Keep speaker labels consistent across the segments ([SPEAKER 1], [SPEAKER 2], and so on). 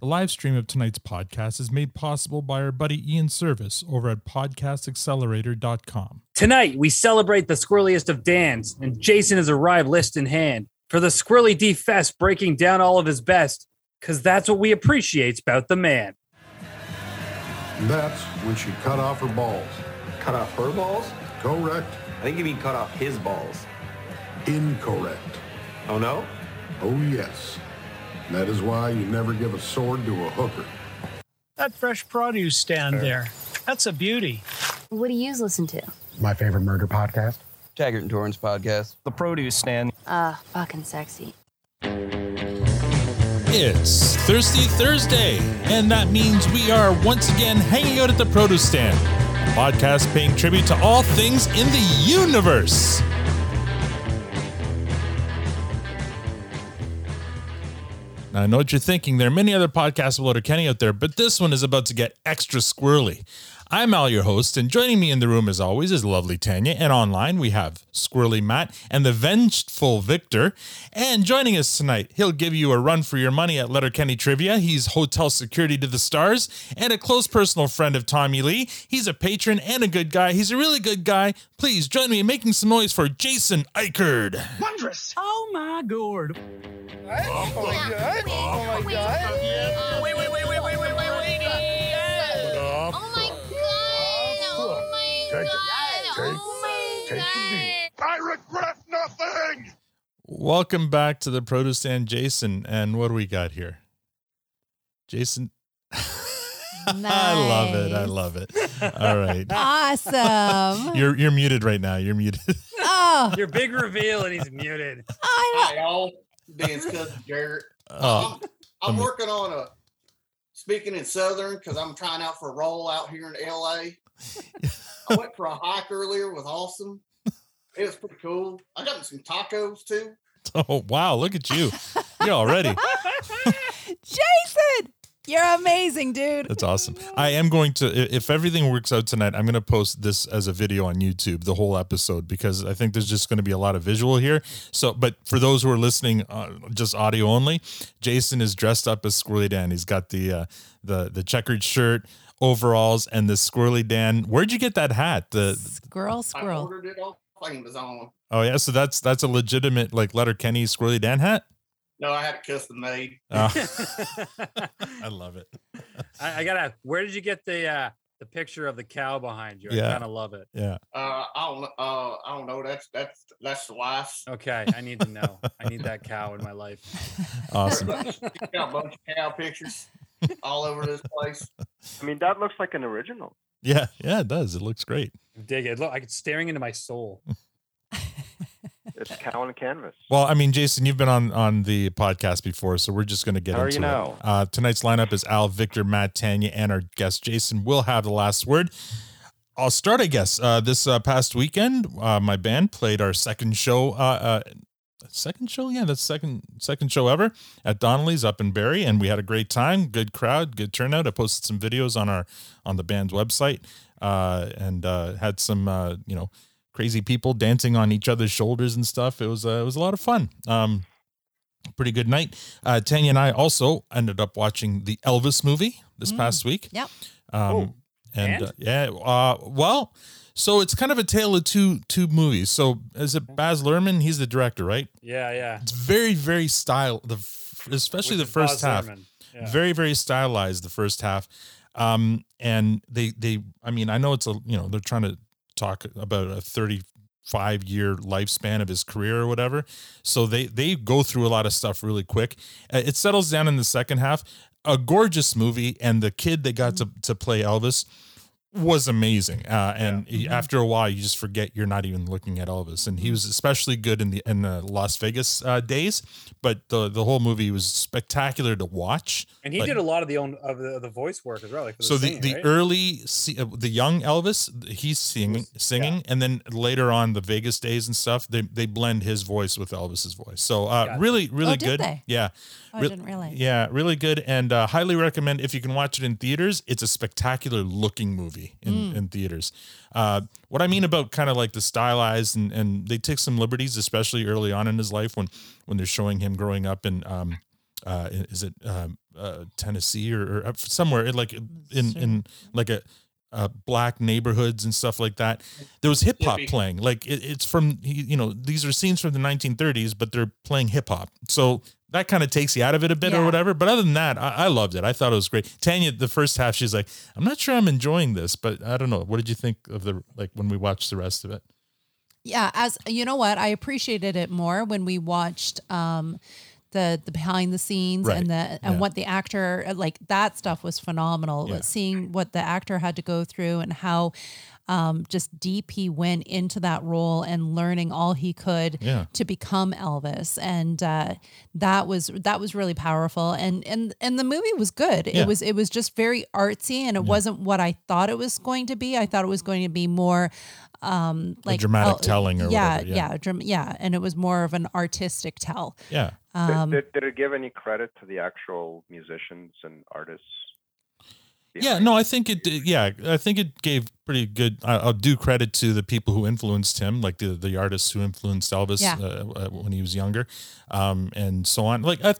[SPEAKER 1] The live stream of tonight's podcast is made possible by our buddy Ian Service over at podcastaccelerator.com.
[SPEAKER 2] Tonight, we celebrate the squirreliest of Dans, and Jason has arrived list in hand for the Squirrely D Fest breaking down all of his best, because that's what we appreciate about the man.
[SPEAKER 3] That's when she cut off her balls.
[SPEAKER 4] Cut off her balls?
[SPEAKER 3] Correct.
[SPEAKER 4] I think you mean cut off his balls.
[SPEAKER 3] Incorrect.
[SPEAKER 4] Oh no?
[SPEAKER 3] Oh, yes. That is why you never give a sword to a hooker.
[SPEAKER 5] That fresh produce stand there. That's a beauty.
[SPEAKER 6] What do you listen to?
[SPEAKER 7] My favorite murder podcast.
[SPEAKER 8] Taggart and Torrance podcast.
[SPEAKER 9] The produce stand.
[SPEAKER 6] Uh, fucking sexy.
[SPEAKER 1] It's Thirsty Thursday, and that means we are once again hanging out at the produce stand, a podcast paying tribute to all things in the universe. Now, I know what you're thinking. There are many other podcasts with Loader Kenny out there, but this one is about to get extra squirrely. I'm Al, your host, and joining me in the room as always is lovely Tanya. And online we have Squirrely Matt and the Vengeful Victor. And joining us tonight, he'll give you a run for your money at Letterkenny Trivia. He's hotel security to the stars and a close personal friend of Tommy Lee. He's a patron and a good guy. He's a really good guy. Please join me in making some noise for Jason Eichard.
[SPEAKER 10] Wondrous!
[SPEAKER 5] Oh my gourd.
[SPEAKER 10] Oh my god! Oh my god! Wait, wait, wait, wait, wait, wait, wait, wait! Oh my god! Oh my god! Oh my god!
[SPEAKER 3] I regret nothing!
[SPEAKER 1] Welcome back to the Protostan, Jason. And what do we got here? Jason. I love it. I
[SPEAKER 11] Nice.
[SPEAKER 1] love it. All right.
[SPEAKER 11] Awesome.
[SPEAKER 1] You're you're muted right now. You're muted.
[SPEAKER 11] oh,
[SPEAKER 2] Your big reveal, and he's muted.
[SPEAKER 11] I
[SPEAKER 12] Hi, all. Dan's cousin Garrett.
[SPEAKER 2] Uh,
[SPEAKER 1] Oh,
[SPEAKER 12] I'm
[SPEAKER 1] Um,
[SPEAKER 12] working on a speaking in Southern because I'm trying out for a role out here in LA. I went for a hike earlier with Awesome. It was pretty cool. I got some tacos too.
[SPEAKER 1] oh wow, look at you. You're already.
[SPEAKER 11] know. Jason, you're amazing, dude.
[SPEAKER 1] That's awesome. I am going to i- if everything works out tonight, I'm gonna post this as a video on YouTube, the whole episode, because I think there's just gonna be a lot of visual here. So but for those who are listening uh, just audio only, Jason is dressed up as Squirrely Dan. He's got the uh the the checkered shirt, overalls, and the Squirrely Dan. Where'd you get that hat? The
[SPEAKER 11] Squirrel,
[SPEAKER 12] I
[SPEAKER 11] squirrel.
[SPEAKER 12] ordered it off Amazon.
[SPEAKER 1] Oh yeah, so that's that's a legitimate like letter Kenny Squirrely Dan hat.
[SPEAKER 12] No, I had it custom made.
[SPEAKER 1] Oh,
[SPEAKER 2] I,
[SPEAKER 1] I love it.
[SPEAKER 2] I gotta. Where did you get the uh, the picture of the cow behind you? I
[SPEAKER 1] Yeah.
[SPEAKER 2] kind of love it.
[SPEAKER 1] Yeah.
[SPEAKER 12] Uh, I don't. kn- Uh, I don't know. That's that's that's the wife.
[SPEAKER 2] Okay, I need to know. I need that cow in my life.
[SPEAKER 1] Awesome.
[SPEAKER 12] She got a bunch of cow pictures
[SPEAKER 2] Oh,
[SPEAKER 12] all over this place.
[SPEAKER 13] I mean, that looks like an original.
[SPEAKER 1] Yeah, yeah, it does. It looks great.
[SPEAKER 2] Dig it. Look, I could staring into my soul.
[SPEAKER 13] It's cow on canvas.
[SPEAKER 1] Well, I mean, Jason, you've been on on the podcast before, so we're just going to get
[SPEAKER 13] How
[SPEAKER 1] into
[SPEAKER 13] you
[SPEAKER 1] it.
[SPEAKER 13] know?
[SPEAKER 1] Uh, tonight's lineup is Al, Victor, Matt, Tanya, and our guest Jason will have the last word. I'll start, I guess. Uh, this uh, past weekend, uh, my band played our second show. Uh, uh, second show, yeah, that's second second show ever at Donnelly's up in Barrie, and we had a great time. Good crowd, good turnout. I posted some videos on our on the band's website, uh, and uh, had some uh, you know crazy people dancing on each other's shoulders and stuff. It was uh, it was a lot of fun. Um, pretty good night. Uh, Tanya and I also ended up watching the Elvis movie this
[SPEAKER 11] Mm.
[SPEAKER 1] past week.
[SPEAKER 11] Yep.
[SPEAKER 1] Um,
[SPEAKER 2] Oh,
[SPEAKER 1] and,
[SPEAKER 2] and?
[SPEAKER 1] uh, yeah, uh, well, so it's kind of a tale of two two movies. So is it Baz Luhrmann? He's the director, right?
[SPEAKER 2] Yeah, yeah.
[SPEAKER 1] It's very very style the f- especially
[SPEAKER 2] With
[SPEAKER 1] the first
[SPEAKER 2] Baz
[SPEAKER 1] half
[SPEAKER 2] Luhrmann. Yeah.
[SPEAKER 1] very very stylized the first half um and they they i mean i know it's a you know they're trying to talk about a 35 year lifespan of his career or whatever so they they go through a lot of stuff really quick Uh, it settles down in the second half a gorgeous movie and the kid they got to, to play elvis was amazing uh, and he- after a while you just forget you're not even looking at elvis and he was especially good in the in the las vegas uh, days but the the whole movie was spectacular to watch
[SPEAKER 2] And he
[SPEAKER 1] like-
[SPEAKER 2] did a lot of the own of the, the voice work as well. Like for
[SPEAKER 1] so the,
[SPEAKER 2] singing,
[SPEAKER 1] the
[SPEAKER 2] right?
[SPEAKER 1] early se- uh, the young elvis he's singing singing and then later on the vegas days and stuff they, they blend his voice with elvis's voice so uh
[SPEAKER 2] Gotcha.
[SPEAKER 1] really really
[SPEAKER 11] did
[SPEAKER 1] good
[SPEAKER 11] they?
[SPEAKER 1] yeah
[SPEAKER 11] Oh, I
[SPEAKER 1] Re-
[SPEAKER 11] didn't realize.
[SPEAKER 1] yeah really good and uh highly recommend if you can watch it in theaters it's a spectacular looking movie in,
[SPEAKER 11] Mm.
[SPEAKER 1] in theaters uh what i mean about kind of like the stylized and and they take some liberties especially early on in his life when when they're showing him growing up in um uh, is it um, uh, Tennessee or, or up somewhere it, like in in like a uh, black neighborhoods and stuff like that. There was hip hop
[SPEAKER 9] Hippie.
[SPEAKER 1] playing. Like it, it's from he- you know these are scenes from the 1930s, but they're playing hip hop. So that kind of takes you out of it a bit or
[SPEAKER 9] Yeah.
[SPEAKER 1] whatever. But other than that, I, I loved it. I thought it was great. Tanya, the first half, she's like, I'm not sure I'm enjoying this, but I don't know. What did you think of the like when we watched the rest of it?
[SPEAKER 11] Yeah, as you know what, I appreciated it more when we watched um the the behind the scenes
[SPEAKER 14] Right,
[SPEAKER 11] and the and
[SPEAKER 14] yeah.
[SPEAKER 11] what the actor uh, like that stuff was phenomenal.
[SPEAKER 14] Yeah.
[SPEAKER 11] Seeing what the actor had to go through and how um just deep he went into that role and learning all he could
[SPEAKER 14] Yeah.
[SPEAKER 11] to become Elvis and uh that was that was really powerful and and and the movie was good.
[SPEAKER 14] Yeah.
[SPEAKER 11] It was it was just very artsy and it wasn't what I thought it was going to be. I thought it was going to be more um
[SPEAKER 1] A
[SPEAKER 11] like
[SPEAKER 1] dramatic
[SPEAKER 11] oh,
[SPEAKER 1] telling or
[SPEAKER 11] yeah,
[SPEAKER 1] whatever, yeah.
[SPEAKER 11] yeah, dram- yeah, and it was more of an artistic tell.
[SPEAKER 1] Yeah.
[SPEAKER 11] Um,
[SPEAKER 13] did, did, did it give any credit to the actual musicians and artists?
[SPEAKER 1] Yeah, no, I think it. Yeah, I think it gave pretty good. I, I'll do credit to the people who influenced him, like the the artists who influenced Elvis
[SPEAKER 9] Yeah.
[SPEAKER 1] uh, uh, when he was younger, um, and so on. Like I,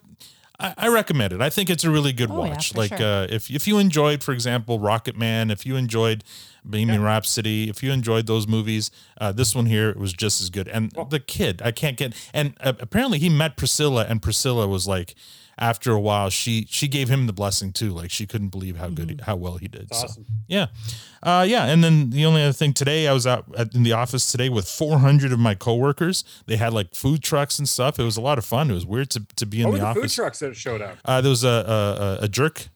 [SPEAKER 1] I I recommend it. I think it's a really good
[SPEAKER 9] Oh, yeah,
[SPEAKER 1] watch.
[SPEAKER 9] for
[SPEAKER 1] like
[SPEAKER 9] sure.
[SPEAKER 1] uh, if if you enjoyed, for example, Rocket Man, if you enjoyed Bohemian Rhapsody, if you enjoyed those movies, uh, this one here was just as good. And the kid, I can't get. And uh, apparently, he met Priscilla, and Priscilla was like. After a while, she she gave him the blessing too. Like she couldn't believe how good, he-
[SPEAKER 15] Mm-hmm.
[SPEAKER 1] how well he did.
[SPEAKER 9] That's
[SPEAKER 1] So,
[SPEAKER 9] awesome.
[SPEAKER 1] Yeah, uh, yeah. And then the only other thing today, I was out at, in the office today with 400 of my coworkers. They had like food trucks and stuff. It was a lot of fun. It was weird to, to be
[SPEAKER 2] Oh,
[SPEAKER 1] in
[SPEAKER 15] What
[SPEAKER 1] the
[SPEAKER 15] were the food
[SPEAKER 1] office.
[SPEAKER 15] trucks that showed up?
[SPEAKER 1] Uh, there was a a, a, a jerk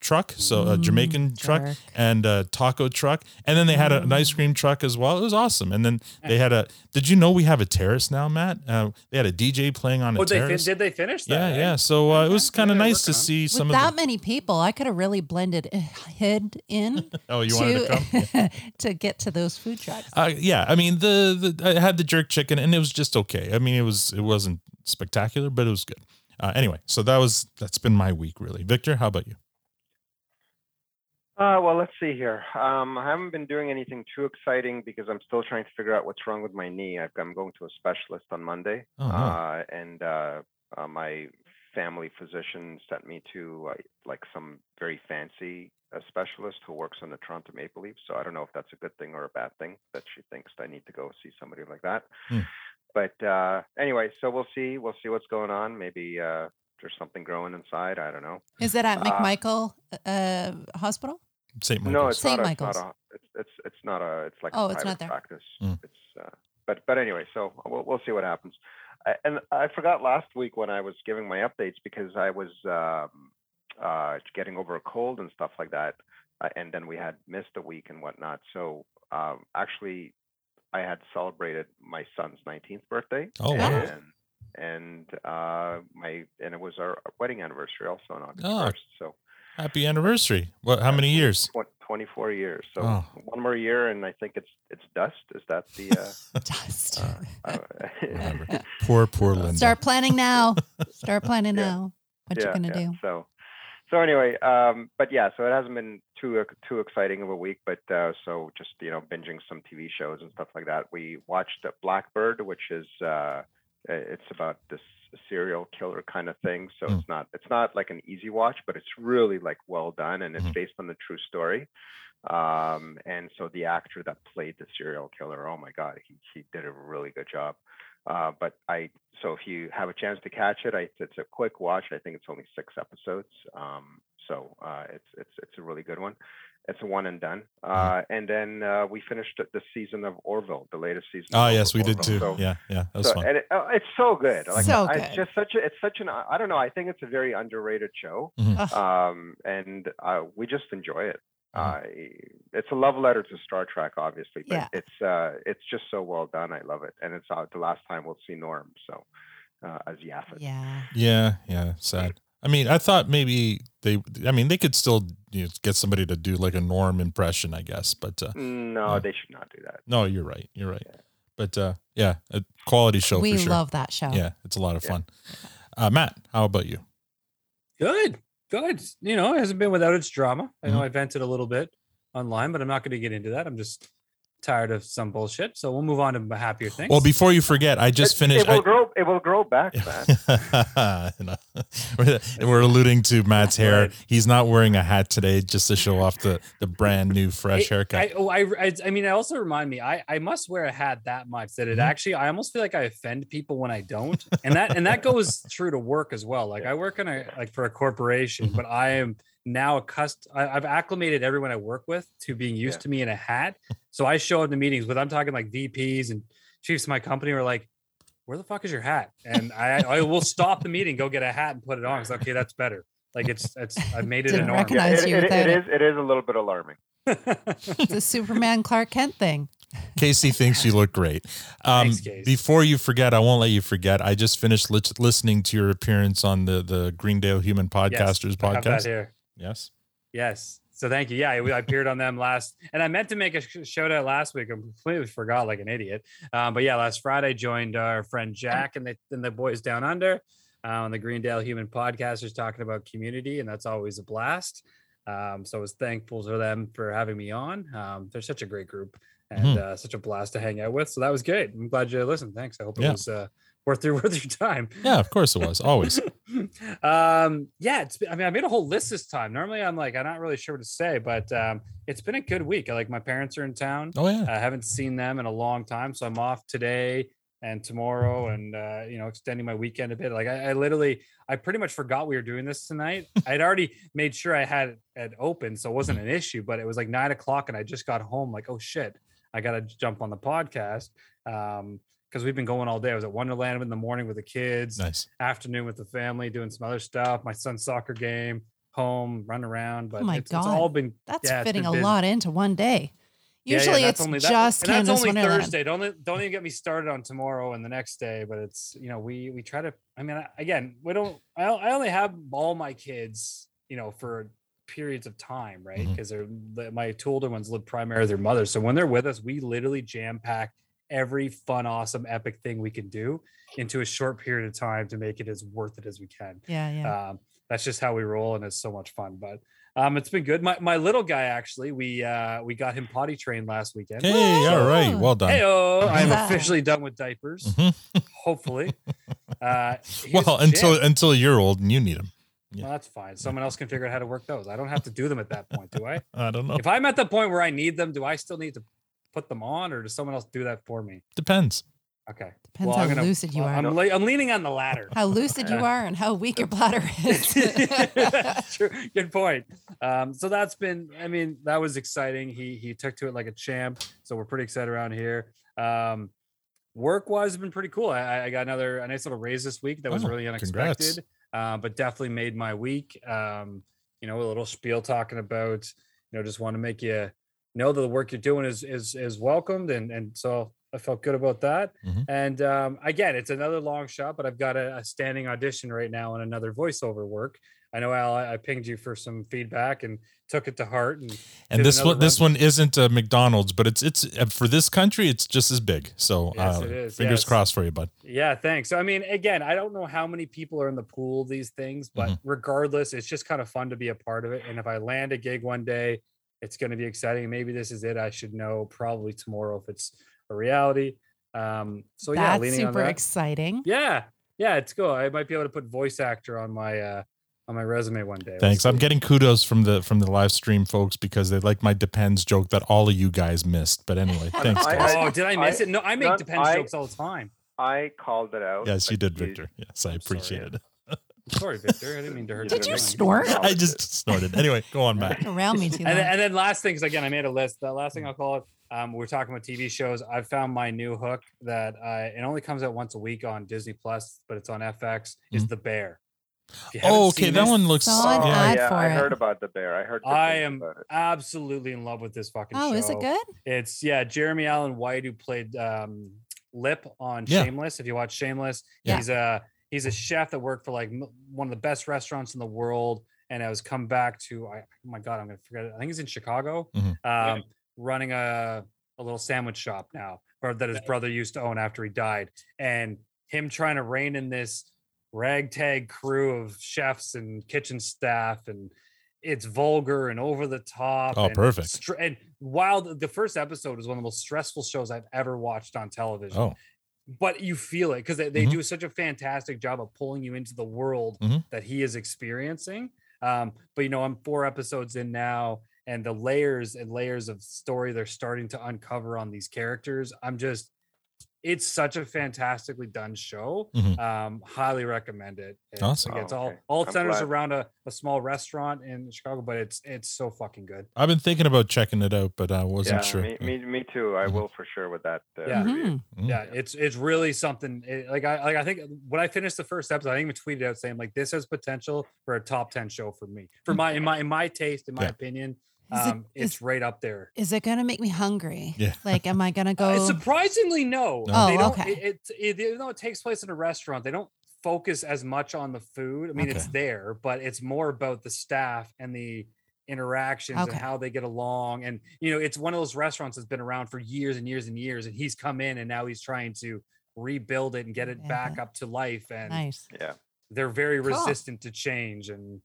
[SPEAKER 1] truck, so a Jamaican truck
[SPEAKER 15] jerk.
[SPEAKER 1] and a taco truck, and then they had a, an ice cream truck as well. It was awesome. And then they had a. Did you know we have a terrace now, Matt? Uh, they had a DJ playing on a
[SPEAKER 2] Oh, they fin-
[SPEAKER 1] terrace.
[SPEAKER 2] did they finish that?
[SPEAKER 1] Yeah, yeah. So uh, it was kind of nice to see
[SPEAKER 11] with
[SPEAKER 1] some of
[SPEAKER 11] that
[SPEAKER 1] the.
[SPEAKER 11] many people, I could have really blended eh, hid in.
[SPEAKER 1] Oh, you wanted to come?
[SPEAKER 11] to get to those food trucks.
[SPEAKER 1] Uh, yeah, I mean the, the I had the jerk chicken and it was just okay. I mean it was it wasn't spectacular, but it was good. Uh, anyway, so that was that's been my week really. Victor, how about you?
[SPEAKER 13] Uh, well, let's see here. Um, I haven't been doing anything too exciting because I'm still trying to figure out what's wrong with my knee. I've, I'm going to a specialist on Monday,
[SPEAKER 9] Oh, no.
[SPEAKER 13] uh, and uh, uh, my family physician sent me to uh, like some very fancy uh, specialist who works on the Toronto Maple Leafs. So I don't know if that's a good thing or a bad thing that she thinks I need to go see somebody like that. But uh, anyway, so we'll see. We'll see what's going on. Maybe uh, there's something growing inside. I don't know.
[SPEAKER 11] Is it at
[SPEAKER 13] Uh,
[SPEAKER 11] McMichael uh, Hospital?
[SPEAKER 1] St.
[SPEAKER 13] No, it's
[SPEAKER 11] St.
[SPEAKER 13] not, a, it's
[SPEAKER 11] Michael's.
[SPEAKER 13] not a. It's it's it's not a. It's like
[SPEAKER 11] Oh,
[SPEAKER 13] a
[SPEAKER 11] it's
[SPEAKER 13] private
[SPEAKER 11] not there.
[SPEAKER 13] practice.
[SPEAKER 9] Hmm.
[SPEAKER 13] It's uh, but but anyway, so we'll we'll see what happens. I, and I forgot last week when I was giving my updates because I was um, uh, getting over a cold and stuff like that, uh, and then we had missed a week and whatnot. So um, actually, I had celebrated my son's 19th birthday.
[SPEAKER 9] Oh, wow.
[SPEAKER 13] and, and uh, my and it was our wedding anniversary also on August
[SPEAKER 9] Ah.
[SPEAKER 1] Oh.
[SPEAKER 13] 1st. So
[SPEAKER 1] Happy anniversary. What how many years?
[SPEAKER 13] tw- 24 years. So
[SPEAKER 1] Oh.
[SPEAKER 13] one more year, and I think it's it's dust. Is that the uh,
[SPEAKER 11] dust?
[SPEAKER 1] Poor poor Linda.
[SPEAKER 11] Start planning now. Start planning now. What
[SPEAKER 13] yeah,
[SPEAKER 11] you're gonna
[SPEAKER 13] yeah.
[SPEAKER 11] do?
[SPEAKER 13] So so anyway, um, but yeah, so it hasn't been too uh, too exciting of a week, but uh, so just you know binging some TV shows and stuff like that. We watched Blackbird, which is uh, it's about this serial killer kind of thing. So
[SPEAKER 1] Hmm.
[SPEAKER 13] it's not it's not like an easy watch, but it's really like well done, and it's
[SPEAKER 1] Mm-hmm.
[SPEAKER 13] based on the true story. Um, and so the actor that played the serial killer, oh my God, he, he did a really good job. Uh, but I, so if you have a chance to catch it, I, it's a quick watch. I think it's only six episodes. Um, so uh, it's, it's, it's a really good one. It's a one and done.
[SPEAKER 1] Mm-hmm.
[SPEAKER 13] Uh, and then uh, we finished the season of Orville, the latest season. of
[SPEAKER 1] Oh
[SPEAKER 13] Orville-
[SPEAKER 1] yes, we did
[SPEAKER 13] Orville.
[SPEAKER 1] too.
[SPEAKER 13] So-
[SPEAKER 1] Yeah, yeah. That was
[SPEAKER 13] so,
[SPEAKER 1] fun.
[SPEAKER 13] and it, oh, it's so good. Like,
[SPEAKER 1] So
[SPEAKER 13] I-
[SPEAKER 1] good.
[SPEAKER 13] It's just such a. It's such an. I don't know. I think it's a very underrated show.
[SPEAKER 2] Mm-hmm.
[SPEAKER 1] Mhm. Ugh.
[SPEAKER 13] Um, and uh, we just enjoy it.
[SPEAKER 2] Mm-hmm.
[SPEAKER 13] Uh, it's a love letter to Star Trek, obviously, but
[SPEAKER 9] Yeah.
[SPEAKER 13] it's uh, it's just so well done. I love it, and it's uh, the last time we'll see Norm. So. Uh, as Yaphet.
[SPEAKER 11] Yeah.
[SPEAKER 1] Yeah, yeah, sad. I mean, I thought maybe they. I mean, they could still you know, get somebody to do like a Norm impression, I guess. But uh,
[SPEAKER 13] No,
[SPEAKER 1] yeah.
[SPEAKER 13] they should not do that.
[SPEAKER 1] No, you're right. You're right. But uh, yeah, a quality show.
[SPEAKER 11] We
[SPEAKER 1] for sure.
[SPEAKER 11] love that show.
[SPEAKER 1] Yeah, it's a lot of fun. Uh, Matt, how about you?
[SPEAKER 2] Good, good. You
[SPEAKER 1] Mm-hmm.
[SPEAKER 2] know, it hasn't been without its drama. I know I vented a little bit online, but I'm not going to get into that. I'm just tired of some bullshit. So we'll move on to happier things.
[SPEAKER 1] Well, before you forget, I just finished.
[SPEAKER 13] It will
[SPEAKER 1] I-
[SPEAKER 13] grow. It will grow back, man.
[SPEAKER 1] No. we're, we're alluding to Matt's hair. He's not wearing a hat today just to show off the, the brand new fresh
[SPEAKER 2] I-
[SPEAKER 1] haircut.
[SPEAKER 2] I, oh, I, I, I mean, it also remind me, I, I must wear a hat that much that it
[SPEAKER 1] Mhm.
[SPEAKER 2] actually, I almost feel like I offend people when I don't, and that, and that goes true to work as well. Like I work in a, like for a corporation,
[SPEAKER 1] Mm-hmm.
[SPEAKER 2] but I am now accustomed. I, I've acclimated everyone I work with to being used
[SPEAKER 13] Yeah.
[SPEAKER 2] to me in a hat. So I show up to meetings with, I'm talking like VPs and chiefs of my company are like, where the fuck is your hat? And I, I will stop the meeting, go get a hat and put it on. It's okay. That's better. Like it's, it's, I've made it a
[SPEAKER 11] Didn't
[SPEAKER 2] norm.
[SPEAKER 11] recognize- Nice
[SPEAKER 13] it,
[SPEAKER 11] you
[SPEAKER 13] it-
[SPEAKER 11] without
[SPEAKER 13] it
[SPEAKER 11] it.
[SPEAKER 13] is. It is a little bit alarming.
[SPEAKER 11] It's a Superman Clark Kent thing.
[SPEAKER 1] Casey thinks you look great. Um,
[SPEAKER 2] Thanks, Casey.
[SPEAKER 1] Before you forget, I won't let you forget. I just finished lit- listening to your appearance on the the Greendale Human Podcasters
[SPEAKER 2] I have that
[SPEAKER 1] podcast.
[SPEAKER 2] here.
[SPEAKER 1] Yes.
[SPEAKER 2] Yes. So thank you. Yeah, I, I appeared on them last, and I meant to make a sh- shout out last week. I completely forgot, like an idiot. Um, but yeah, last Friday I joined our friend Jack and the and the boys down under uh, on the Greendale Human Podcasters talking about community, and that's always a blast. Um, so I was thankful to them for having me on. Um, they're such a great group and
[SPEAKER 1] Mhm.
[SPEAKER 2] uh, such a blast to hang out with. So that was good. I'm glad you listened. Thanks. I hope it
[SPEAKER 1] Yeah.
[SPEAKER 2] was uh, worth your worth your time.
[SPEAKER 1] Yeah, of course it was. Always.
[SPEAKER 2] um yeah it's been, i mean i made a whole list this time normally i'm like i'm not really sure what to say but um it's been a good week I, like my parents are in town
[SPEAKER 1] Oh yeah.
[SPEAKER 2] i haven't seen them in a long time so i'm off today and tomorrow and uh you know extending my weekend a bit like i, I literally i pretty much forgot we were doing this tonight i'd already made sure i had it open so it wasn't
[SPEAKER 11] Mm.
[SPEAKER 2] an issue but it was like nine o'clock and i just got home like oh shit i gotta jump on the podcast um because we've been going all day i was at wonderland in the morning with the kids
[SPEAKER 1] Nice.
[SPEAKER 2] afternoon with the family, doing some other stuff. My son's soccer game, home, run around. But
[SPEAKER 11] Oh my
[SPEAKER 2] it's, it's
[SPEAKER 11] God.
[SPEAKER 2] all been
[SPEAKER 11] That's
[SPEAKER 2] yeah, it's
[SPEAKER 11] fitting
[SPEAKER 2] been
[SPEAKER 11] a
[SPEAKER 2] busy.
[SPEAKER 11] lot into one day.
[SPEAKER 2] Yeah, yeah,
[SPEAKER 11] Usually
[SPEAKER 2] that's
[SPEAKER 11] it's
[SPEAKER 2] only- that-
[SPEAKER 11] just
[SPEAKER 2] and that's
[SPEAKER 11] Canada's
[SPEAKER 2] only
[SPEAKER 11] Wonderland.
[SPEAKER 2] Thursday. Don't let- don't even get me started on tomorrow and the next day. But it's you know we we try to. I mean, I- again, we don't. I I only have all my kids, you know, for periods of time, right?
[SPEAKER 11] Mm-hmm.
[SPEAKER 1] Mhm.
[SPEAKER 2] Because they're my two older ones live primarily with their mother, so when they're with us, we literally jam pack every fun, awesome, epic thing we can do into a short period of time to make it as worth it as we can.
[SPEAKER 11] Yeah, yeah.
[SPEAKER 2] Um, that's just how we roll, and it's so much fun. But um, it's been good. My my little guy actually, we uh, we got him potty trained last weekend.
[SPEAKER 1] Hey, all right. Well done.
[SPEAKER 2] Hey, oh, I'm
[SPEAKER 11] Wow.
[SPEAKER 2] officially done with diapers.
[SPEAKER 1] Mhm.
[SPEAKER 2] Hopefully. Uh, here's
[SPEAKER 1] well,
[SPEAKER 2] the
[SPEAKER 1] until
[SPEAKER 2] jam.
[SPEAKER 1] until you're old and you need them. yeah.
[SPEAKER 2] well, that's fine. Someone else can figure out how to work those. I don't have to do them at that point, do I?
[SPEAKER 1] I don't know.
[SPEAKER 2] If I'm at the point where I need them, do I still need to put them on, or does someone else do that for me?
[SPEAKER 1] Depends.
[SPEAKER 2] Okay.
[SPEAKER 11] Depends
[SPEAKER 2] Well,
[SPEAKER 11] how
[SPEAKER 2] I'm gonna-
[SPEAKER 11] lucid you
[SPEAKER 2] well,
[SPEAKER 11] are.
[SPEAKER 2] I'm, le- I'm leaning on the latter.
[SPEAKER 11] how lucid you
[SPEAKER 2] Uh,
[SPEAKER 11] are and how weak your bladder is.
[SPEAKER 2] That's true. Good point. Um, so that's been, I mean, that was exciting. He he took to it like a champ. So we're pretty excited around here. Um, work wise, has been pretty cool. I- I, I got another a nice little raise this week that was
[SPEAKER 1] Oh,
[SPEAKER 2] really
[SPEAKER 1] congrats.
[SPEAKER 2] unexpected, uh, but definitely made my week. Um, you know, a little spiel talking about, you know, just want to make you know that the work you're doing is is is welcomed, and and so I felt good about that.
[SPEAKER 1] Mhm.
[SPEAKER 2] And um, again, it's another long shot, but I've got a, a standing audition right now and another voiceover work. I know Al, I I pinged you for some feedback and took it to heart. And
[SPEAKER 1] And
[SPEAKER 2] did
[SPEAKER 1] this
[SPEAKER 2] another
[SPEAKER 1] one, this one isn't a McDonald's, but it's it's uh, for this country, it's just as big. So
[SPEAKER 2] Yes,
[SPEAKER 1] uh,
[SPEAKER 2] it is.
[SPEAKER 1] fingers
[SPEAKER 2] Yes.
[SPEAKER 1] crossed for you, bud.
[SPEAKER 2] Yeah, thanks. So, I mean, again, I don't know how many people are in the pool of these things, but
[SPEAKER 1] Mhm.
[SPEAKER 2] regardless, it's just kind of fun to be a part of it. And if I land a gig one day, it's going to be exciting. Maybe this is it. I should know probably tomorrow if it's a reality. Um, so yeah,
[SPEAKER 11] That's
[SPEAKER 2] leaning on
[SPEAKER 11] super
[SPEAKER 2] that.
[SPEAKER 11] exciting.
[SPEAKER 2] yeah, yeah, it's cool. I might be able to put voice actor on my uh on my resume one day. We'll
[SPEAKER 1] Thanks. I'm
[SPEAKER 2] see.
[SPEAKER 1] getting kudos from the from the live stream folks because they like my depends joke that all of you guys missed. But anyway, thanks.
[SPEAKER 13] I-
[SPEAKER 1] guys.
[SPEAKER 13] I-
[SPEAKER 2] Oh, did I miss
[SPEAKER 13] I-
[SPEAKER 2] it? No, I make
[SPEAKER 13] no,
[SPEAKER 2] depends
[SPEAKER 13] I-
[SPEAKER 2] jokes all the time.
[SPEAKER 13] I called it out.
[SPEAKER 1] yes, you
[SPEAKER 13] but
[SPEAKER 1] did, Victor. Yes, I
[SPEAKER 2] I'm sorry.
[SPEAKER 1] appreciate it.
[SPEAKER 2] Sorry, Victor. I didn't mean to hurt
[SPEAKER 13] Did
[SPEAKER 2] your
[SPEAKER 11] you
[SPEAKER 2] feelings.
[SPEAKER 11] snort?
[SPEAKER 1] I just snorted. Anyway, go on, Matt.
[SPEAKER 11] Around me too.
[SPEAKER 2] and, then, and then last things again, I made a list. The last thing I'll call it. Um, we're talking about TV shows. I found my new hook that I, it only comes out once a week on Disney Plus, but it's on FX. Is
[SPEAKER 1] Mhm.
[SPEAKER 2] The Bear? If you haven't
[SPEAKER 1] Oh, okay,
[SPEAKER 2] seen
[SPEAKER 1] that
[SPEAKER 2] this,
[SPEAKER 1] one looks.
[SPEAKER 13] Oh,
[SPEAKER 11] Solid An
[SPEAKER 1] yeah.
[SPEAKER 11] ad
[SPEAKER 13] yeah,
[SPEAKER 11] for
[SPEAKER 13] I
[SPEAKER 11] it.
[SPEAKER 13] heard about the bear. I heard. good
[SPEAKER 2] I
[SPEAKER 13] things
[SPEAKER 2] am
[SPEAKER 13] about it.
[SPEAKER 2] absolutely in love with this fucking show.
[SPEAKER 11] oh, is it good?
[SPEAKER 2] It's yeah, Jeremy Allen White who played um, Lip on
[SPEAKER 1] Yeah.
[SPEAKER 2] Shameless. If you watch Shameless,
[SPEAKER 1] Yeah.
[SPEAKER 2] he's a he's a chef that worked for like m- one of the best restaurants in the world, and has come back to I, oh my god, I'm gonna forget it. I think he's in Chicago,
[SPEAKER 1] Mhm.
[SPEAKER 2] um, running a a little sandwich shop now, or that his brother used to own after he died, and him trying to rein in this ragtag crew of chefs and kitchen staff and it's vulgar and over the top.
[SPEAKER 1] Oh,
[SPEAKER 2] and
[SPEAKER 1] perfect.
[SPEAKER 2] str- and while the- the first episode is one of the most stressful shows I've ever watched on television,
[SPEAKER 1] Oh,
[SPEAKER 2] but you feel it because they, they
[SPEAKER 1] Mhm.
[SPEAKER 2] do such a fantastic job of pulling you into the world
[SPEAKER 1] Mhm.
[SPEAKER 2] that he is experiencing. Um, but you know, I'm four episodes in now, and the layers and layers of story they're starting to uncover on these characters. I'm just, it's such a fantastically done show.
[SPEAKER 1] Mhm.
[SPEAKER 2] Um, highly recommend it. It's,
[SPEAKER 1] Awesome.
[SPEAKER 2] It's
[SPEAKER 13] Oh,
[SPEAKER 2] all
[SPEAKER 13] okay.
[SPEAKER 2] all
[SPEAKER 13] I'm
[SPEAKER 2] centers
[SPEAKER 13] glad.
[SPEAKER 2] around a, a small restaurant in Chicago, but it's it's so fucking good.
[SPEAKER 1] I've been thinking about checking it out, but I wasn't
[SPEAKER 13] yeah,
[SPEAKER 1] sure. Mm-hmm.
[SPEAKER 13] me, me, me too. I will for sure with that. Uh,
[SPEAKER 2] Yeah.
[SPEAKER 13] review.
[SPEAKER 11] Mm-hmm.
[SPEAKER 1] Mm.
[SPEAKER 2] yeah it's it's really something it- like i like i think when i finished the first episode i even tweeted out saying like this has potential for a top 10 show for me for my in my in my taste in my
[SPEAKER 1] Mm. Yeah.
[SPEAKER 2] opinion
[SPEAKER 11] Is it-
[SPEAKER 2] um it's
[SPEAKER 11] is-
[SPEAKER 2] right up there
[SPEAKER 11] Is it gonna make me hungry?
[SPEAKER 1] Yeah.
[SPEAKER 11] Like, am I gonna
[SPEAKER 2] Uh,
[SPEAKER 11] go?
[SPEAKER 2] surprisingly no,
[SPEAKER 11] No.
[SPEAKER 2] they
[SPEAKER 11] Oh,
[SPEAKER 2] don't
[SPEAKER 11] okay.
[SPEAKER 2] it, it, it even though it takes place in a restaurant they don't focus as much on the food i mean it's there but it's more about the staff and the interactions
[SPEAKER 11] Okay.
[SPEAKER 2] and how they get along and you know it's one of those restaurants that's been around for years and years and years and he's come in and now he's trying to rebuild it and get it
[SPEAKER 11] Yeah.
[SPEAKER 2] back up to life and
[SPEAKER 11] Mm-hmm. nice.
[SPEAKER 13] Yeah,
[SPEAKER 2] they're very
[SPEAKER 11] Cool.
[SPEAKER 2] resistant to change and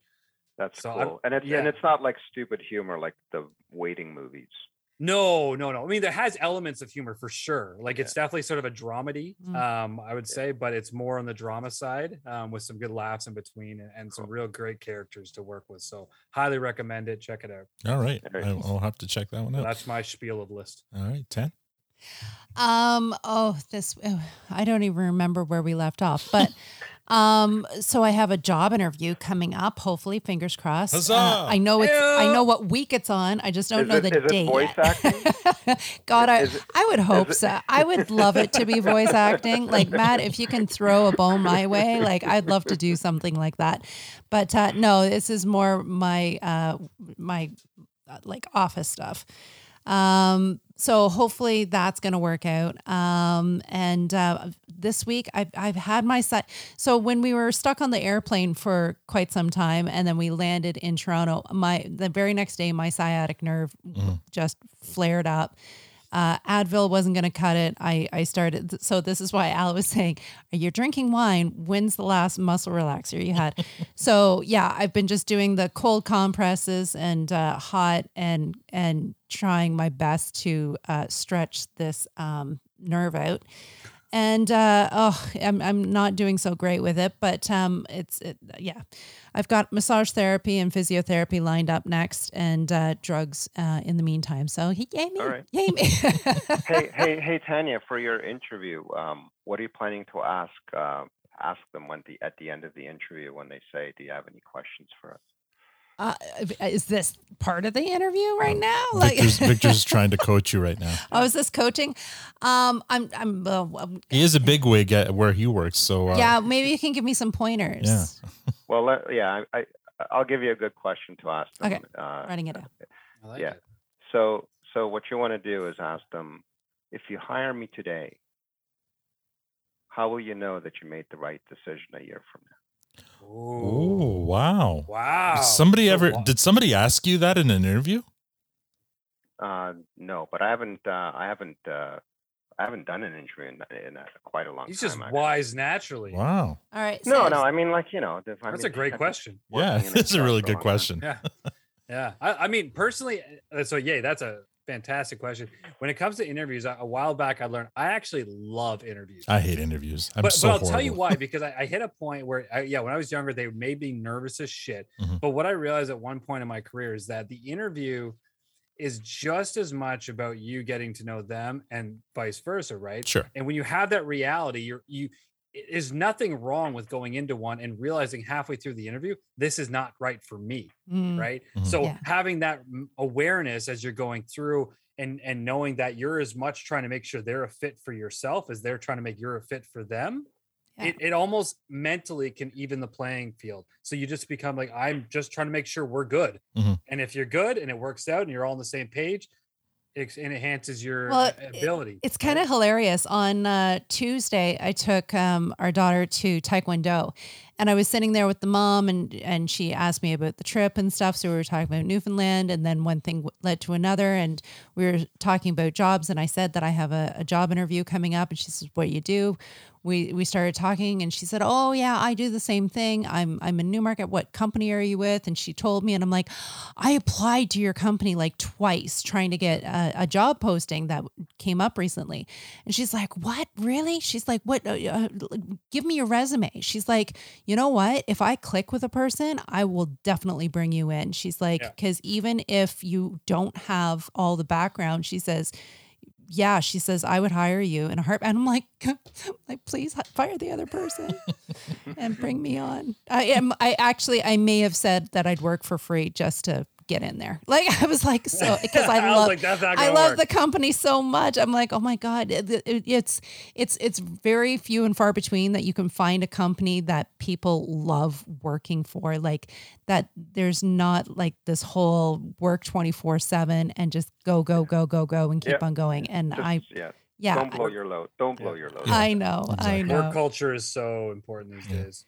[SPEAKER 13] that's
[SPEAKER 2] So
[SPEAKER 13] cool.
[SPEAKER 2] I'm-
[SPEAKER 13] and it's and
[SPEAKER 2] yeah.
[SPEAKER 13] it's not like stupid humor like the waiting movies.
[SPEAKER 2] No, no, no. I mean, there has elements of humor for sure. Like it's definitely sort of a dramedy,
[SPEAKER 11] Mm.
[SPEAKER 2] um, I would say, but it's more on the drama side um, with some good laughs in between and, and some real great characters to work with. So highly recommend it. Check it out.
[SPEAKER 1] All right.
[SPEAKER 13] All right.
[SPEAKER 1] I- I'll have to check that one
[SPEAKER 2] So
[SPEAKER 1] out.
[SPEAKER 2] that's my spiel of list.
[SPEAKER 1] All right, 10.
[SPEAKER 11] Um. Oh, this. oh, I don't even remember where we left off, but. Um, so I have a job interview coming up. Hopefully, fingers crossed. Uh,
[SPEAKER 1] Huzzah!
[SPEAKER 11] I know it's. I
[SPEAKER 2] Yeah.
[SPEAKER 11] know what week it's on. I just don't
[SPEAKER 13] Is
[SPEAKER 11] know
[SPEAKER 13] it-
[SPEAKER 11] the
[SPEAKER 13] is it
[SPEAKER 11] date.
[SPEAKER 13] voice
[SPEAKER 11] yet. God, I,
[SPEAKER 13] Is it-
[SPEAKER 11] I would hope
[SPEAKER 13] it-
[SPEAKER 11] so. I would love it to be voice acting. Like Matt, if you can throw a bone my way, like I'd love to do something like that. But uh, no, this is more my uh, my uh, like office stuff. Um, so hopefully that's going to work out. Um, and uh, this week I've I've had my set. So when we were stuck on the airplane for quite some time, and then we landed in Toronto, my the very next day my sciatic nerve just flared up. Uh, Advil wasn't going to cut it. I, I started. So this is why Al was saying, "Are you drinking wine? When's the last muscle relaxer you had?" so yeah, I've been just doing the cold compresses and uh, hot and and trying my best to uh, stretch this um, nerve out. And uh, oh, I'm I'm not doing so great with it, but um, it's it, yeah, I've got massage therapy and physiotherapy lined up next, and uh, drugs uh, in the meantime. So yay me,
[SPEAKER 13] All right.
[SPEAKER 11] yay me.
[SPEAKER 13] hey, hey, hey, Tanya, for your interview, um, what are you planning to ask? Uh, ask them when the, at the end of the interview when they say, "Do you have any questions for us?"
[SPEAKER 11] Uh, is this part of the interview right now?
[SPEAKER 1] Victor's, Victor's trying to coach you right now.
[SPEAKER 11] oh, is this coaching? Um, I'm, I'm, uh, um,
[SPEAKER 1] He is a big wig at where he works. So, uh,
[SPEAKER 11] yeah. Maybe you can give me some pointers.
[SPEAKER 1] Yeah.
[SPEAKER 13] Well, let, yeah, I, I, I'll give you a good question to ask them.
[SPEAKER 11] Okay.
[SPEAKER 13] Uh,
[SPEAKER 11] Writing it down.
[SPEAKER 2] I like
[SPEAKER 13] Yeah.
[SPEAKER 2] it.
[SPEAKER 13] So, so what you want to do is ask them, if you hire me today, how will you know that you made the right decision a year from now?
[SPEAKER 2] Ooh.
[SPEAKER 1] oh, wow.
[SPEAKER 2] Wow.
[SPEAKER 1] Did somebody
[SPEAKER 2] So
[SPEAKER 1] ever,
[SPEAKER 2] wa-
[SPEAKER 1] did somebody ask you that in an interview?
[SPEAKER 13] Uh, no, but I haven't. Uh, I haven't. Uh, I haven't done an interview in, in uh, quite a long
[SPEAKER 2] He's
[SPEAKER 13] time.
[SPEAKER 2] just
[SPEAKER 13] actually.
[SPEAKER 2] wise naturally.
[SPEAKER 1] Wow.
[SPEAKER 11] All right.
[SPEAKER 13] No,
[SPEAKER 11] so-
[SPEAKER 13] no. I mean, like you know, if, I
[SPEAKER 2] That's
[SPEAKER 13] mean,
[SPEAKER 2] a great
[SPEAKER 13] I've been
[SPEAKER 2] question.
[SPEAKER 13] working
[SPEAKER 1] Yeah,
[SPEAKER 13] in
[SPEAKER 1] this is a
[SPEAKER 13] job
[SPEAKER 1] really
[SPEAKER 13] for
[SPEAKER 1] good
[SPEAKER 13] long time.
[SPEAKER 1] question.
[SPEAKER 2] Yeah. Yeah. I, I mean, personally, uh, so yeah, that's a fantastic question. When it comes to interviews, I, a while back I learned I actually love interviews.
[SPEAKER 1] I hate interviews. I'm
[SPEAKER 2] but,
[SPEAKER 1] so
[SPEAKER 2] but I'll tell you
[SPEAKER 1] horrible.
[SPEAKER 2] why because I, I hit a point where I, yeah when I was younger they made me nervous as shit.
[SPEAKER 1] Mhm.
[SPEAKER 2] But what I realized at one point in my career is that the interview is just as much about you getting to know them and vice versa, right?
[SPEAKER 1] Sure.
[SPEAKER 2] And when you have that reality, you're you it- there's nothing wrong with going into one and realizing halfway through the interview this is not right for me
[SPEAKER 11] Mm,
[SPEAKER 2] right
[SPEAKER 1] Mhm.
[SPEAKER 2] so
[SPEAKER 11] Yeah.
[SPEAKER 2] having that m- awareness as you're going through and and knowing that you're as much trying to make sure they're a fit for yourself as they're trying to make you're a fit for them
[SPEAKER 11] Yeah.
[SPEAKER 2] it, it almost mentally can even the playing field so you just become like i'm just trying to make sure we're good
[SPEAKER 1] Mhm.
[SPEAKER 2] and if you're good and it works out and you're all on the same page it enhances your
[SPEAKER 11] Well,
[SPEAKER 2] uh,
[SPEAKER 11] it-
[SPEAKER 2] ability
[SPEAKER 11] It's kind of hilarious. On uh, Tuesday, I took um, our daughter to Taekwondo, And I was sitting there with the mom, and and she asked me about the trip and stuff. So we were talking about Newfoundland, and then one thing w- led to another, and we were talking about jobs. And I said that I have a, a job interview coming up, and she says, "What do you do?" We we started talking, and she said, "Oh yeah, I do the same thing. I'm I'm in Newmarket. What company are you with?" And she told me, and I'm like, "I applied to your company like twice, trying to get a, a job posting that came up recently." And she's like, "What? Really?" She's like, "What? uh, uh, give me your resume." She's like, "You know what? If I click with a person, I will definitely bring you in." She's like,
[SPEAKER 2] Yeah.
[SPEAKER 11] "Cuz even if you don't have all the background," she says, "Yeah," she says, "I would hire you in a heart." And I'm like, like, "Please hi- fire the other person and bring me on." I am I actually I may have said that I'd work for free just to get in there. Like I was like so because I,
[SPEAKER 2] I was
[SPEAKER 11] love
[SPEAKER 2] like, "That's not
[SPEAKER 11] I
[SPEAKER 2] gonna
[SPEAKER 11] love
[SPEAKER 2] work."
[SPEAKER 11] the company so much. I'm like, oh my god, it- it- it's it's it's very few and far between that you can find a company that people love working for. Like that, there's not like this whole work 24 seven and just go go go go go and keep
[SPEAKER 13] Yeah.
[SPEAKER 11] on going. And
[SPEAKER 13] Just-
[SPEAKER 11] I
[SPEAKER 13] yeah.
[SPEAKER 11] yeah,
[SPEAKER 13] Don't
[SPEAKER 11] I-
[SPEAKER 13] blow your load. Don't blow your load.
[SPEAKER 11] I know, I know,
[SPEAKER 2] Work culture is so important these days.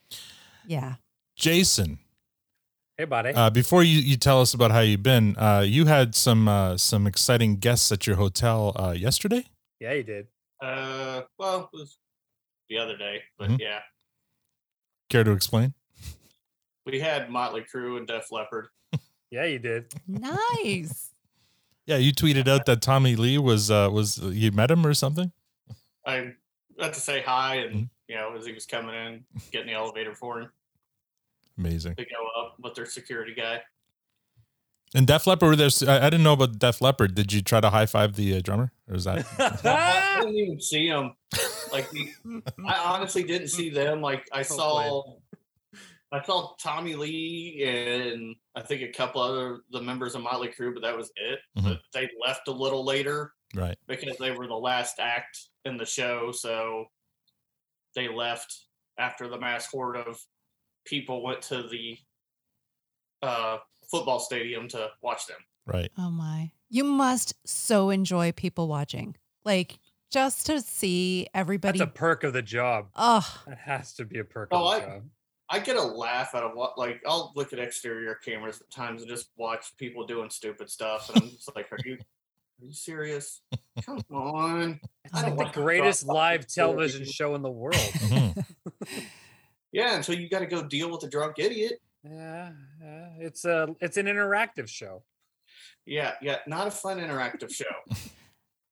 [SPEAKER 11] yeah.
[SPEAKER 1] Jason,
[SPEAKER 2] Hey, buddy.
[SPEAKER 1] uh, before you, you tell us about how you've been, uh, you had some uh, some exciting guests at your hotel uh, yesterday.
[SPEAKER 2] yeah, you did.
[SPEAKER 9] Uh, well, it was the other day, but
[SPEAKER 1] Mhm.
[SPEAKER 9] yeah,
[SPEAKER 1] Care to explain?
[SPEAKER 9] we had Motley Crue and Def Leppard.
[SPEAKER 2] Yeah, you did.
[SPEAKER 11] Nice.
[SPEAKER 1] Yeah, you tweeted out that Tommy Lee was uh, was you met him or something.
[SPEAKER 9] I got to say hi, and you know, as he was coming in, getting the elevator for him
[SPEAKER 1] Amazing.
[SPEAKER 9] to go up with their security guy.
[SPEAKER 1] And Def Leppard were there. I, I didn't know about Def Leppard. Did you try to high five the uh, drummer? Or is that?
[SPEAKER 9] I didn't even see him. Like, he- I honestly didn't see them. Like, I saw, I saw Tommy Lee and I think a couple other the members of Motley Crue, but that was it.
[SPEAKER 1] Mhm.
[SPEAKER 9] But they left a little later.
[SPEAKER 1] Right.
[SPEAKER 9] because they were the last act in the show, so they left after the mass horde of people went to the uh, football stadium to watch them.
[SPEAKER 1] Right.
[SPEAKER 11] Oh my. You must so enjoy people watching. Like just to see everybody.
[SPEAKER 2] That's a perk of the job.
[SPEAKER 11] oh,
[SPEAKER 2] That has to be a perk of
[SPEAKER 9] Oh, I
[SPEAKER 2] the job.
[SPEAKER 9] I get a laugh out of what like I'll look at exterior cameras at times and just watch people doing stupid stuff, and I'm just like, are you are you serious? Come on! I
[SPEAKER 2] It's
[SPEAKER 9] don't
[SPEAKER 2] like
[SPEAKER 9] want
[SPEAKER 2] the
[SPEAKER 9] to
[SPEAKER 2] greatest
[SPEAKER 9] draw-
[SPEAKER 2] live television show in the world.
[SPEAKER 9] Yeah, and so you got to go deal with a drunk idiot.
[SPEAKER 2] yeah, yeah, it's a it's an interactive show.
[SPEAKER 9] Yeah, yeah, not a fun interactive show.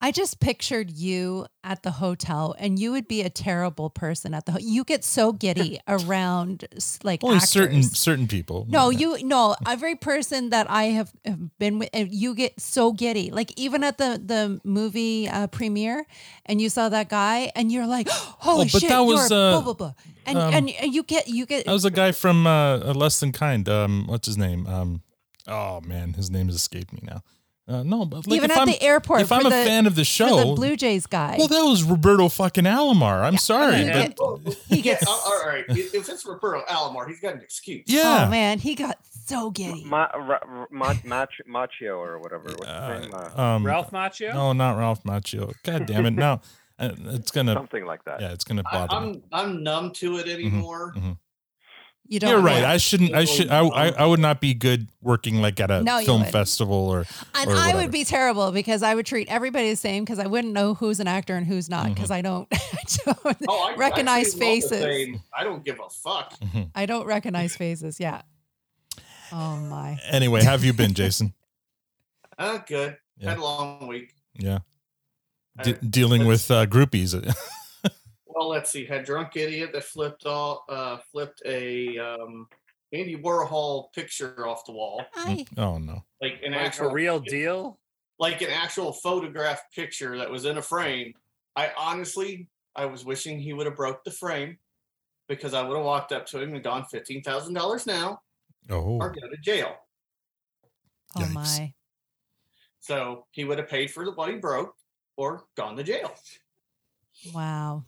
[SPEAKER 11] I just pictured you at the hotel and you would be a terrible person at the ho- you get so giddy around s- like
[SPEAKER 1] Only
[SPEAKER 11] actors.
[SPEAKER 1] certain certain people.
[SPEAKER 11] No, you no. Every person that I have have been with, and you get so giddy. Like even at the the movie uh, premiere, and you saw that guy, and you're like, "Holy
[SPEAKER 1] Oh, but
[SPEAKER 11] shit!"
[SPEAKER 1] that was,
[SPEAKER 11] you're
[SPEAKER 1] uh,
[SPEAKER 11] blah blah blah, and,
[SPEAKER 1] um,
[SPEAKER 11] and and you get you get
[SPEAKER 1] That was a guy from uh, uh, Less Than Kind. Um, what's his name? Um, oh man, his name has escaped me now. Uh, no, but like,
[SPEAKER 11] even
[SPEAKER 1] if
[SPEAKER 11] at
[SPEAKER 1] I'm,
[SPEAKER 11] the airport.
[SPEAKER 1] if I'm
[SPEAKER 11] for
[SPEAKER 1] a fan of the
[SPEAKER 11] for
[SPEAKER 1] show,
[SPEAKER 11] the Blue Jays guy.
[SPEAKER 1] well, that was Roberto fucking Alomar. I'm sorry,
[SPEAKER 11] you
[SPEAKER 1] but
[SPEAKER 11] get- he
[SPEAKER 9] Yeah,
[SPEAKER 11] gets.
[SPEAKER 9] all- all right. If if it's Roberto Alomar, he's got an excuse.
[SPEAKER 1] yeah,
[SPEAKER 11] Oh man, he got so giddy.
[SPEAKER 13] Ma- ra- ra- ma- mach- Machio or whatever. What's his name? Uh,
[SPEAKER 1] um,
[SPEAKER 2] Ralph Macchio.
[SPEAKER 1] No, not Ralph Macchio. God damn it! No, Uh, it's gonna
[SPEAKER 13] something like that.
[SPEAKER 1] yeah, it's gonna
[SPEAKER 9] I,
[SPEAKER 1] bother me.
[SPEAKER 9] I'm I'm numb to it anymore.
[SPEAKER 1] mhm.
[SPEAKER 11] You don't.
[SPEAKER 1] You're right.
[SPEAKER 11] know.
[SPEAKER 1] I shouldn't. I should. I, I. I would not be good working like at a
[SPEAKER 11] No, you
[SPEAKER 1] film
[SPEAKER 11] wouldn't.
[SPEAKER 1] festival or.
[SPEAKER 11] and
[SPEAKER 1] or
[SPEAKER 11] I
[SPEAKER 1] whatever.
[SPEAKER 11] would be terrible because I would treat everybody the same because I wouldn't know who's an actor and who's not
[SPEAKER 1] Mm-hmm.
[SPEAKER 11] because I don't, I don't
[SPEAKER 9] Oh, I- I
[SPEAKER 11] recognize
[SPEAKER 9] treat 'em all the
[SPEAKER 11] faces.
[SPEAKER 9] same. I don't give a fuck.
[SPEAKER 11] I don't recognize faces. Yeah. Oh my.
[SPEAKER 1] Anyway, have you been, Jason?
[SPEAKER 9] Uh, good.
[SPEAKER 1] Yeah.
[SPEAKER 9] Had a long week.
[SPEAKER 1] Yeah.
[SPEAKER 9] I-
[SPEAKER 1] De- dealing with uh, groupies.
[SPEAKER 9] Well, let's see. Had drunk idiot that flipped all uh, flipped a um, Andy Warhol picture off the wall,
[SPEAKER 11] Hi.
[SPEAKER 1] oh no.
[SPEAKER 9] like an
[SPEAKER 2] Like
[SPEAKER 9] actual
[SPEAKER 2] a real deal.
[SPEAKER 9] like an actual photograph picture that was in a frame. I honestly, I was wishing he would have broke the frame because I would have walked up to him and gone fifteen thousand dollars now
[SPEAKER 1] Oh.
[SPEAKER 9] or go to jail.
[SPEAKER 11] Oh
[SPEAKER 1] Yikes.
[SPEAKER 11] my.
[SPEAKER 9] So he would have paid for the what he broke or gone to jail.
[SPEAKER 11] Wow.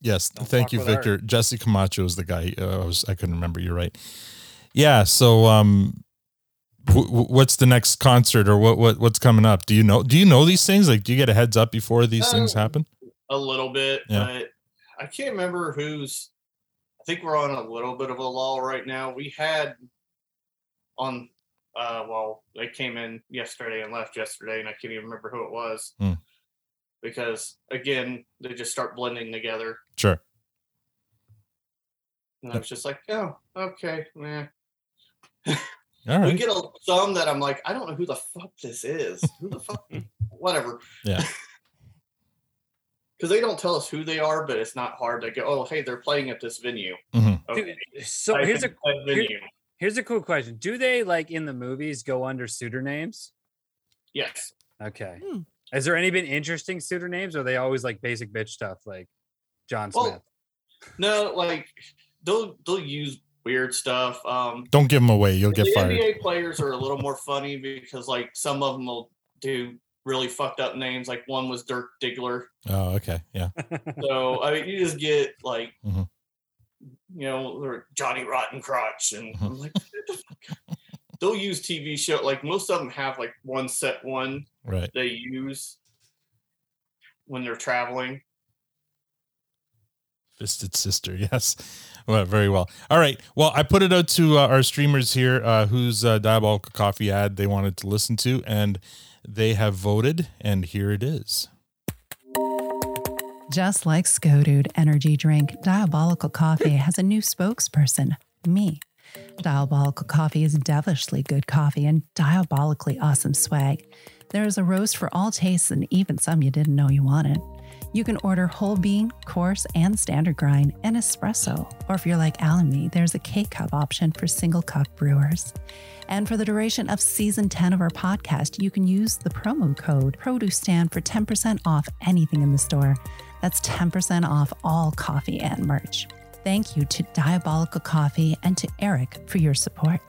[SPEAKER 1] Yes.
[SPEAKER 2] Don't
[SPEAKER 1] thank
[SPEAKER 2] fuck
[SPEAKER 1] you,
[SPEAKER 2] with art.
[SPEAKER 1] Victor. Jesse Camacho is the guy. Uh, I was. I couldn't remember. You're right. Yeah. So, um, wh- wh- what's the next concert or what, what? What's coming up? Do you know? Do you know these things? Like, do you get a heads
[SPEAKER 2] Uh,
[SPEAKER 1] up before these things
[SPEAKER 9] Um,
[SPEAKER 1] happen?
[SPEAKER 9] a little bit,
[SPEAKER 1] Yeah.
[SPEAKER 9] but I can't remember who's. I think we're on a little bit of a lull right now. We had on, uh, well, they came in yesterday and left yesterday, and I can't even remember who it was
[SPEAKER 1] Hmm.
[SPEAKER 9] because again, they just start blending together.
[SPEAKER 1] Sure.
[SPEAKER 9] And I was just like, oh, okay, meh.
[SPEAKER 1] All
[SPEAKER 9] We
[SPEAKER 1] right.
[SPEAKER 9] get a, some that I'm like, I don't know who the fuck this is. Who the fuck? Whatever.
[SPEAKER 1] Yeah.
[SPEAKER 9] Because they don't tell us who they are, but it's not hard to go, oh, hey, they're playing at this venue.
[SPEAKER 1] Mhm.
[SPEAKER 9] Okay.
[SPEAKER 2] So
[SPEAKER 9] I
[SPEAKER 2] here's a
[SPEAKER 9] think that
[SPEAKER 2] here-
[SPEAKER 9] venue.
[SPEAKER 2] here's a cool question. Do they like in the movies go under pseudonames?
[SPEAKER 9] Yes.
[SPEAKER 2] Okay.
[SPEAKER 11] Hmm.
[SPEAKER 2] Has there any been interesting pseudonames? Or are they always like basic bitch stuff like John Smith?
[SPEAKER 9] Well, no, like they'll they'll use weird stuff. Um,
[SPEAKER 1] Don't give them away. You'll
[SPEAKER 9] the
[SPEAKER 1] get fired.
[SPEAKER 9] NBA players are a little more funny because like some of them will do really fucked up names. Like one was Dirk Diggler.
[SPEAKER 1] Oh, okay. Yeah.
[SPEAKER 9] So I mean, you just get like,
[SPEAKER 1] Mhm.
[SPEAKER 9] you know, or Johnny Rotten Crotch, and I'm like, "What the fuck?" they'll use TV show. Like most of them have like one set one
[SPEAKER 1] Right.
[SPEAKER 9] they use when they're traveling.
[SPEAKER 1] Fisted Sister. Yes. Well, very well. All right. Well, I put it out to uh, our streamers here uh, whose uh, Diabolical Coffee ad they wanted to listen to, and they have voted, and here it is.
[SPEAKER 14] Just like Skodude Energy Drink, Diabolical Coffee has a new spokesperson, me. Diabolical Coffee is devilishly good coffee and diabolically awesome swag. There is a roast for all tastes and even some you didn't know you wanted. You can order whole bean, coarse, and standard grind, and espresso. Or if you're like Al and me, there's a K cup option for single cup brewers. And for the duration of season 10 of our podcast, you can use the promo code PRODUCESTAND for 10% off anything in the store. That's 10% off all coffee and merch. Thank you to Diabolical Coffee and to Eric for your support.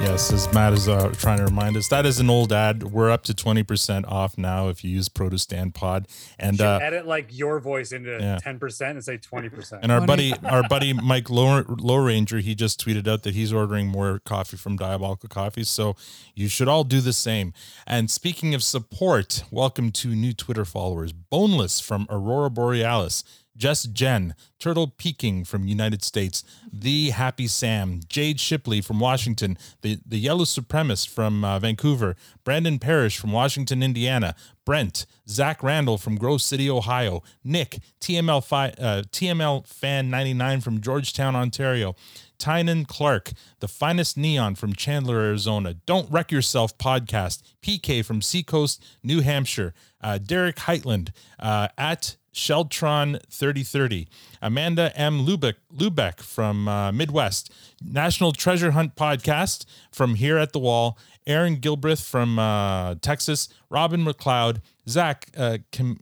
[SPEAKER 1] Yes, as Matt is uh, trying to remind us, that is an old ad. We're up to 20% off now if you use Protostand Pod. And
[SPEAKER 2] Should
[SPEAKER 1] uh,
[SPEAKER 2] edit like your voice into
[SPEAKER 1] yeah.
[SPEAKER 2] 10% and say 20%.
[SPEAKER 1] And our buddy, our buddy Mike Low Ranger, he just tweeted out that he's ordering more coffee from Diabolical Coffee. So you should all do the same. And speaking of support, welcome to new Twitter followers: Boneless from Aurora Borealis, Just Jen, Turtle Peking from United States, The Happy Sam, Jade Shipley from Washington, the the Yellow Supremacist from uh, Vancouver, Brandon Parrish from Washington, Indiana, Brent, Zach Randall from Grove City, Ohio, Nick, TML, fi- uh, TML Fan 99 from Georgetown, Ontario, Tynan Clark, The Finest Neon from Chandler, Arizona, Don't Wreck Yourself podcast, PK from Seacoast, New Hampshire, uh, Derek Heitland, uh, at Sheltron 3030, Amanda M. Lubeck, Lubeck from uh, Midwest, National Treasure Hunt podcast from here at the wall, Aaron Gilbreth from uh, Texas, Robin McLeod, Zach uh, Kim-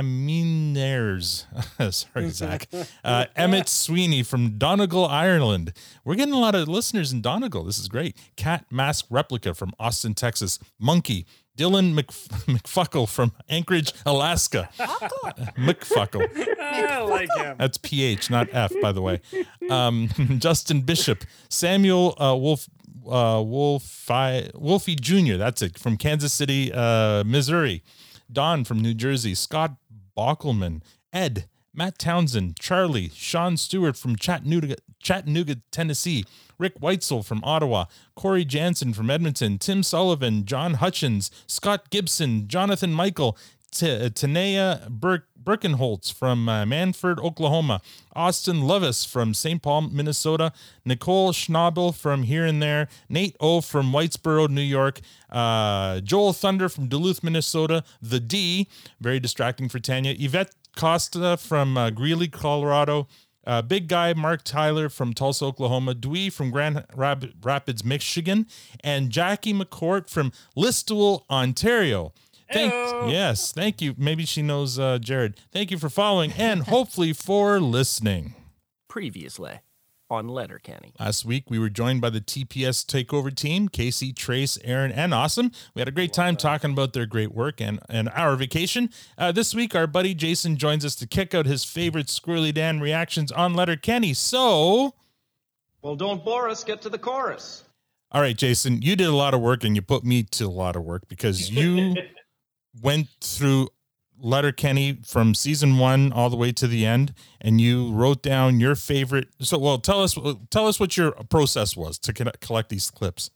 [SPEAKER 1] Caminers. Sorry, Zach. Uh, Emmett Sweeney from Donegal, Ireland. We're getting a lot of listeners in Donegal. This is great. Cat Mask Replica from Austin, Texas. Monkey. Dylan Mcf- McFuckle from Anchorage, Alaska. McFuckle.
[SPEAKER 2] I like him.
[SPEAKER 1] That's PH, not F, by the way. Um, Justin Bishop, Samuel uh, Wolf, uh, Wolfie, Wolfie Jr., that's it, from Kansas City, uh, Missouri. Don from New Jersey, Scott Bockelman, Ed, Matt Townsend, Charlie, Sean Stewart from Chattanooga, Chattanooga, Tennessee, Rick Weitzel from Ottawa, Corey Jansen from Edmonton, Tim Sullivan, John Hutchins, Scott Gibson, Jonathan Michael, T- uh, Tanea Birk. Birkenholtz from uh, Manford, Oklahoma, Austin Levis from St. Paul, Minnesota, Nicole Schnabel from here and there, Nate O from Whitesboro, New York, uh, Joel Thunder from Duluth, Minnesota, The D, very distracting for Tanya, Yvette Costa from uh, Greeley, Colorado, uh, big guy Mark Tyler from Tulsa, Oklahoma, Dwee from Grand Rab- Rapids, Michigan, and Jackie McCourt from Listowel, Ontario. Thank, yes, thank you. Maybe she knows uh, Jared. Thank you for following and hopefully for listening.
[SPEAKER 15] Previously on Letterkenny.
[SPEAKER 1] Last week, we were joined by the TPS Takeover team Casey, Trace, Aaron, and Awesome. We had a great time talking about their great work and, and our vacation. Uh, this week, our buddy Jason joins us to kick out his favorite Squirrely Dan reactions on Letter Kenny. So,
[SPEAKER 16] Well, don't bore us. Get to the chorus.
[SPEAKER 1] all right, Jason, you did a lot of work and you put me to a lot of work because you went through Letterkenny from season one all the way to the end, and you wrote down your favorite. So, well, tell us tell us what your process was to con- collect these clips.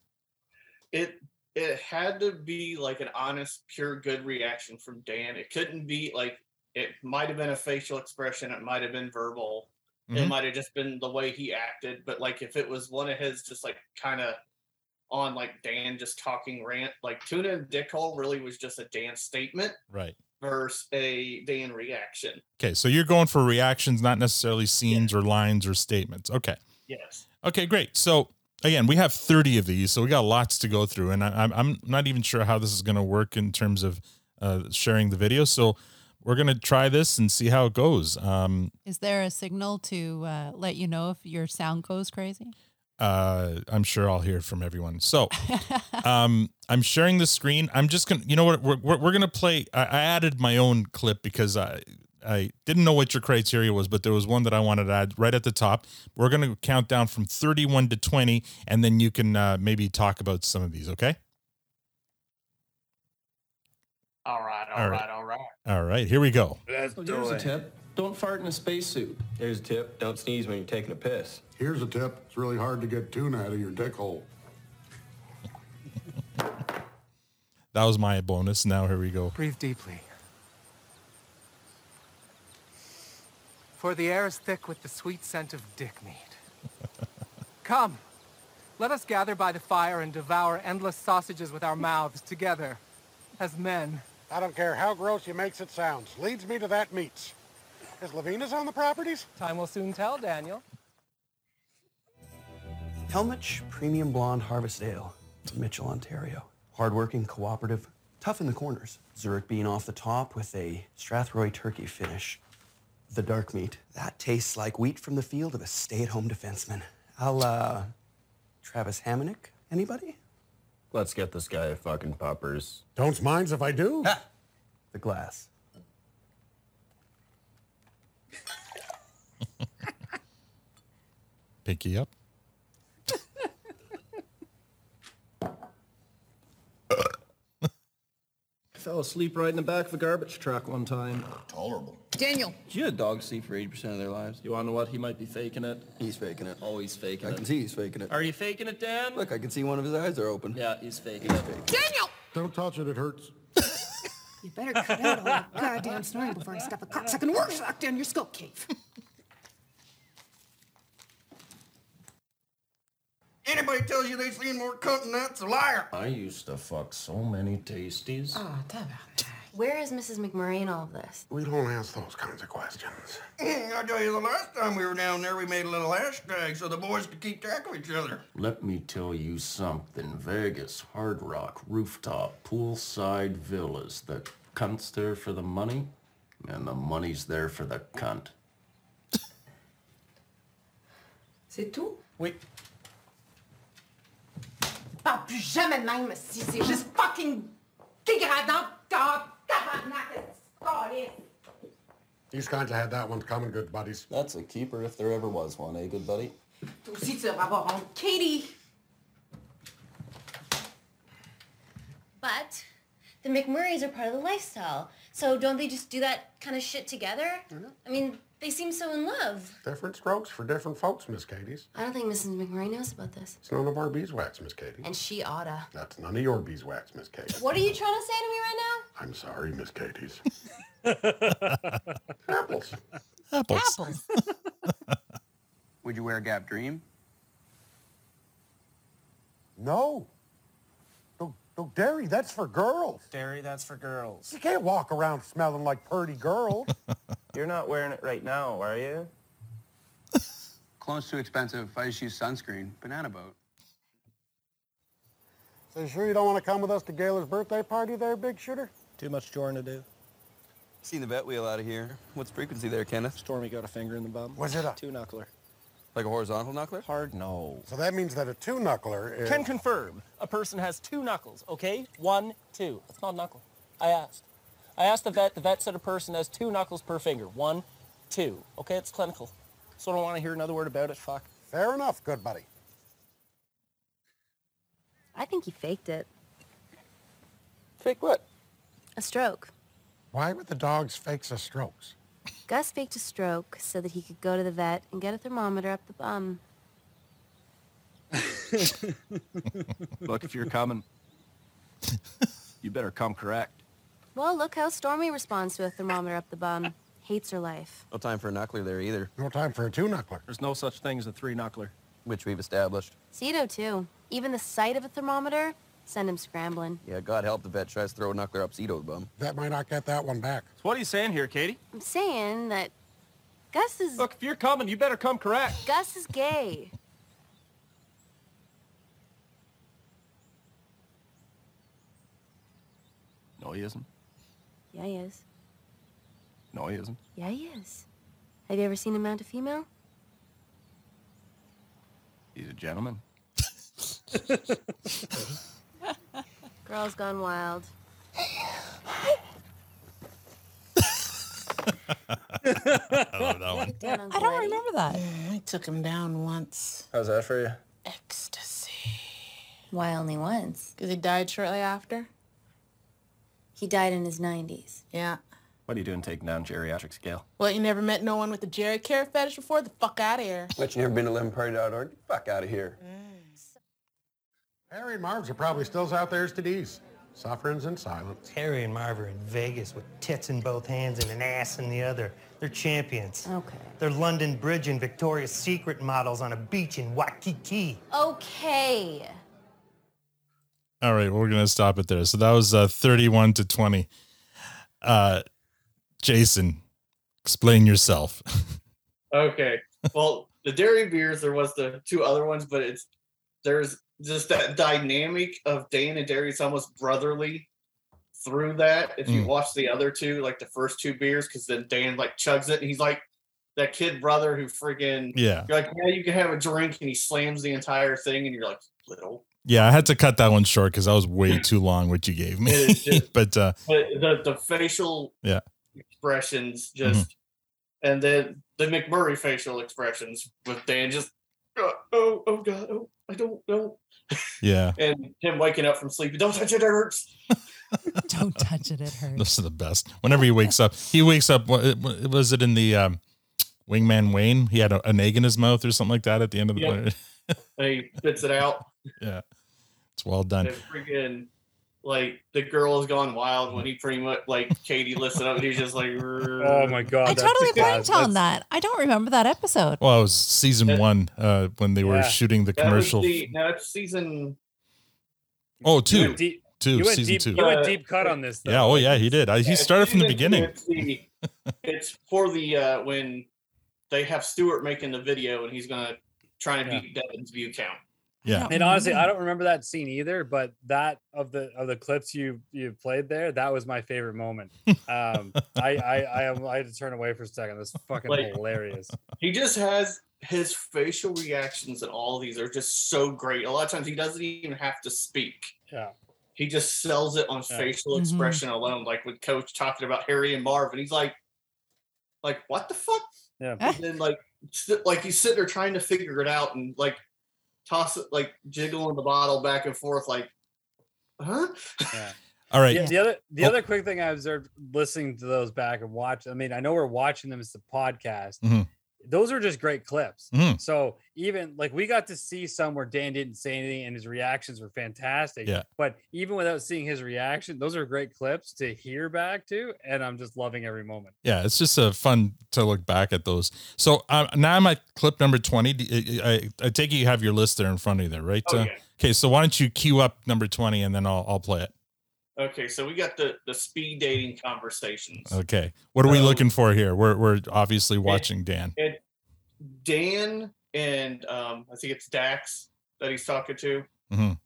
[SPEAKER 9] it it had to be like an honest, pure good reaction from Dan. It couldn't be like it might have been a facial expression, it might have been verbal, it
[SPEAKER 14] Mhm.
[SPEAKER 9] might have just been the way he acted. But like if it was one of his just like kind of on like Dan just talking rant, like tuna and dickhole really was just a Dan statement
[SPEAKER 1] Right.
[SPEAKER 9] versus a Dan reaction.
[SPEAKER 1] Okay, so you're going for reactions, not necessarily scenes or lines or statements. Okay.
[SPEAKER 9] Yes.
[SPEAKER 1] Okay, great. So again, we have 30 of these, so we got lots to go through, and I, I'm I'm not even sure how this is going to work in terms of uh, sharing the video. So we're gonna try this and see how it goes. Um,
[SPEAKER 11] Is there a signal to uh, let you know if your sound goes crazy?
[SPEAKER 1] uh, I'm sure I'll hear from everyone. So, um, I'm sharing the screen. I'm just gonna, you know what, we're we're, we're gonna play. I, I added my own clip because I I didn't know what your criteria was, but there was one that I wanted to add right at the top. We're gonna count down from 31 to 20, and then you can uh, maybe talk about some of these. Okay.
[SPEAKER 9] All right,
[SPEAKER 1] All
[SPEAKER 9] all
[SPEAKER 1] right.
[SPEAKER 9] right, all right.
[SPEAKER 1] All right. Here we go.
[SPEAKER 9] Let's
[SPEAKER 4] Oh, there's
[SPEAKER 9] do
[SPEAKER 4] a
[SPEAKER 9] it.
[SPEAKER 4] tip. Don't fart in a spacesuit. There's a tip. Don't sneeze when you're taking a piss.
[SPEAKER 17] Here's a tip. It's really hard to get tuna out of your dick hole.
[SPEAKER 1] That was my bonus. Now here we go.
[SPEAKER 18] Breathe deeply. For the air is thick with the sweet scent of dick meat. Come, let us gather by the fire and devour endless sausages with our mouths together, as men.
[SPEAKER 7] I don't care how gross you makes it sounds. Leads me to that meats. Is Lavina's on the properties?
[SPEAKER 18] Time will soon tell, Daniel.
[SPEAKER 4] Helmich Premium Blonde Harvest Ale, Mitchell, Ontario. Hardworking, cooperative, tough in the corners. Zurich bean off the top with a Strathroy turkey finish. The dark meat. That tastes like wheat from the field of a stay-at-home defenseman. I'll, uh, Travis Hammonick, anybody?
[SPEAKER 19] Let's get this guy a fucking poppers.
[SPEAKER 7] Don't minds if I do.
[SPEAKER 4] The glass.
[SPEAKER 1] Pinky up.
[SPEAKER 20] I fell asleep right in the back of a garbage truck one time.
[SPEAKER 19] Tolerable.
[SPEAKER 20] Daniel.
[SPEAKER 19] Did you know dogs sleep for 80% of their lives?
[SPEAKER 20] You wanna know what? He might be faking it.
[SPEAKER 19] He's faking it.
[SPEAKER 20] Always faking
[SPEAKER 19] I
[SPEAKER 20] it.
[SPEAKER 19] can see he's faking it.
[SPEAKER 20] Are you faking it, Dan?
[SPEAKER 19] Look, I can see one of his eyes are open.
[SPEAKER 20] Yeah, he's faking it.
[SPEAKER 14] Daniel!
[SPEAKER 17] Don't touch it. It hurts.
[SPEAKER 12] You better cut out all that goddamn snoring before I stuff a cocksucking warlock down your skull cave.
[SPEAKER 21] Anybody tells you they seen more cunt than that's a liar.
[SPEAKER 19] I used to fuck so many tasties.
[SPEAKER 6] Oh, Where is Mrs. McMurray in all of this?
[SPEAKER 7] We don't ask those kinds of questions.
[SPEAKER 21] Mm, I tell you, the last time we were down there, we made a little hashtag so the boys could keep track of each other.
[SPEAKER 19] Let me tell you something. Vegas, Hard Rock, rooftop, poolside villas. The cunt's there for the money, and the money's there for the cunt.
[SPEAKER 12] C'est tout?
[SPEAKER 19] Oui.
[SPEAKER 12] Pas plus jamais de même, si c'est juste fucking dégradant, ta- tabarnak, calice.
[SPEAKER 17] These kinds of had that one coming, good buddies.
[SPEAKER 19] That's a keeper if there ever was one, eh, good buddy?
[SPEAKER 12] Toi aussi, tu devrais avoir honte. Katie!
[SPEAKER 6] But the McMurrays are part of the lifestyle. So don't they just do that kind of shit together? I mean, they seem so in love.
[SPEAKER 17] Different strokes for different folks, Miss Katie's.
[SPEAKER 6] I don't think Mrs. McMurray knows about this.
[SPEAKER 17] It's none of our beeswax, Miss Katie.
[SPEAKER 6] And she oughta.
[SPEAKER 17] That's none of your beeswax, Miss Katie.
[SPEAKER 6] What are you trying to say to me right
[SPEAKER 17] I'm sorry, Miss Katie's.
[SPEAKER 19] Apples.
[SPEAKER 1] Apples.
[SPEAKER 19] Would you wear Gap Dream?
[SPEAKER 7] No. No, no dairy, that's for girls.
[SPEAKER 20] Dairy, that's for girls.
[SPEAKER 7] You can't walk around smelling like purty girls.
[SPEAKER 4] You're not wearing it right now, are you?
[SPEAKER 19] Clone's too expensive. I just use sunscreen. Banana boat.
[SPEAKER 7] so you sure you don't want to come with us to Gaylor's birthday party there, Big Shooter?
[SPEAKER 20] Too much joring to do.
[SPEAKER 19] Seen the vet wheel out of here. What's frequency there, Kenneth?
[SPEAKER 20] Stormy got a finger in the bum.
[SPEAKER 7] Was it a-
[SPEAKER 20] two knuckler?
[SPEAKER 19] Like a horizontal knuckler?
[SPEAKER 20] Hard no.
[SPEAKER 7] So that means that a two-knuckler is...
[SPEAKER 20] Can confirm. A person has two knuckles, okay? One, two. That's not a knuckle. I asked. I asked the vet. The vet said a person has two knuckles per finger. One, two. Okay, it's clinical. So I don't want to hear another word about it. Fuck.
[SPEAKER 7] Fair enough, good buddy.
[SPEAKER 6] now? I think he faked it.
[SPEAKER 20] Fake what?
[SPEAKER 6] A stroke.
[SPEAKER 22] Why would the dogs fake the strokes?
[SPEAKER 6] Gus faked a stroke so that he could go to the vet and get a thermometer up the bum.
[SPEAKER 19] Look, if you're coming, you better come correct.
[SPEAKER 6] Well, look how Stormy responds to a thermometer up the bum. Hates her life.
[SPEAKER 23] No time for a knuckler there either.
[SPEAKER 22] No time for a two-knuckler.
[SPEAKER 19] There's no such thing as a three knuckler.
[SPEAKER 23] Which we've established.
[SPEAKER 6] Cedo, too. Even the sight of a thermometer, send him scrambling.
[SPEAKER 23] Yeah, God help the vet tries to throw a knuckler up Zito's bum.
[SPEAKER 22] That might not get that one back.
[SPEAKER 19] So what are you saying here, Katie?
[SPEAKER 6] I'm saying that Gus is...
[SPEAKER 19] Look, if you're coming, you better come correct.
[SPEAKER 6] Gus is gay.
[SPEAKER 19] No, he isn't.
[SPEAKER 6] Yeah, he is.
[SPEAKER 19] No, he isn't.
[SPEAKER 6] Yeah, he is. Have you ever seen him mount a female?
[SPEAKER 19] He's a gentleman.
[SPEAKER 6] Girls gone wild.
[SPEAKER 1] I love that one.
[SPEAKER 11] I don't remember that.
[SPEAKER 24] I took him down once.
[SPEAKER 23] How's that for you?
[SPEAKER 24] Ecstasy.
[SPEAKER 6] Why only once?
[SPEAKER 24] Because he died shortly after.
[SPEAKER 6] He died in his 90s.
[SPEAKER 24] Yeah.
[SPEAKER 19] What are you doing taking down geriatric scale?
[SPEAKER 24] Well, you never met no one with a Jerry Care fetish before? The fuck out of here.
[SPEAKER 23] But you never been to lemonparty.org? Fuck out of here.
[SPEAKER 22] Harry and Marv's are probably still out there STDs. Sufferings in silence.
[SPEAKER 7] Harry and Marv are in Vegas with tits in both hands and an ass in the other. They're champions.
[SPEAKER 6] Okay.
[SPEAKER 7] They're London Bridge and Victoria's Secret models on a beach in Waikiki.
[SPEAKER 6] Okay.
[SPEAKER 1] All right, we're gonna stop it there. So that was uh, thirty-one to twenty. Uh, Jason, explain yourself.
[SPEAKER 9] Okay. Well, the dairy beers, there was the two other ones, but it's there's just that dynamic of Dan and Dairy is almost brotherly through that. If you
[SPEAKER 1] Mm.
[SPEAKER 9] watch the other two, like the first two beers, because then Dan like chugs it and he's like that kid brother who freaking
[SPEAKER 1] Yeah.
[SPEAKER 9] you're like, yeah, you can have a drink and he slams the entire thing and you're like, little.
[SPEAKER 1] Yeah, I had to cut that one short because that was way too long what you gave me.
[SPEAKER 9] It is just-
[SPEAKER 1] but uh,
[SPEAKER 9] But the the facial
[SPEAKER 1] yeah, Mm-hmm.
[SPEAKER 9] expressions just and then the McMurray facial expressions with Dan just "Oh, oh oh god oh I don't know
[SPEAKER 1] yeah,
[SPEAKER 9] and him waking up from sleep don't touch it it hurts
[SPEAKER 11] Don't touch it. It hurts.
[SPEAKER 1] those are the best. Whenever he wakes up, he wakes up. wa- wa- Was it in the um, Wingman Wayne? He had a, an egg in his mouth or something like that at the end of the.
[SPEAKER 9] Yep. and he spits it out
[SPEAKER 1] yeah, it's well done.
[SPEAKER 9] and freaking like the girl has gone wild when he pretty much like Katie lifts it up and he's just like oh
[SPEAKER 2] my god
[SPEAKER 11] I totally blanked on that. I don't remember that episode.
[SPEAKER 1] Well, it was season one uh, when they were shooting the commercial.
[SPEAKER 9] now it's season
[SPEAKER 1] oh, two,
[SPEAKER 2] went deep-
[SPEAKER 1] two,
[SPEAKER 2] you went
[SPEAKER 1] season
[SPEAKER 2] deep-
[SPEAKER 1] two.
[SPEAKER 2] you went deep cut on this. Though.
[SPEAKER 1] yeah, oh yeah, he did. I, he
[SPEAKER 9] Yeah,
[SPEAKER 1] started from the
[SPEAKER 9] it's-
[SPEAKER 1] beginning.
[SPEAKER 9] It's, the, it's for the uh, when they have Stewart making the video and he's gonna try and beat Devin's view count.
[SPEAKER 1] Yeah,
[SPEAKER 2] And honestly, I don't remember that scene either. But that of the of the clips you you played there, that was my favorite moment. Um, I, I I am- I had to turn away for a second. That's fucking
[SPEAKER 9] Like-
[SPEAKER 2] hilarious.
[SPEAKER 9] He just has his facial reactions and all of these are just so great. A lot of times he doesn't even have to speak.
[SPEAKER 2] Yeah.
[SPEAKER 9] He just sells it on
[SPEAKER 2] Yeah.
[SPEAKER 9] facial
[SPEAKER 2] Mhm.
[SPEAKER 9] expression alone, like with Coach talking about Harry and Marv, and he's like, like what the fuck?
[SPEAKER 2] Yeah.
[SPEAKER 9] And then like sit- like he's sitting there trying to figure it out and like toss it like jiggling the bottle back and forth, like, huh?
[SPEAKER 2] Yeah.
[SPEAKER 1] All right.
[SPEAKER 2] The, the other the
[SPEAKER 1] Oh.
[SPEAKER 2] other quick thing I observed listening to those back and watch. I mean, I know we're watching them as the podcast.
[SPEAKER 1] Mhm.
[SPEAKER 2] Those are just great clips.
[SPEAKER 1] Mhm.
[SPEAKER 2] So even like we got to see some where Dan didn't say anything and his reactions were fantastic.
[SPEAKER 1] Yeah.
[SPEAKER 2] But even without seeing his reaction, those are great clips to hear back to, and I'm just loving every moment.
[SPEAKER 1] Yeah, it's just uh, fun to look back at those. So uh, now I'm at clip number 20. D- I, I- I take it you have your list there in front of you there, right?
[SPEAKER 9] Oh,
[SPEAKER 1] uh,
[SPEAKER 9] yeah.
[SPEAKER 1] Okay, so why don't you queue up number 20 and then I'll, I'll play it.
[SPEAKER 9] Okay, so we got the the speed dating conversations.
[SPEAKER 1] Okay. What are we
[SPEAKER 9] So-
[SPEAKER 1] looking for here? We're, we're obviously watching Dan.
[SPEAKER 9] And Dan and um, I think it's Dax that he's talking to
[SPEAKER 1] Mhm.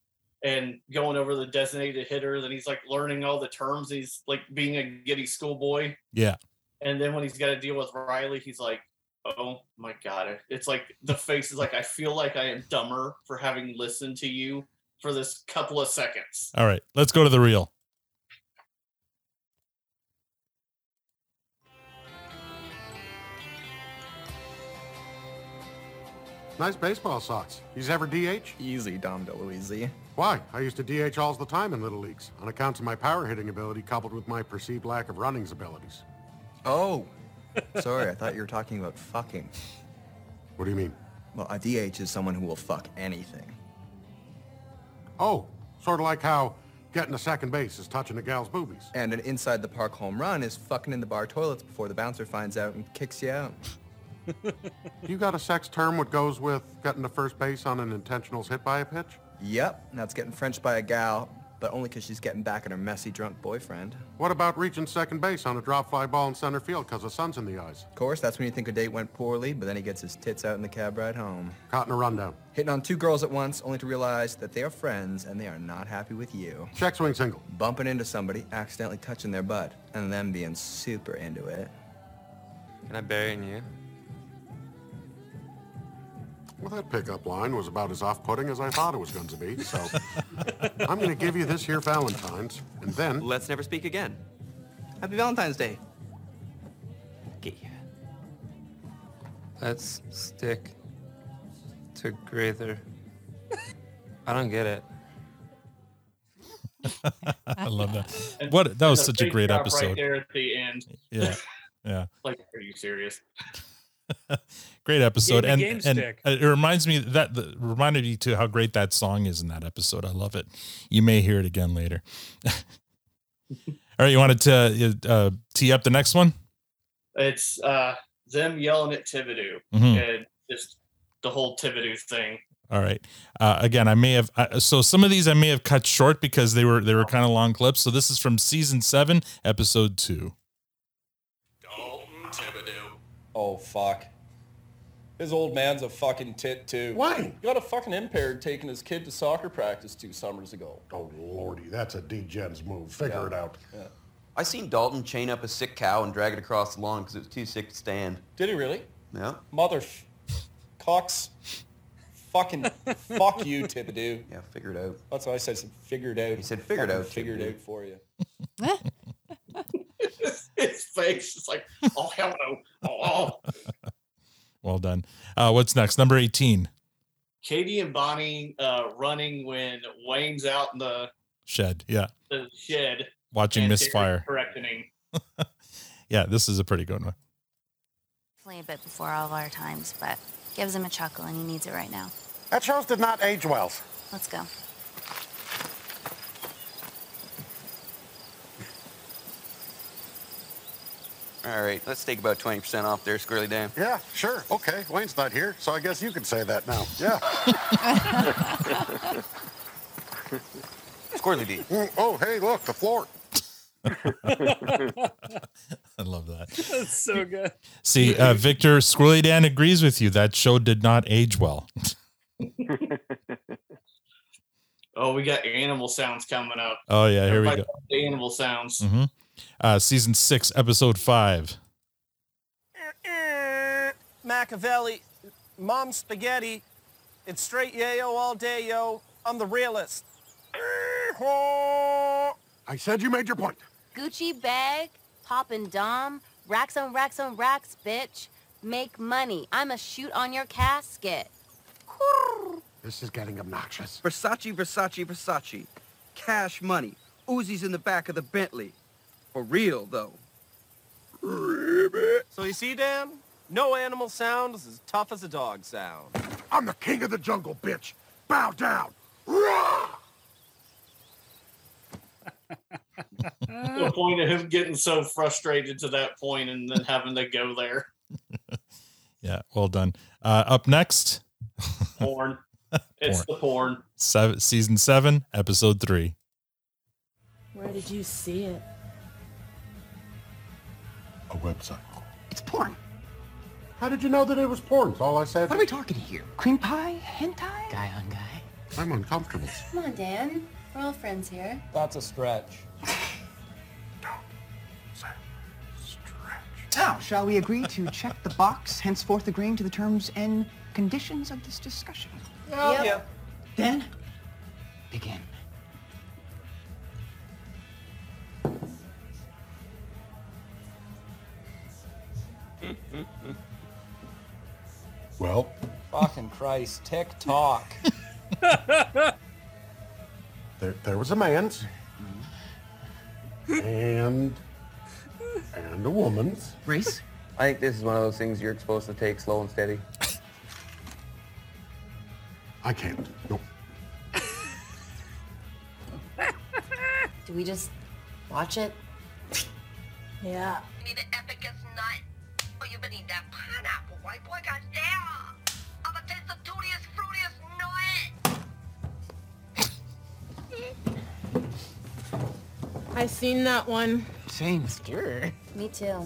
[SPEAKER 9] and going over the designated hitter. Then he's like learning all the terms. He's like being a giddy schoolboy.
[SPEAKER 1] Yeah.
[SPEAKER 9] And then when he's got to deal with Riley, he's like, oh my God. It's like the face is like, I feel like I am dumber for having listened to you for this couple of seconds.
[SPEAKER 1] All right, let's go to the reel.
[SPEAKER 7] Nice baseball socks. You ever DH?
[SPEAKER 5] Easy, Dom DeLuise.
[SPEAKER 7] Why? I used to DH all the time in Little Leagues, on accounts of my power hitting ability coupled with my perceived lack of running's abilities.
[SPEAKER 5] Oh, sorry. I thought you were talking about fucking.
[SPEAKER 7] What do you mean?
[SPEAKER 5] Well, a DH is someone who will fuck anything.
[SPEAKER 7] Oh, sort of like how getting to second base is touching a gal's boobies.
[SPEAKER 5] And an inside the park home run is fucking in the bar toilets before the bouncer finds out and kicks you out.
[SPEAKER 7] you got a sex term what goes with getting to first base on an intentional's hit by a pitch?
[SPEAKER 5] Yep, and that's getting French by a gal, but only 'cause she's getting back at her messy drunk boyfriend.
[SPEAKER 7] What about reaching second base on a drop fly ball in center field because the sun's in the eyes?
[SPEAKER 5] Of course, that's when you think a date went poorly, but then he gets his tits out in the cab ride home.
[SPEAKER 7] Caught in a rundown.
[SPEAKER 5] Hitting on two girls at once, only to realize that they are friends and they are not happy with you.
[SPEAKER 7] Check swing single.
[SPEAKER 5] Bumping into somebody, accidentally touching their butt, and them being super into it.
[SPEAKER 2] Can I bury in you?
[SPEAKER 7] Well, that pickup line was about as off-putting as I thought it was going to be, so I'm going to give you this here Valentine's, and then...
[SPEAKER 2] Let's never speak again.
[SPEAKER 5] Happy Valentine's Day.
[SPEAKER 2] Let's stick to greater. I don't get it.
[SPEAKER 1] I love that. What that was
[SPEAKER 9] There's
[SPEAKER 1] such a
[SPEAKER 9] big
[SPEAKER 1] great
[SPEAKER 9] drop
[SPEAKER 1] episode.
[SPEAKER 9] Right there at the end.
[SPEAKER 1] Yeah, yeah.
[SPEAKER 9] like, are you serious?
[SPEAKER 1] great episode
[SPEAKER 9] Gave
[SPEAKER 1] and
[SPEAKER 9] me game
[SPEAKER 1] and
[SPEAKER 9] stick.
[SPEAKER 1] uh, it reminds me that the, reminded me to how great that song is in that episode i love it you may hear it again later all right you wanted to uh, uh, tee up the next one
[SPEAKER 9] It's uh, them yelling at Tividu
[SPEAKER 1] Mhm.
[SPEAKER 9] and just the whole Tividu thing.
[SPEAKER 1] all right uh, again i may have uh, so some of these i may have cut short because they were they were kind of long clips so this is from season 7 episode 2
[SPEAKER 19] Oh fuck. His old man's a fucking tit too. Why? Got a fucking impaired taking his kid to soccer practice two summers ago.
[SPEAKER 25] Oh lordy, that's a D-Gens move. Figure it out.
[SPEAKER 4] I seen Dalton chain up a sick cow and drag it across the lawn because it was too sick to stand.
[SPEAKER 19] Did he really?
[SPEAKER 4] Yeah.
[SPEAKER 19] Mother f- cocks. Fucking fuck you, Tippidoo.
[SPEAKER 4] Yeah, figure it out.
[SPEAKER 19] That's why I said. Figured out. He
[SPEAKER 4] said figure it out.
[SPEAKER 19] Figured out for you.
[SPEAKER 9] His face is like, oh hell no, oh, oh.
[SPEAKER 1] well done uh, what's next number 18
[SPEAKER 9] Katie and Bonnie uh, running when Wayne's out in the,
[SPEAKER 1] shed yeah
[SPEAKER 9] the shed
[SPEAKER 1] Watching
[SPEAKER 9] and
[SPEAKER 1] Misfire.
[SPEAKER 9] Derek correcting him.
[SPEAKER 1] yeah this is a pretty good one
[SPEAKER 6] Definitely a bit before all of our times, but gives him a chuckle and he needs it right now.
[SPEAKER 7] That shows did not age well.
[SPEAKER 6] Let's go.
[SPEAKER 4] All right, let's take about 20% off there, Squirrely Dan.
[SPEAKER 7] Yeah, sure. Okay, Wayne's not here, so I guess you can say that now. Yeah.
[SPEAKER 4] Squirrely D.
[SPEAKER 7] Mm, Oh, hey, look, the floor.
[SPEAKER 1] I love that.
[SPEAKER 26] That's so good.
[SPEAKER 1] see uh, victor squirrely dan agrees with you that show did not age well
[SPEAKER 9] Oh, we got animal sounds coming up.
[SPEAKER 1] Oh, yeah, here we
[SPEAKER 9] Everybody
[SPEAKER 1] go.
[SPEAKER 9] loves The animal sounds.
[SPEAKER 1] hmm Uh, season six, episode five.
[SPEAKER 27] Machiavelli, mom spaghetti. It's straight yayo all day, yo. I'm the realist.
[SPEAKER 7] I said you made your point.
[SPEAKER 6] Gucci bag, pop and dom, racks on racks on racks, bitch. Make money. I'ma shoot on your casket.
[SPEAKER 7] This is getting obnoxious.
[SPEAKER 4] Versace, Versace, Versace. Cash money. Uzi's in the back of the Bentley. For real, though.
[SPEAKER 27] So you see, Dan? No animal sound is as tough as a dog sound.
[SPEAKER 7] I'm the king of the jungle, bitch. Bow down.
[SPEAKER 1] Mm-hmm.
[SPEAKER 9] To the point of him getting so frustrated to that point and then having to go there.
[SPEAKER 1] Yeah, well done. Uh, up next,
[SPEAKER 9] Porn. It's the porn.
[SPEAKER 1] seven, season seven, episode three.
[SPEAKER 24] Where did you see it?
[SPEAKER 25] A website.
[SPEAKER 24] It's porn.
[SPEAKER 7] How did you know that it was porn? All I said. What are we
[SPEAKER 24] talking here?
[SPEAKER 7] Cream pie?
[SPEAKER 24] Hentai?
[SPEAKER 7] Guy on guy. I'm uncomfortable.
[SPEAKER 28] Come on, Dan. We're all friends here.
[SPEAKER 19] That's a stretch.
[SPEAKER 24] Now, shall we agree to check the box, henceforth agreeing to the terms and conditions of this discussion?
[SPEAKER 12] Yep. Yep.
[SPEAKER 24] Then, begin.
[SPEAKER 25] Well,
[SPEAKER 19] Fucking
[SPEAKER 21] Christ, TikTok.
[SPEAKER 7] There, there was a man's, and and a woman's.
[SPEAKER 29] Reese?
[SPEAKER 30] I think this is one of those things you're supposed to take slow and steady.
[SPEAKER 7] I can't. No.
[SPEAKER 6] Do we just watch it? Yeah.
[SPEAKER 12] I seen that one.
[SPEAKER 30] Same. Sure.
[SPEAKER 12] Me too.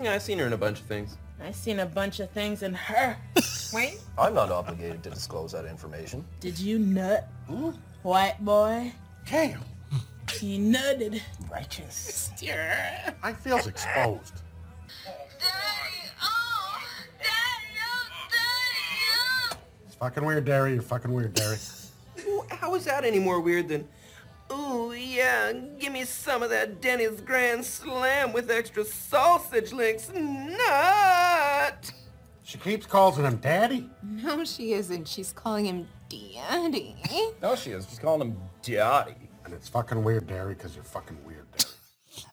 [SPEAKER 30] Yeah, I've seen her in a bunch of things.
[SPEAKER 12] I seen a bunch of things in her. Wait.
[SPEAKER 30] I'm not obligated to disclose that information.
[SPEAKER 12] Did you nut? White boy. Damn. He nutted. Righteous.
[SPEAKER 7] I feels exposed.
[SPEAKER 31] oh,
[SPEAKER 7] It's fucking weird, Derry. You're fucking weird, Derry.
[SPEAKER 8] How is that any more weird than, ooh, yeah, give me some of that Denny's Grand Slam with extra sausage links. Nut!
[SPEAKER 7] She keeps calling him daddy.
[SPEAKER 12] No, she isn't. She's calling him Daddy.
[SPEAKER 7] No, she is. She's calling him daddy. And it's fucking weird, Derry, because you're fucking weird,
[SPEAKER 10] That's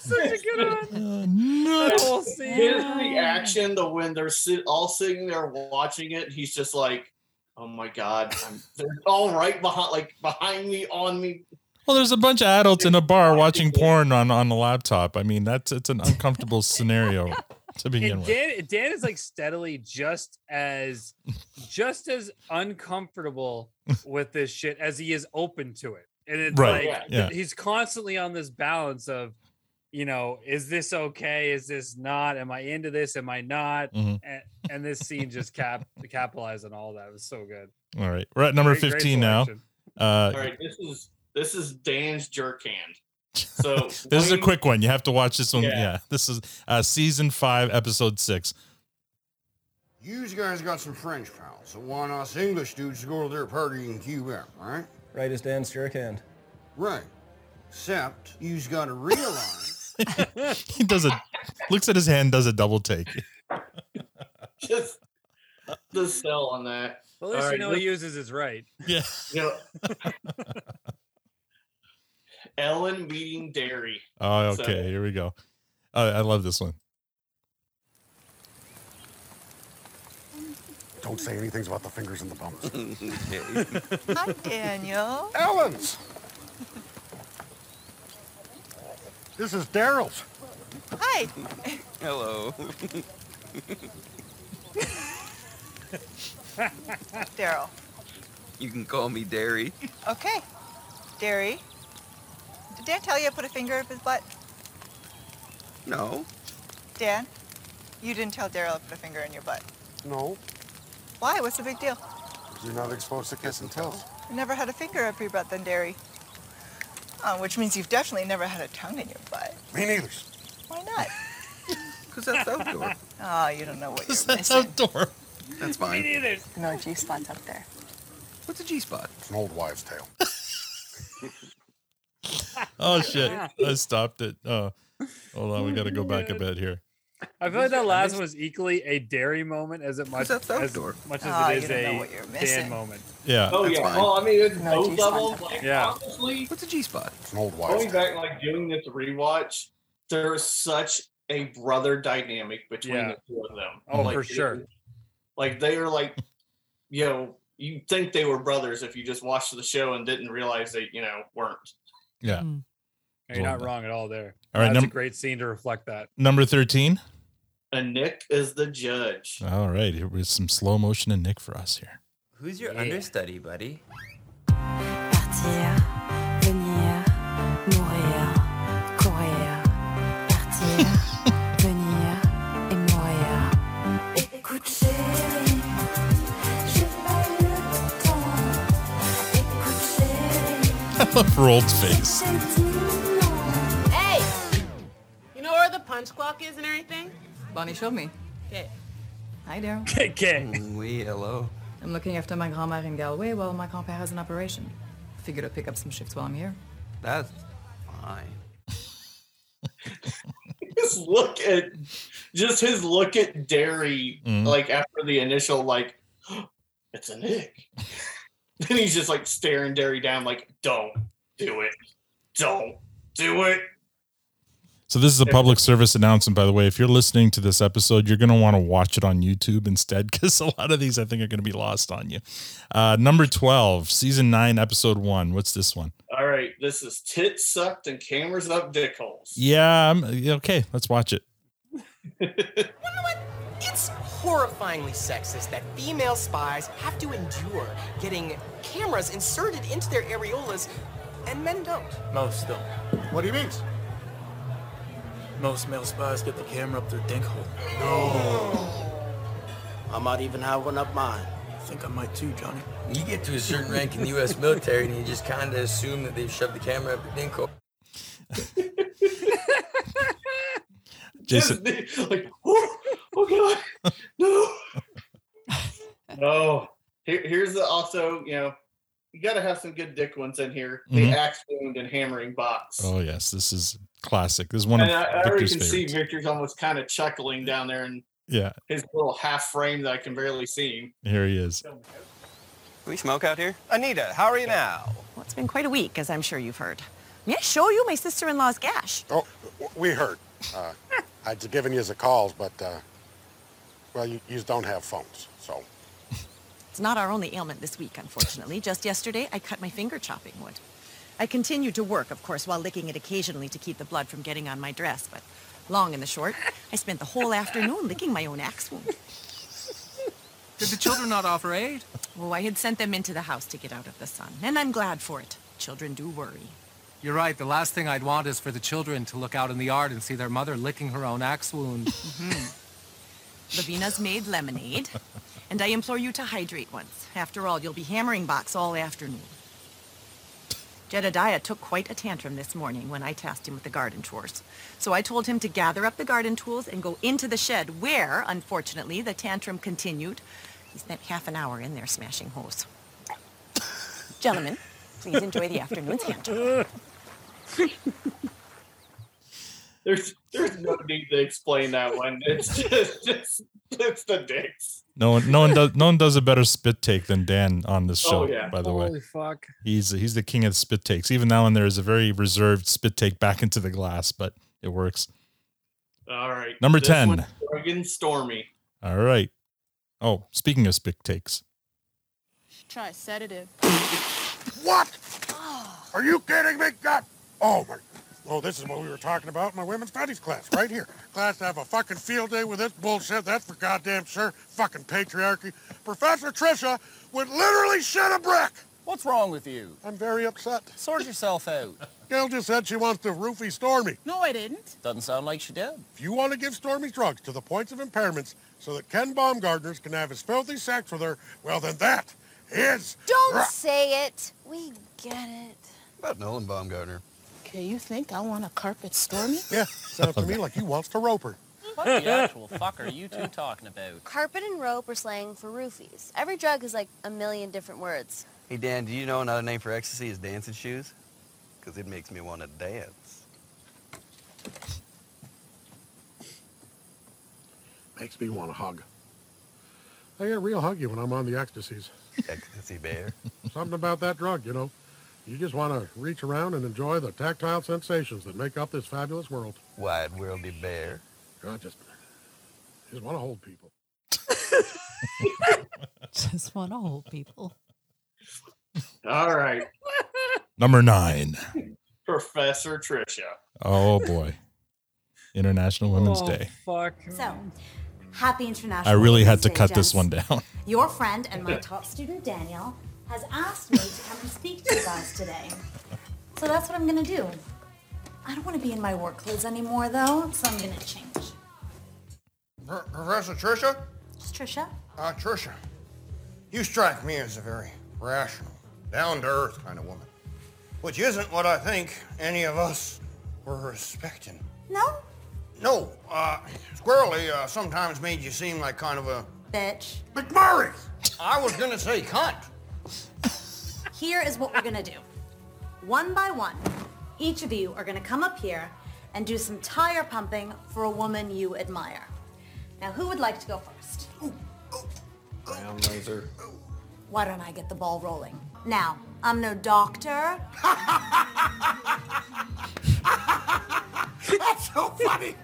[SPEAKER 10] such a good
[SPEAKER 1] one.
[SPEAKER 10] That whole
[SPEAKER 9] His
[SPEAKER 10] scene.
[SPEAKER 9] reaction to when they're sit- all sitting there watching it, he's just like, "Oh my god, I'm, they're all right behind, like behind me, on me."
[SPEAKER 1] Well, there's a bunch of adults in a bar watching porn on on a laptop. I mean, that's it's an uncomfortable scenario to begin
[SPEAKER 2] And
[SPEAKER 1] with.
[SPEAKER 2] Dan, Dan is like steadily just as just as uncomfortable with this shit as he is open to it. And it's
[SPEAKER 1] Right,
[SPEAKER 2] like
[SPEAKER 1] yeah.
[SPEAKER 2] he's constantly on this balance of, you know, is this okay? Is this not? Am I into this? Am I not?
[SPEAKER 1] Mhm.
[SPEAKER 2] And, and this scene just cap capitalized on all that. It was so good.
[SPEAKER 1] All right, we're at number
[SPEAKER 2] Great- great
[SPEAKER 1] fifteen now.
[SPEAKER 2] selection.
[SPEAKER 1] Uh,
[SPEAKER 9] all right, this is this is Dan's jerk hand. So
[SPEAKER 1] This is a
[SPEAKER 9] Wayne-
[SPEAKER 1] quick one. You have to watch this one. Yeah,
[SPEAKER 9] Yeah.
[SPEAKER 1] this is uh, season five, episode six.
[SPEAKER 13] You guys got some French pals that want us English dudes to go to their party in Cuba, right?
[SPEAKER 21] Right as Dan's jerk hand.
[SPEAKER 13] Right. Except you's got to realize
[SPEAKER 1] he does a looks at his hand, does a double take.
[SPEAKER 9] just the sell on that.
[SPEAKER 2] Well, at least
[SPEAKER 9] All
[SPEAKER 2] you
[SPEAKER 9] right,
[SPEAKER 2] know
[SPEAKER 9] this-
[SPEAKER 2] he uses his right.
[SPEAKER 1] Yeah.
[SPEAKER 9] You know, Ellen meeting Dairy.
[SPEAKER 1] Oh,
[SPEAKER 9] So,
[SPEAKER 1] okay. Here we go. Uh, I love this one.
[SPEAKER 7] Don't say anything about the fingers and the bums.
[SPEAKER 12] Hi, Daniel.
[SPEAKER 7] Ellen's. This is Daryl's.
[SPEAKER 12] Hi.
[SPEAKER 5] Hello.
[SPEAKER 12] Daryl.
[SPEAKER 5] you can call me Derry.
[SPEAKER 12] Okay. Derry. Did Dan tell you I put a finger up his butt?
[SPEAKER 5] No.
[SPEAKER 12] Dan, you didn't tell Daryl I put a finger in your butt.
[SPEAKER 7] No,
[SPEAKER 12] Why? What's the big deal?
[SPEAKER 7] you're not exposed to kiss and tell.
[SPEAKER 12] You never had a finger up your butt then, Derry. Uh, which means you've definitely never had a tongue in your butt.
[SPEAKER 7] Me neither.
[SPEAKER 12] Why not?
[SPEAKER 5] Because that's outdoor.
[SPEAKER 12] Oh, you don't know what you're
[SPEAKER 5] that's
[SPEAKER 12] missing.
[SPEAKER 1] outdoor.
[SPEAKER 5] That's fine.
[SPEAKER 12] neither. No G spots up there.
[SPEAKER 5] What's a G spot?
[SPEAKER 7] It's an old wives' tale.
[SPEAKER 1] Oh shit! I stopped it. Oh, hold on. We got to go back a
[SPEAKER 2] Mm.
[SPEAKER 1] bit here.
[SPEAKER 2] I feel like that last one was equally a dairy moment as it much as much as
[SPEAKER 12] Oh,
[SPEAKER 2] it
[SPEAKER 12] you
[SPEAKER 2] is
[SPEAKER 12] don't know
[SPEAKER 2] a
[SPEAKER 12] what you're
[SPEAKER 2] Dan
[SPEAKER 12] missing.
[SPEAKER 2] moment.
[SPEAKER 1] Yeah.
[SPEAKER 9] Oh yeah. Well, I mean, it's
[SPEAKER 12] No
[SPEAKER 9] both
[SPEAKER 12] G-spot.
[SPEAKER 9] of them. Like,
[SPEAKER 2] Yeah.
[SPEAKER 9] Honestly,
[SPEAKER 5] what's a G spot?
[SPEAKER 7] It's an old wives'
[SPEAKER 9] going back like doing this rewatch, there's such a brother dynamic between
[SPEAKER 2] Yeah.
[SPEAKER 9] the two of them.
[SPEAKER 2] Oh,
[SPEAKER 9] Like,
[SPEAKER 2] for
[SPEAKER 9] it-
[SPEAKER 2] sure.
[SPEAKER 9] like they are like, you know, you think they were brothers if you just watched the show and didn't realize they, you know, weren't.
[SPEAKER 1] Yeah.
[SPEAKER 2] No, You're not wrong at all there.
[SPEAKER 1] All right,
[SPEAKER 2] That's
[SPEAKER 1] num-
[SPEAKER 2] a great scene to reflect that.
[SPEAKER 1] Number thirteen.
[SPEAKER 9] And Nick is the judge.
[SPEAKER 1] All right. Here was some slow motion and Nick for us here.
[SPEAKER 30] Who's your understudy, buddy?
[SPEAKER 10] Partir, venir, mourir, courir. Partir, venir et mourir. Écoute chérie, j'ai pas le temps. Écoute chérie,
[SPEAKER 1] I love Rold's face.
[SPEAKER 10] j'ai dit non.
[SPEAKER 12] Hey!
[SPEAKER 10] You know where the punch clock is and everything?
[SPEAKER 14] Bonnie showed me.
[SPEAKER 10] Okay.
[SPEAKER 14] Hi, Daryl.
[SPEAKER 18] Mm,
[SPEAKER 5] We hello.
[SPEAKER 14] I'm looking after my grandmère in Galway while my compère has an operation. Figured I'd pick up some shifts while I'm here.
[SPEAKER 5] That's fine.
[SPEAKER 9] Just look at just his look at Derry,
[SPEAKER 1] Mhm.
[SPEAKER 9] like after the initial like, it's an ick. then he's just like staring Derry down, like, don't do it, don't do it.
[SPEAKER 1] So this is a public service announcement, by the way. If you're listening to this episode, you're going to want to watch it on YouTube instead, because a lot of these I think are going to be lost on you. Uh, number twelve, season nine, episode one. What's this one?
[SPEAKER 9] All right, this is tit sucked and cameras up dick holes.
[SPEAKER 1] Yeah, I'm, okay, let's watch it.
[SPEAKER 4] It's horrifyingly sexist that female spies have to endure getting cameras inserted into their areolas and men don't.
[SPEAKER 15] Most don't. What do you mean? Most male spies get the camera up their dink hole. No. I might even have one up mine. I think I might too, Johnny.
[SPEAKER 18] You get to a certain rank in the U.S. military, and you just kind of assume that they've shoved the camera up your dink hole.
[SPEAKER 1] Jason,
[SPEAKER 9] like, oh, oh god, no. no. Here, here's the, also, you know, you got to have some good dick ones in here.
[SPEAKER 1] Mhm.
[SPEAKER 9] The axe wound and hammering box.
[SPEAKER 1] oh yes, this is classic. This is one
[SPEAKER 9] and
[SPEAKER 1] of
[SPEAKER 9] I, I already
[SPEAKER 1] Victor's
[SPEAKER 9] can
[SPEAKER 1] favorites.
[SPEAKER 9] see Victor's almost kind of chuckling down there in
[SPEAKER 1] Yeah,
[SPEAKER 9] his little half frame that I can barely see him.
[SPEAKER 1] here he is.
[SPEAKER 18] we smoke out here?
[SPEAKER 4] Anita, how are you now?
[SPEAKER 31] Well, it's been quite a week, as I'm sure you've heard. May I show you my sister-in-law's gash?
[SPEAKER 7] Oh, w- we heard. Uh, I'd given you the calls, but, uh, well, you, you don't have phones, so.
[SPEAKER 31] It's not our only ailment this week, unfortunately. Just yesterday, I cut my finger chopping wood. I continued to work, of course, while licking it occasionally to keep the blood from getting on my dress, but long and the short, I spent the whole afternoon licking my own axe wound.
[SPEAKER 15] Did the children not offer aid?
[SPEAKER 31] Oh, I had sent them into the house to get out of the sun, and I'm glad for it. Children do worry.
[SPEAKER 15] You're right. The last thing I'd want is for the children to look out in the yard and see their mother licking her own axe wound.
[SPEAKER 31] Mm-hmm. Lavina's made lemonade, and I implore you to hydrate once. After all, you'll be hammering box all afternoon. Jedediah took quite a tantrum this morning when I tasked him with the garden chores. So I told him to gather up the garden tools and go into the shed, where, unfortunately, the tantrum continued. He spent half an hour in there smashing hose. Gentlemen, please enjoy the afternoon's hand job.
[SPEAKER 9] There's there's no need to explain that one. It's just, just it's the dicks.
[SPEAKER 1] No one, no one does, no one does a better spit take than Dan on this show.
[SPEAKER 9] Oh, yeah.
[SPEAKER 1] By the way,
[SPEAKER 2] Holy fuck.
[SPEAKER 1] he's he's the king of the spit takes. Even that one, there is a very reserved spit take back into the glass, but it works.
[SPEAKER 9] All right.
[SPEAKER 1] Number
[SPEAKER 9] this
[SPEAKER 1] 10.
[SPEAKER 9] one's Doug and Stormy.
[SPEAKER 1] All right. Oh, speaking of spit takes,
[SPEAKER 31] Try sedative.
[SPEAKER 7] What? Are you kidding me? God. Oh, my. Oh, this is what we were talking about in my women's studies class, right here. Class to have a fucking field day with this bullshit. That's for goddamn sure. Fucking patriarchy. Professor Trisha would literally shed a brick.
[SPEAKER 15] What's wrong with you?
[SPEAKER 7] I'm very upset.
[SPEAKER 15] Sort yourself out.
[SPEAKER 7] Gail just said she wants to roofie Stormy.
[SPEAKER 31] No, I didn't.
[SPEAKER 15] Doesn't sound like she did.
[SPEAKER 7] If you want to give Stormy drugs to the points of impairments so that Ken Baumgartner's can have his filthy sex with her, well, then that is...
[SPEAKER 31] Don't
[SPEAKER 7] say
[SPEAKER 31] it. We get it.
[SPEAKER 7] About Nolan Baumgartner.
[SPEAKER 31] Okay, you think I want a carpet stormy?
[SPEAKER 7] Yeah, sounds to me like he wants to rope her.
[SPEAKER 15] What the actual fuck are you two talking about?
[SPEAKER 6] Carpet and rope are slang for roofies. Every drug is like a million different words.
[SPEAKER 18] Hey, Dan, do you know another name for ecstasy is dancing shoes? Because it makes me want to dance.
[SPEAKER 7] Makes me want to hug. I get real huggy when I'm on the ecstasies.
[SPEAKER 18] Ecstasy bear.
[SPEAKER 7] Something about that drug, you know. You just want to reach around and enjoy the tactile sensations that make up this fabulous world.
[SPEAKER 18] Wide worldy bear.
[SPEAKER 7] I just, just want to hold people.
[SPEAKER 11] Just want to hold people.
[SPEAKER 9] All right.
[SPEAKER 1] number nine.
[SPEAKER 9] Professor Trisha.
[SPEAKER 1] Oh boy, International Women's
[SPEAKER 6] Oh.
[SPEAKER 1] Day.
[SPEAKER 2] Fuck.
[SPEAKER 32] So, happy international.
[SPEAKER 1] I really had
[SPEAKER 32] Women's
[SPEAKER 1] to
[SPEAKER 32] Day,
[SPEAKER 1] cut this
[SPEAKER 32] gents.
[SPEAKER 1] one down.
[SPEAKER 32] Your friend and my top student Daniel has asked me to come and speak to you guys today. So that's what I'm gonna do. I don't want to be in my work clothes anymore though, so I'm gonna change.
[SPEAKER 13] Pr- Professor Trisha?
[SPEAKER 32] It's Trisha.
[SPEAKER 13] Uh, Trisha, you strike me as a very rational, down-to-earth kind of woman, which isn't what I think any of us were expecting.
[SPEAKER 32] No,
[SPEAKER 13] No, uh, Squirrely uh, sometimes made you seem like kind of a...
[SPEAKER 32] bitch.
[SPEAKER 13] McMurray! I was gonna say cunt.
[SPEAKER 32] Here is what we're gonna do. One by one, each of you are gonna come up here and do some tire pumping for a woman you admire. Now, who would like to go first?
[SPEAKER 21] Brown laser.
[SPEAKER 32] Why don't I get the ball rolling? Now, I'm no doctor.
[SPEAKER 33] That's so funny.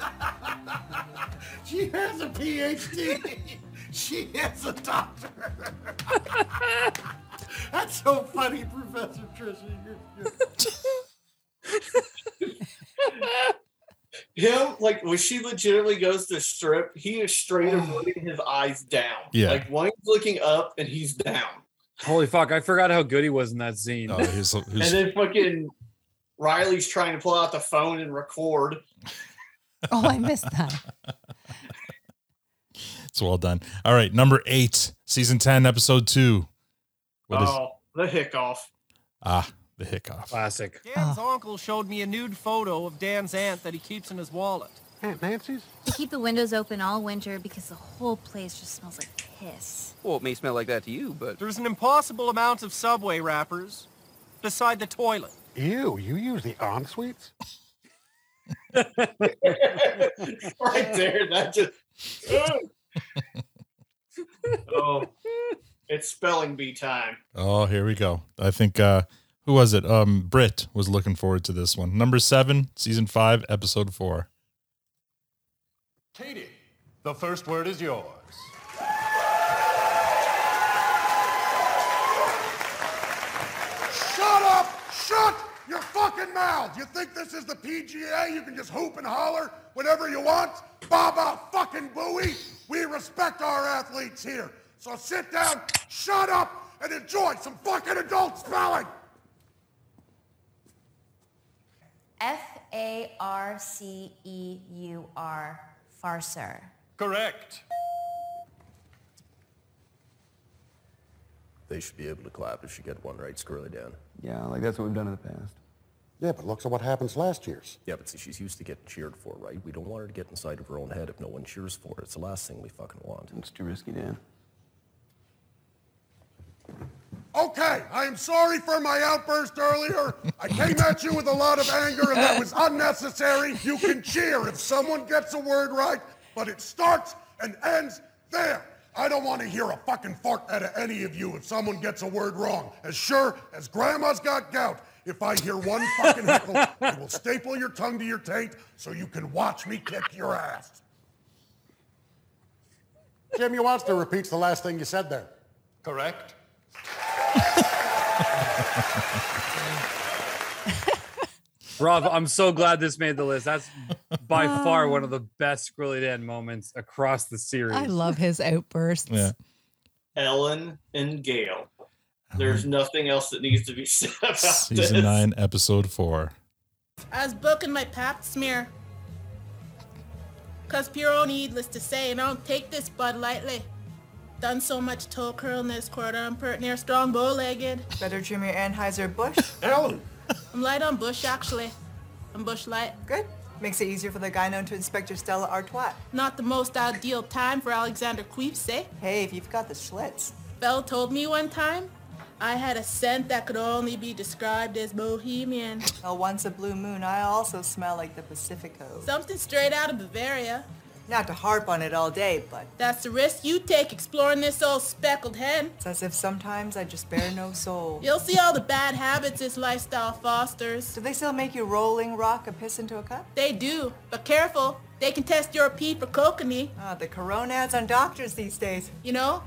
[SPEAKER 33] she has a PhD. She is a doctor. That's so funny, Professor Trisha. You're- you're-
[SPEAKER 9] Him, like when she legitimately goes to strip, he is straight avoiding his eyes down.
[SPEAKER 2] Yeah.
[SPEAKER 9] Like one's looking up and he's down.
[SPEAKER 2] Holy fuck! I forgot how good he was in that scene.
[SPEAKER 1] Oh, he's,
[SPEAKER 9] And then fucking Riley's trying to pull out the phone and record.
[SPEAKER 11] Oh, I missed that.
[SPEAKER 1] It's well done. All right, number eight, season ten, episode two. What is
[SPEAKER 9] oh, the hick off.
[SPEAKER 1] ah the hiccup?
[SPEAKER 2] Classic.
[SPEAKER 19] Dan's uncle showed me a nude photo of Dan's aunt that he keeps in his wallet. Aunt Nancy's?
[SPEAKER 6] They keep the windows open all winter because the whole place just smells like piss.
[SPEAKER 19] Well, it may smell like that to you, but... There's an impossible amount of subway wrappers beside the toilet.
[SPEAKER 10] Ew, Oh, you use the en suites?
[SPEAKER 9] right there. That just. oh, it's spelling bee time.
[SPEAKER 1] Oh, here we go. I think uh who was it? Um Britt was looking forward to this one. Number seven, season five, episode four.
[SPEAKER 4] Katie, the first word is yours.
[SPEAKER 10] Shut up! Shut your fucking mouth! You think this is the PGA? You can just hoop and holler whenever you want? Baba fucking Bowie! We respect our athletes here. So sit down, shut up, and enjoy some fucking adult spelling!
[SPEAKER 6] F A R C E U R, farcer.
[SPEAKER 4] Correct.
[SPEAKER 7] They should be able to clap if you get one right squarely down.
[SPEAKER 4] Yeah, like that's what we've done in the past.
[SPEAKER 7] Yeah, but look at what happens last year's. Yeah, but see, she's used to getting cheered for, right? We don't want her to get inside of her own head if no one cheers for her. It's the last thing we fucking want. It's too risky, Dan.
[SPEAKER 10] Okay, I am sorry for my outburst earlier. I came at you with a lot of anger and that was unnecessary. You can cheer if someone gets a word right, but it starts and ends there. I don't want to hear a fucking fart out of any of you if someone gets a word wrong. As sure as grandma's got gout, if I hear one fucking heckle, I will staple your tongue to your taint so you can watch me kick your ass.
[SPEAKER 7] Jimmy Watson repeats the last thing you said there.
[SPEAKER 4] Correct.
[SPEAKER 2] Rob, I'm so glad this made the list. That's by far one of the best Squirrely Dan moments across the series.
[SPEAKER 11] Um, I love his outbursts.
[SPEAKER 1] Yeah.
[SPEAKER 9] Ellen and Gail. There's nothing else that needs to be said about this.
[SPEAKER 1] Season nine, episode four.
[SPEAKER 24] I was booking my pap smear. Cause Puro needless to say, and I don't take this bud lightly. Done so much toe curling this quarter, I'm pert near strong bow-legged.
[SPEAKER 12] Better trim your Anheuser Busch.
[SPEAKER 10] Ellen.
[SPEAKER 24] I'm light on bush actually. I'm bush light.
[SPEAKER 12] Good. Makes it easier for the guy known to Inspector Stella Artois.
[SPEAKER 24] Not the most ideal time for Alexander Queefs, eh?
[SPEAKER 12] Hey, if you've got the schlitz.
[SPEAKER 24] Bell told me one time I had a scent that could only be described as bohemian.
[SPEAKER 12] Well, once a blue moon, I also smell like the Pacifico.
[SPEAKER 24] Something straight out of Bavaria.
[SPEAKER 12] Not to harp on it all day, but
[SPEAKER 24] That's the risk you take exploring this old speckled hen.
[SPEAKER 12] it's as if sometimes I just bear no soul.
[SPEAKER 24] You'll see all the bad habits this lifestyle fosters.
[SPEAKER 12] Do they still make you rolling rock a piss into a cup?
[SPEAKER 24] They do, but careful. They can test your pee for kokanee.
[SPEAKER 12] Ah, the corona ads on doctors these days.
[SPEAKER 24] You know,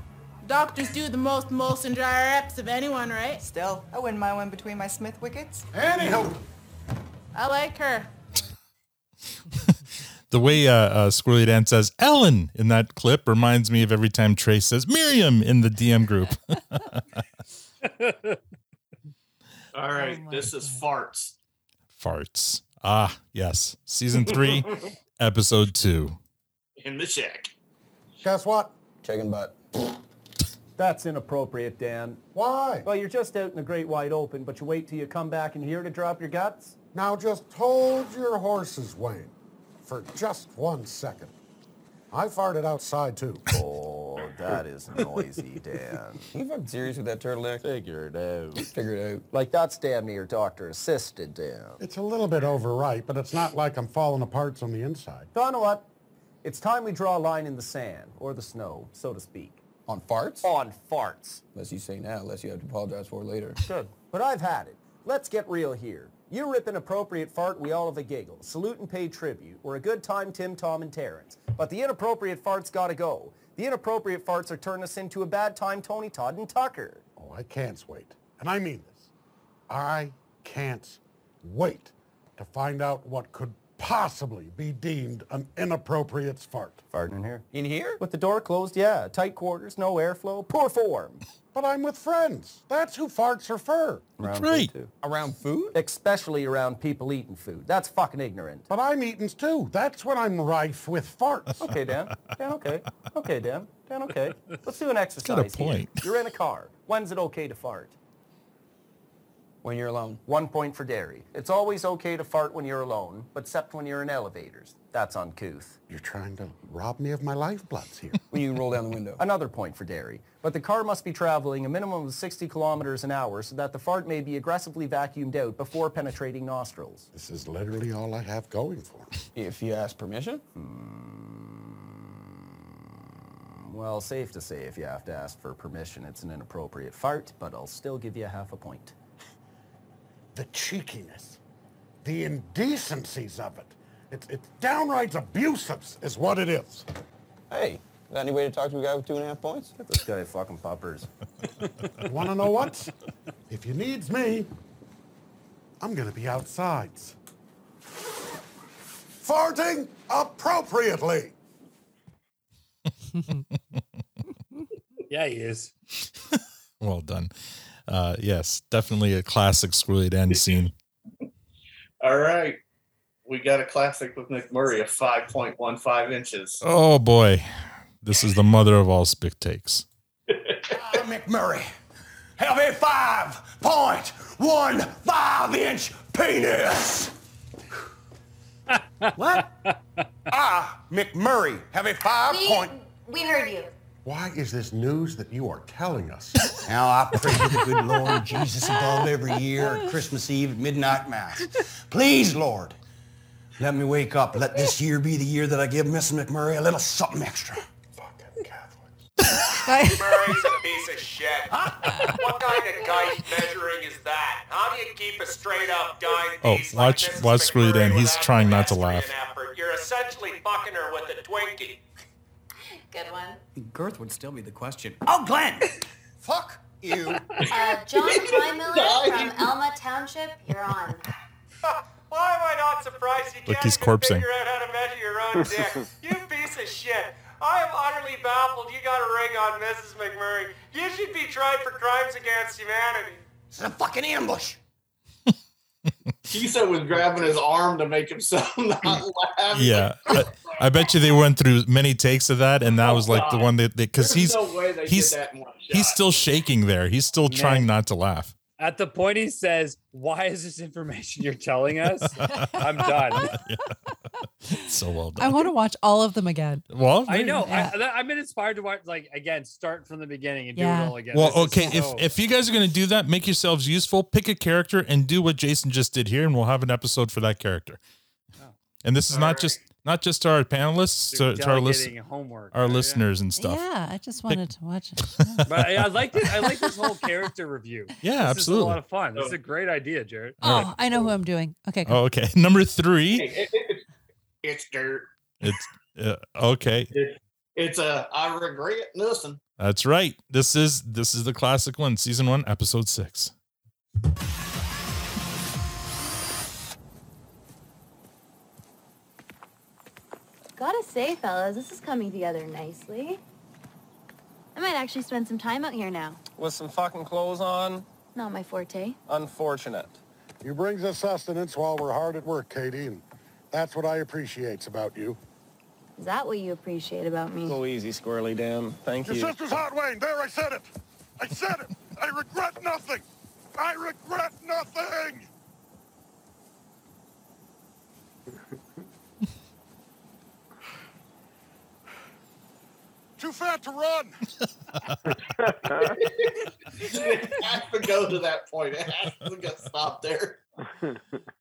[SPEAKER 24] doctors do the most molson dryer eps of anyone, right?
[SPEAKER 12] Still, I wouldn't mind one between my Smith wickets.
[SPEAKER 24] Anywho. I like her.
[SPEAKER 1] The way uh, uh, Squirrely Dan says Ellen in that clip reminds me of every time Trace says Miriam in the DM group.
[SPEAKER 9] All right, this is farts.
[SPEAKER 1] Farts. Ah, yes. Season three, episode two.
[SPEAKER 9] in the shack.
[SPEAKER 7] Guess what? Chicken butt.
[SPEAKER 34] That's inappropriate, Dan.
[SPEAKER 7] Why?
[SPEAKER 34] Well, you're just out in the great wide open, but you wait till you come back in here to drop your guts?
[SPEAKER 7] Now just hold your horses, Wayne, for just one second. I farted outside too. Oh, that is noisy, Dan.
[SPEAKER 35] You fucking serious with that turtleneck? Figure it out.
[SPEAKER 7] Figure it out.
[SPEAKER 35] Like that's damn near doctor assisted, Dan.
[SPEAKER 7] It's a little bit overripe, but it's not like I'm falling apart on the inside.
[SPEAKER 34] Don't know what.
[SPEAKER 19] It's time we draw a line in the sand, or the snow, so to speak.
[SPEAKER 16] On farts?
[SPEAKER 19] On farts.
[SPEAKER 16] Unless you say now, unless you have to apologize for later.
[SPEAKER 19] Good. But I've had it. Let's get real here. You rip an appropriate fart, we all have a giggle. Salute and pay tribute. We're a good time, Tim, Tom, and Terrence. But the inappropriate farts gotta go. The inappropriate farts are turning us into a bad time, Tony, Todd, and Tucker.
[SPEAKER 7] Oh, I can't wait. And I mean this. I can't wait to find out what could possibly be deemed an inappropriate fart.
[SPEAKER 19] Farting in here? In here? With the door closed, yeah. Tight quarters, no airflow, poor form.
[SPEAKER 7] But I'm with friends. That's who farts are for.
[SPEAKER 19] That's
[SPEAKER 7] right.
[SPEAKER 19] Around food? Especially around people eating food. That's fucking ignorant.
[SPEAKER 7] But I'm eating too. That's when I'm rife with farts.
[SPEAKER 19] Okay, Dan. Dan, okay. Okay, Dan. Dan, okay. Let's do an exercise. here.
[SPEAKER 1] point.
[SPEAKER 19] You're in a car. When's it okay to fart? When you're alone. One point for Derry. It's always okay to fart when you're alone, but except when you're in elevators. That's uncouth.
[SPEAKER 7] You're trying to rob me of my lifebloods here.
[SPEAKER 19] When you roll down the window. Another point for Derry. But the car must be traveling a minimum of 60 kilometers an hour so that the fart may be aggressively vacuumed out before penetrating nostrils.
[SPEAKER 7] This is literally all I have going for me.
[SPEAKER 19] If you ask permission? Hmm. Well, safe to say if you have to ask for permission, it's an inappropriate fart, but I'll still give you half a point.
[SPEAKER 7] The cheekiness, the indecencies of it. It's, it's downright abusive is what it is.
[SPEAKER 30] Hey, is that any way to talk to a guy with two and a half points?
[SPEAKER 19] This guy fucking poppers.
[SPEAKER 7] Want to know what? If you needs me, I'm going to be outsides. Farting appropriately.
[SPEAKER 2] Yeah, he is.
[SPEAKER 1] Well done. Uh, yes, definitely a classic Squid end scene.
[SPEAKER 9] All right. We got a classic with Nick Murray of 5.15 inches.
[SPEAKER 1] Oh boy, this is the mother of all spick takes.
[SPEAKER 13] Ah, McMurray, have a five point one five inch penis. what? Ah, McMurray, have a five
[SPEAKER 6] We-
[SPEAKER 13] point.
[SPEAKER 6] We heard you.
[SPEAKER 7] Why is this news that you are telling us?
[SPEAKER 13] Now I pray to the good Lord Jesus above every year at Christmas Eve at midnight mass. Please, Lord, let me wake up. Let this year be the year that I give Miss McMurray a little something extra.
[SPEAKER 30] Murray's a piece of shit. what kind of guy's measuring is that? How do you keep a straight up dying
[SPEAKER 1] Oh, watch watch Squid end. He's trying not to laugh.
[SPEAKER 30] effort? You're essentially fucking her with a Twinkie.
[SPEAKER 6] Good one.
[SPEAKER 30] Girth would still be the question.
[SPEAKER 13] Oh, Glenn! Fuck you.
[SPEAKER 6] Uh, John Kleinmiller from Elma Township, you're on.
[SPEAKER 30] Why am I not surprised you
[SPEAKER 1] Look,
[SPEAKER 30] can't
[SPEAKER 1] he's
[SPEAKER 30] even
[SPEAKER 1] corpsing.
[SPEAKER 30] figure out how to measure your own dick? you piece of shit. I am utterly baffled you got a ring on Mrs. McMurray. You should be tried for crimes against humanity.
[SPEAKER 13] It's a fucking ambush.
[SPEAKER 9] Kisa was grabbing his arm to make himself not laugh.
[SPEAKER 1] Yeah, I, I bet you they went through many takes of that, and that was like the one that because
[SPEAKER 9] Oh, There's
[SPEAKER 1] he's
[SPEAKER 9] no way they did
[SPEAKER 1] he's
[SPEAKER 9] that in one
[SPEAKER 1] he's still shaking there. He's still trying not to laugh.
[SPEAKER 2] At the point he says, "Why is this information you're telling us?" I'm done.
[SPEAKER 1] So well done.
[SPEAKER 11] I want to watch all of them again.
[SPEAKER 1] well,
[SPEAKER 2] I know.
[SPEAKER 11] Yeah.
[SPEAKER 2] I, I've been inspired to watch, like, again, start from the beginning and do
[SPEAKER 11] Yeah.
[SPEAKER 2] it all again.
[SPEAKER 1] Well,
[SPEAKER 2] This is
[SPEAKER 1] okay. If,
[SPEAKER 2] so-
[SPEAKER 1] if you guys are going to do that, make yourselves useful, pick a character, and do what Jason just did here, and we'll have an episode for that character.
[SPEAKER 2] Oh.
[SPEAKER 1] And this is not just not just to our panelists,
[SPEAKER 2] They're
[SPEAKER 1] to, to our list,
[SPEAKER 2] delegating homework,
[SPEAKER 1] our
[SPEAKER 2] right?
[SPEAKER 1] listeners and stuff.
[SPEAKER 11] Yeah, I just wanted to watch it.
[SPEAKER 2] but I, I liked it. I like this whole character review.
[SPEAKER 1] Yeah,
[SPEAKER 2] this Is a
[SPEAKER 1] absolutely.
[SPEAKER 2] lot of fun. This is a great idea, Jared.
[SPEAKER 11] Oh, I know who I'm doing. Okay.
[SPEAKER 1] Oh, okay. Number
[SPEAKER 9] Hey,
[SPEAKER 1] three.
[SPEAKER 9] it- it- it's dirt.
[SPEAKER 1] It's uh, okay.
[SPEAKER 9] It's a I regret nothing.
[SPEAKER 1] That's right. This is this is the classic one, season one, episode six.
[SPEAKER 6] Gotta say, fellas, this is coming together nicely. I might actually spend some time out here now.
[SPEAKER 30] With some fucking clothes on,
[SPEAKER 6] Not my forte.
[SPEAKER 30] unfortunate.
[SPEAKER 7] You brings us sustenance while we're hard at work, Katie, and that's what I appreciates about you.
[SPEAKER 6] Is that what you appreciate about me?
[SPEAKER 30] Go easy, Squirrely Dan. Thank
[SPEAKER 7] Your sister's hot, Wayne. There, I said it. I said it. I regret nothing. I regret nothing. Too fat to run.
[SPEAKER 9] it has to go to that point. It has to go- stop there.
[SPEAKER 1] Oh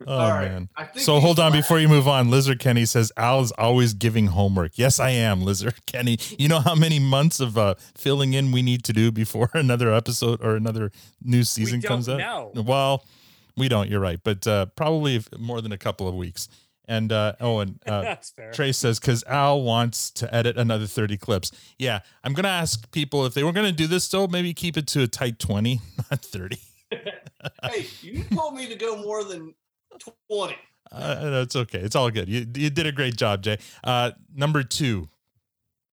[SPEAKER 9] All right.
[SPEAKER 1] man.
[SPEAKER 9] I think
[SPEAKER 1] So
[SPEAKER 9] these
[SPEAKER 1] hold on
[SPEAKER 9] la-
[SPEAKER 1] before you move on. Lizard Kenny says Al is always giving homework. Yes, I am, Lizard Kenny. You know how many months of uh, filling in we need to do before another episode or another new season
[SPEAKER 2] don't
[SPEAKER 1] comes out?
[SPEAKER 2] know.
[SPEAKER 1] Well, we don't. You're right, but uh, probably if- more than a couple of weeks. And uh, oh, and uh,
[SPEAKER 2] That's fair.
[SPEAKER 1] Trey says because Al wants to edit another 30 clips. Yeah, I'm gonna ask people if they were gonna do this though, maybe keep it to a tight 20, not 30.
[SPEAKER 9] hey, you told me to go more than twenty.
[SPEAKER 1] Uh, no, it's okay. It's all good. You, you did a great job, Jay. Uh, number two,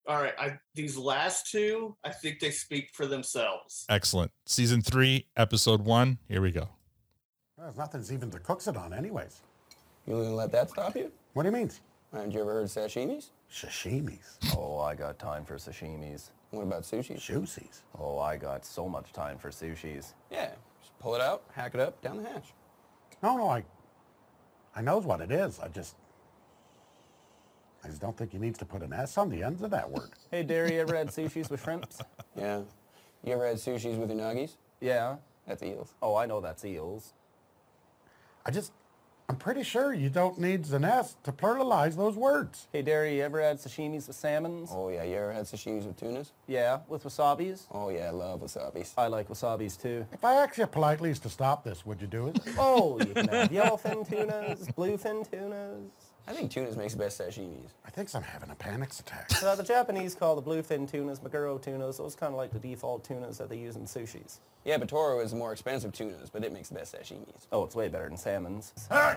[SPEAKER 9] All right, I, these last two, I think they speak for themselves.
[SPEAKER 1] excellent. Season three, episode one. Here we go.
[SPEAKER 36] Well, nothing's even to cooks it on, anyways.
[SPEAKER 18] You gonna let that stop you?
[SPEAKER 36] What do you mean?
[SPEAKER 18] Haven't you ever heard of sashimis?
[SPEAKER 36] Sashimis.
[SPEAKER 16] Oh, I got time for sashimis.
[SPEAKER 18] What about sushi?
[SPEAKER 36] Sushis.
[SPEAKER 16] Oh, I got so much time for sushis.
[SPEAKER 18] Yeah. Just pull it out, hack it up, down the hatch.
[SPEAKER 36] No, no, I, I knows what it is. I just, I just don't think he needs to put an S on the end of that word.
[SPEAKER 16] Hey, Derry, you ever had sushis with shrimps?
[SPEAKER 18] Yeah. You ever had sushis with unagis?
[SPEAKER 16] Yeah.
[SPEAKER 18] That's eels.
[SPEAKER 16] Oh, I know that's eels.
[SPEAKER 36] I just, I'm pretty sure you don't need an S to pluralize those words.
[SPEAKER 16] Hey, Derry, you ever had sashimis with salmons?
[SPEAKER 18] Oh yeah, you ever had sashimis with tunas?
[SPEAKER 16] Yeah, with wasabis?
[SPEAKER 18] Oh yeah, I love wasabis.
[SPEAKER 16] I like wasabis too.
[SPEAKER 36] If I asked you politely to stop this, would you do it?
[SPEAKER 16] Oh, you can have yellowfin tunas, bluefin tunas.
[SPEAKER 18] I think tunas makes the best sashimis.
[SPEAKER 36] I think I'm having a panic attack.
[SPEAKER 16] So the Japanese call the bluefin tunas maguro tunas. Those kind of like the default tunas that they use in sushis.
[SPEAKER 18] Yeah, but Toro is the more expensive tunas, but it makes the best sashimis.
[SPEAKER 16] Oh, it's way better than salmons.
[SPEAKER 36] Hey!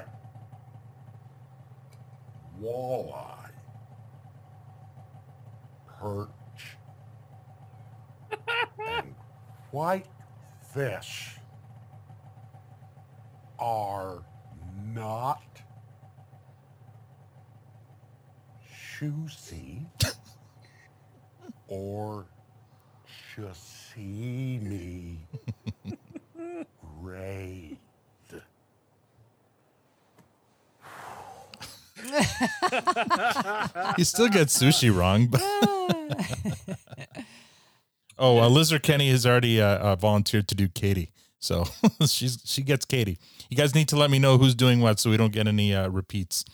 [SPEAKER 36] Walleye. Perch. and white fish are not juicy or sashimi ray.
[SPEAKER 1] You still get sushi wrong, but. oh, uh, Lizard Kenny has already uh, uh, volunteered to do Katie. So she's she gets Katie. You guys need to let me know who's doing what so we don't get any uh, repeats.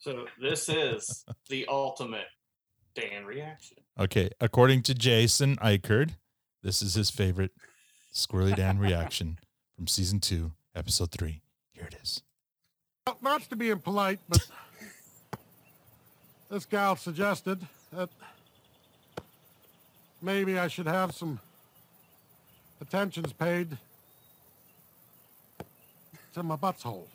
[SPEAKER 9] So this is the ultimate Dan reaction.
[SPEAKER 1] Okay, according to Jason Eichard, this is his favorite Squirrely Dan reaction from season two, episode three. Here it is.
[SPEAKER 7] Well, Not to be impolite, but this gal suggested that maybe I should have some attentions paid to my butthole.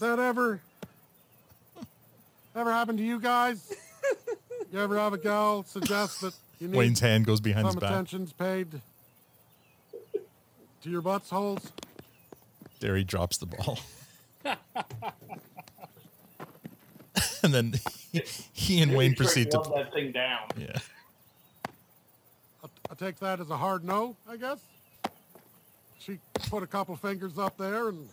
[SPEAKER 7] that ever ever happened to you guys? You ever have a gal suggest that you need
[SPEAKER 1] Wayne's hand goes behind his
[SPEAKER 7] some
[SPEAKER 1] back.
[SPEAKER 7] attentions paid to your buttholes?
[SPEAKER 1] There he drops the ball. and then he, he and Wayne proceed to.
[SPEAKER 9] Love that thing down.
[SPEAKER 1] Yeah.
[SPEAKER 7] I take that as a hard no, I guess. She put a couple fingers up there, and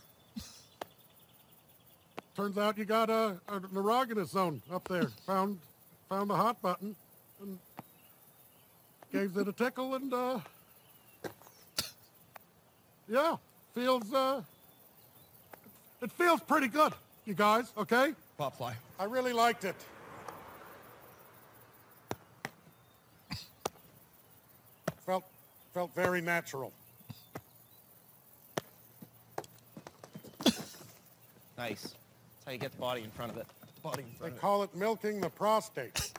[SPEAKER 7] turns out you got a, an erogenous zone up there. Found found the hot button, and gave it a tickle, and uh, yeah, feels uh, it feels pretty good, you guys. Okay.
[SPEAKER 21] Pop fly.
[SPEAKER 7] I really liked it. Felt felt very natural.
[SPEAKER 4] Nice. That's how you get the body in front of it. The body in
[SPEAKER 7] They
[SPEAKER 4] front of
[SPEAKER 7] call it milking the prostate.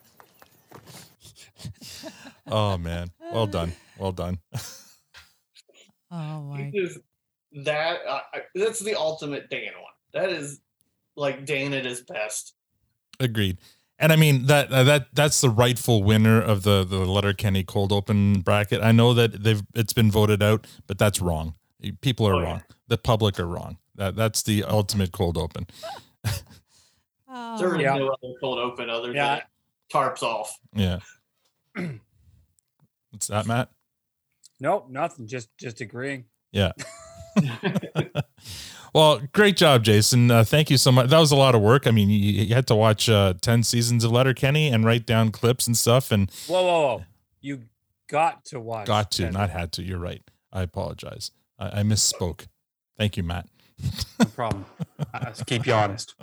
[SPEAKER 1] Oh, man. Well done. Well done.
[SPEAKER 11] Oh my.
[SPEAKER 9] This is- that uh, I- that's the ultimate Dan one. That is like Dan at his best.
[SPEAKER 1] Agreed. And I mean that uh, that that's the rightful winner of the the Letterkenny cold open bracket. I know that they've it's been voted out, but that's wrong. People are wrong. The public are wrong. That that's the ultimate cold open.
[SPEAKER 9] There
[SPEAKER 11] Oh.
[SPEAKER 9] is
[SPEAKER 2] Yeah.
[SPEAKER 9] no other cold open other
[SPEAKER 2] Yeah.
[SPEAKER 9] than tarps off.
[SPEAKER 1] Yeah. What's that, Matt?
[SPEAKER 2] Nope, nothing. Just just agreeing.
[SPEAKER 1] Yeah. well, great job, Jason. Uh, thank you so much. That was a lot of work. I mean, you, you had to watch uh, ten seasons of Letterkenny and write down clips and stuff, and
[SPEAKER 2] Whoa, whoa, whoa! You got to watch.
[SPEAKER 1] got to
[SPEAKER 2] that.
[SPEAKER 1] not had to. You're right. I apologize. I, I misspoke. Thank you, Matt.
[SPEAKER 2] No problem. I keep you honest.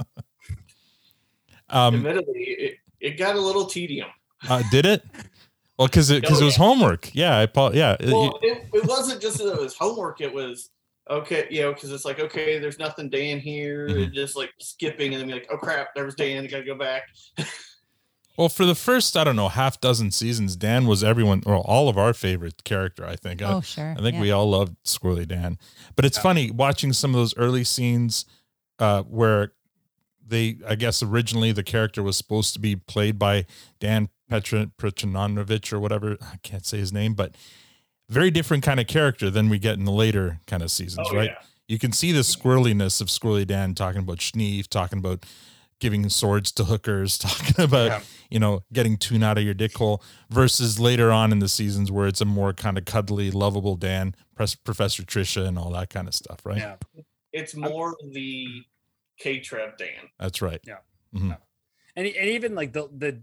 [SPEAKER 1] Um,
[SPEAKER 9] Admittedly, it, it got a little tedium.
[SPEAKER 1] uh, did it? Well, because it, cause it was homework. Yeah, I apo- yeah.
[SPEAKER 2] uh,
[SPEAKER 1] it-
[SPEAKER 9] Well, it, it wasn't just that it was homework. It was okay, you know, because it's like okay, there's nothing Dan here,
[SPEAKER 2] Mm-hmm.
[SPEAKER 9] and just like skipping, and then be like, oh crap, there was Dan. I gotta go back.
[SPEAKER 1] Well, for the first, I don't know, half dozen seasons, Dan was everyone, or all of our favorite character, I think. I-
[SPEAKER 11] Oh, sure,
[SPEAKER 1] I think we
[SPEAKER 11] yeah.
[SPEAKER 1] all loved Squirrely Dan. But it's funny watching some of those early scenes uh, where they, I guess, originally the character was supposed to be played by Dan Petra, Petrinanovich or whatever. I can't say his name, but very different kind of character than we get in the later kind of seasons,
[SPEAKER 9] Oh,
[SPEAKER 1] right?
[SPEAKER 9] yeah.
[SPEAKER 1] You can see the squirreliness of Squirrely Dan talking about Schneef, talking about giving swords to hookers, talking about, you know, getting tune out of your dick hole versus later on in the seasons where it's a more kind of cuddly, lovable Dan, press Professor Trisha and all that kind of stuff, right?
[SPEAKER 2] Yeah.
[SPEAKER 9] It's more the K Trev Dan.
[SPEAKER 1] That's right.
[SPEAKER 2] Yeah.
[SPEAKER 1] Mhm.
[SPEAKER 2] and e- and even like the the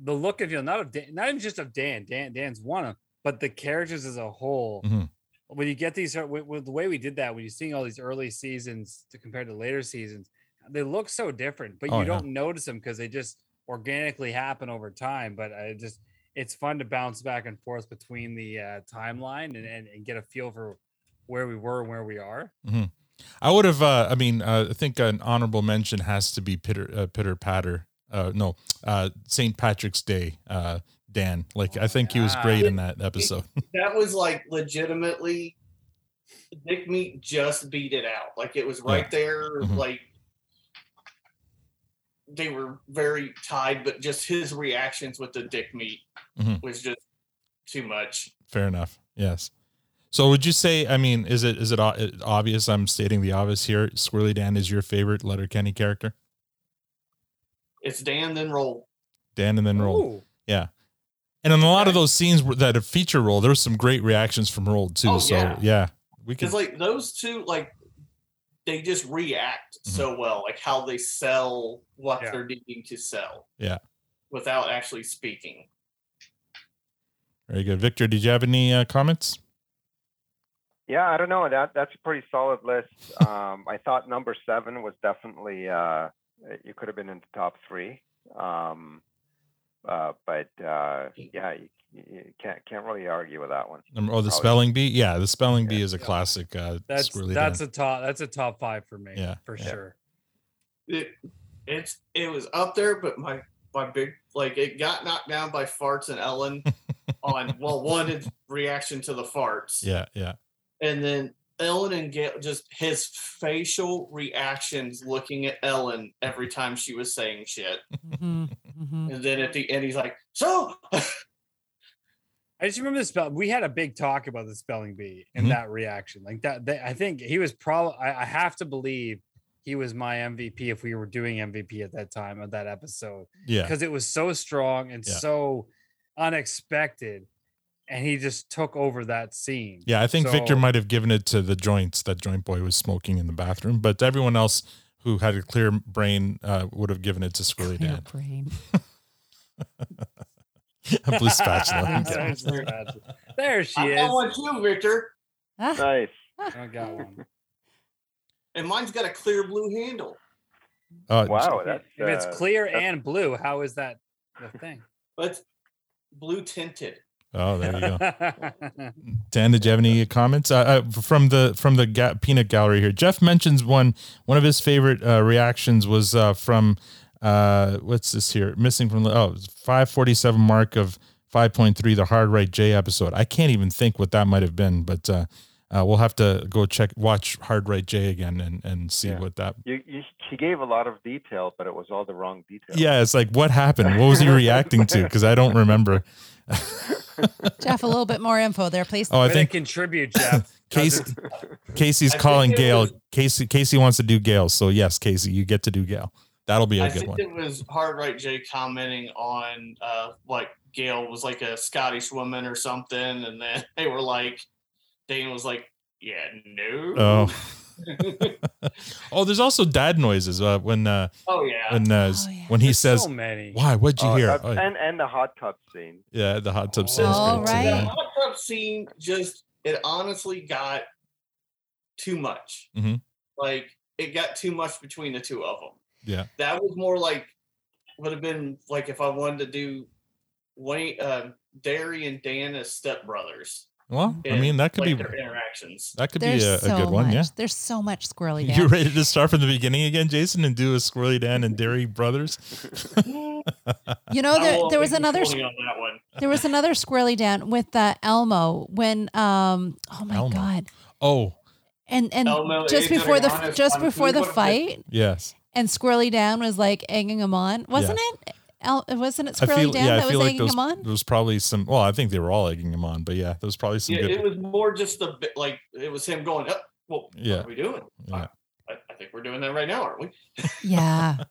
[SPEAKER 2] the look of you know not of Dan, not even just of Dan. Dan Dan's one of, but the characters as a whole.
[SPEAKER 1] Mhm.
[SPEAKER 2] When you get these, uh, with, with the way we did that, when you're seeing all these early seasons to compared to later seasons, they look so different, but you
[SPEAKER 1] Oh, yeah.
[SPEAKER 2] don't notice them because they just organically happen over time. But I just it's fun to bounce back and forth between the uh, timeline and, and and get a feel for where we were and where we are.
[SPEAKER 1] hmm I would have. Uh, I mean, uh, I think an honorable mention has to be Pitter uh, Pitter Patter. Uh, no, uh, St. Patrick's Day. Uh, Dan, like I think he was great in that episode.
[SPEAKER 9] That was like legitimately Dick Meat just beat it out. Like it was right there.
[SPEAKER 1] Mm-hmm.
[SPEAKER 9] Like they were very tied, but just his reactions with the Dick Meat
[SPEAKER 1] Mhm.
[SPEAKER 9] was just too much.
[SPEAKER 1] Fair enough. Yes. So would you say? I mean, is it is it o- obvious? I'm stating the obvious here. Squirrely Dan is your favorite Letterkenny character.
[SPEAKER 9] It's Dan then roll.
[SPEAKER 1] Dan and then Roll.
[SPEAKER 9] Ooh.
[SPEAKER 1] Yeah. And in a lot of those scenes were- that have feature Roll, there was some great reactions from Roll too.
[SPEAKER 9] Oh,
[SPEAKER 1] so yeah.
[SPEAKER 9] yeah.
[SPEAKER 1] we could.
[SPEAKER 9] Because like those two, like they just react
[SPEAKER 1] Mm-hmm.
[SPEAKER 9] so well, like how they sell what they're needing to sell
[SPEAKER 1] yeah.
[SPEAKER 9] without actually speaking.
[SPEAKER 1] Very good, Victor. Did you have any uh, comments?
[SPEAKER 8] Yeah, I don't know. That that's a pretty solid list. Um, I thought number seven was definitely uh, you could have been in the top three, um, uh, but uh, yeah, you, you can't can't really argue with that one.
[SPEAKER 1] Number, oh, the
[SPEAKER 8] Probably.
[SPEAKER 1] spelling bee. Yeah, the spelling bee is a classic. Uh,
[SPEAKER 2] That's
[SPEAKER 1] Squirrely
[SPEAKER 2] that's
[SPEAKER 1] Dan.
[SPEAKER 2] a top that's a top five for me.
[SPEAKER 1] Yeah.
[SPEAKER 2] for
[SPEAKER 1] Yeah.
[SPEAKER 2] sure.
[SPEAKER 9] It it's it was up there, but my my big like it got knocked down by farts and Ellen on well one is reaction to the farts.
[SPEAKER 1] yeah, yeah.
[SPEAKER 9] and then Ellen and Gail just his facial reactions looking at Ellen every time she was saying shit. And then at the end, he's like, "So
[SPEAKER 2] I just remember the spell. We had a big talk about the spelling bee and
[SPEAKER 1] Mhm.
[SPEAKER 2] that reaction. Like that, that- I think he was probably. I, I have to believe he was my MVP if we were doing MVP at that time of that episode.
[SPEAKER 1] Yeah.
[SPEAKER 2] because it was so strong and
[SPEAKER 1] Yeah.
[SPEAKER 2] so unexpected, and he just took over that scene.
[SPEAKER 1] Yeah, I think Victor
[SPEAKER 2] So-
[SPEAKER 1] might have given it to the joints that Joint Boy was smoking in the bathroom, but everyone else who had a clear brain uh, would have given it to Squirrely Dan.
[SPEAKER 11] brain.
[SPEAKER 1] a blue spatula. I'm
[SPEAKER 2] Sorry,
[SPEAKER 1] kidding.
[SPEAKER 2] sorry, spatula. There she
[SPEAKER 9] I
[SPEAKER 2] is. Ah.
[SPEAKER 9] got one too, Victor."
[SPEAKER 8] Nice.
[SPEAKER 2] I got one.
[SPEAKER 9] And mine's got a clear blue handle.
[SPEAKER 1] Uh,
[SPEAKER 8] Wow, that's
[SPEAKER 2] if it's
[SPEAKER 8] uh,
[SPEAKER 2] clear
[SPEAKER 8] that's-
[SPEAKER 2] and blue, how is that the thing?
[SPEAKER 9] But blue tinted.
[SPEAKER 1] Oh, there you go. Dan, did you have any comments uh, uh, from the from the ga- peanut gallery here? Jeff mentions one one of his favorite uh, reactions was uh, from uh, what's this here? Missing from the oh five forty seven mark of five point three, the hard right J episode. I can't even think what that might have been, but uh, uh, we'll have to go check watch hard right J again and and see what that.
[SPEAKER 8] You, you, he gave a lot of detail, but it was all the wrong detail.
[SPEAKER 1] Yeah, it's like what happened? What was he reacting to? Because I don't remember.
[SPEAKER 11] Jeff, a little bit more info there, please.
[SPEAKER 1] Oh, I Way to think-
[SPEAKER 2] contribute, Jeff.
[SPEAKER 1] Casey, Casey's calling Gail. Casey, Casey wants to do Gail. So yes, Casey, you get to do Gail. That'll be a
[SPEAKER 9] I
[SPEAKER 1] good
[SPEAKER 9] think
[SPEAKER 1] one.
[SPEAKER 9] it was Hard Right Jay commenting on uh like Gail was like a Scottish woman or something, and then they were like, Dane was like, "Yeah, no."
[SPEAKER 1] Oh. oh, there's also dad noises uh, when. Uh,
[SPEAKER 9] Oh, yeah.
[SPEAKER 1] When uh, when he says, "Why? What'd you
[SPEAKER 8] Oh,
[SPEAKER 1] hear?"
[SPEAKER 8] that's-
[SPEAKER 1] Oh,
[SPEAKER 8] And and the hot tub scene.
[SPEAKER 9] Oh,
[SPEAKER 1] yeah, the hot tub scene. is great too, yeah.
[SPEAKER 9] The hot tub scene just it honestly got too much.
[SPEAKER 1] Mhm.
[SPEAKER 9] Like it got too much between the two of them.
[SPEAKER 1] Yeah.
[SPEAKER 9] That was more like would have been like if I wanted to do Wayne, uh, Derry and Dan as stepbrothers.
[SPEAKER 1] Well, I
[SPEAKER 9] And,
[SPEAKER 1] mean, that could
[SPEAKER 9] like,
[SPEAKER 1] be-
[SPEAKER 9] their interactions.
[SPEAKER 1] that could be
[SPEAKER 11] There's
[SPEAKER 1] a- a good one,
[SPEAKER 11] much.
[SPEAKER 1] yeah.
[SPEAKER 11] There's so much squirrely dance.
[SPEAKER 1] You ready to start from the beginning again, Jason, and do a Squirrely Dan and Dairy Brothers?
[SPEAKER 11] You know,
[SPEAKER 9] I
[SPEAKER 11] there,
[SPEAKER 9] will
[SPEAKER 11] there was
[SPEAKER 9] be
[SPEAKER 11] another
[SPEAKER 9] holding
[SPEAKER 11] squ-
[SPEAKER 9] on that one.
[SPEAKER 11] there was another squirrely down with uh, Elmo when um oh my
[SPEAKER 1] Elmo.
[SPEAKER 11] god
[SPEAKER 1] Oh,
[SPEAKER 11] and and
[SPEAKER 1] Elmo
[SPEAKER 11] just
[SPEAKER 1] is an
[SPEAKER 11] before the
[SPEAKER 1] honest-
[SPEAKER 11] just
[SPEAKER 1] honestly,
[SPEAKER 11] before the
[SPEAKER 1] what a-
[SPEAKER 11] fight
[SPEAKER 1] yes.
[SPEAKER 11] and squirrely down was like egging him on wasn't it El- wasn't it
[SPEAKER 1] I
[SPEAKER 11] squirrely
[SPEAKER 1] feel,
[SPEAKER 11] down
[SPEAKER 1] yeah,
[SPEAKER 11] that
[SPEAKER 1] I
[SPEAKER 11] was
[SPEAKER 1] feel like
[SPEAKER 11] egging
[SPEAKER 1] those,
[SPEAKER 11] him on
[SPEAKER 1] there was probably some, well, I think they were all egging him on, but yeah, there was probably some
[SPEAKER 9] Yeah,
[SPEAKER 1] good.
[SPEAKER 9] it was more just the bi- like it was him going up. Well,
[SPEAKER 1] Yeah.
[SPEAKER 9] what are we doing?
[SPEAKER 1] Yeah.
[SPEAKER 9] I, I think we're doing that right now, aren't we?
[SPEAKER 11] yeah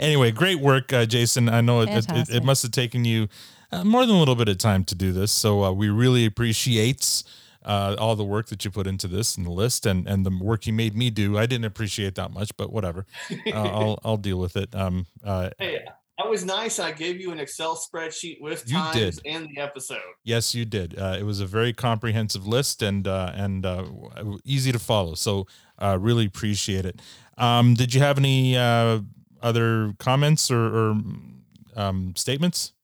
[SPEAKER 1] anyway, great work, uh, Jason. I know it, it, it,
[SPEAKER 11] Fantastic.
[SPEAKER 1] it must have taken you uh, more than a little bit of time to do this, so uh, we really appreciate uh, all the work that you put into this and the list and and the work you made me do. I didn't appreciate that much, but whatever. Uh, I'll I'll deal with it. Um, uh,
[SPEAKER 9] Hey, I was nice. I gave you an Excel spreadsheet with
[SPEAKER 1] You
[SPEAKER 9] times
[SPEAKER 1] did.
[SPEAKER 9] and the episode.
[SPEAKER 1] Yes, you did. Uh, it was a very comprehensive list and uh, and uh, w- easy to follow. So uh, really appreciate it. Um, did you have any uh, other comments or, or um, statements?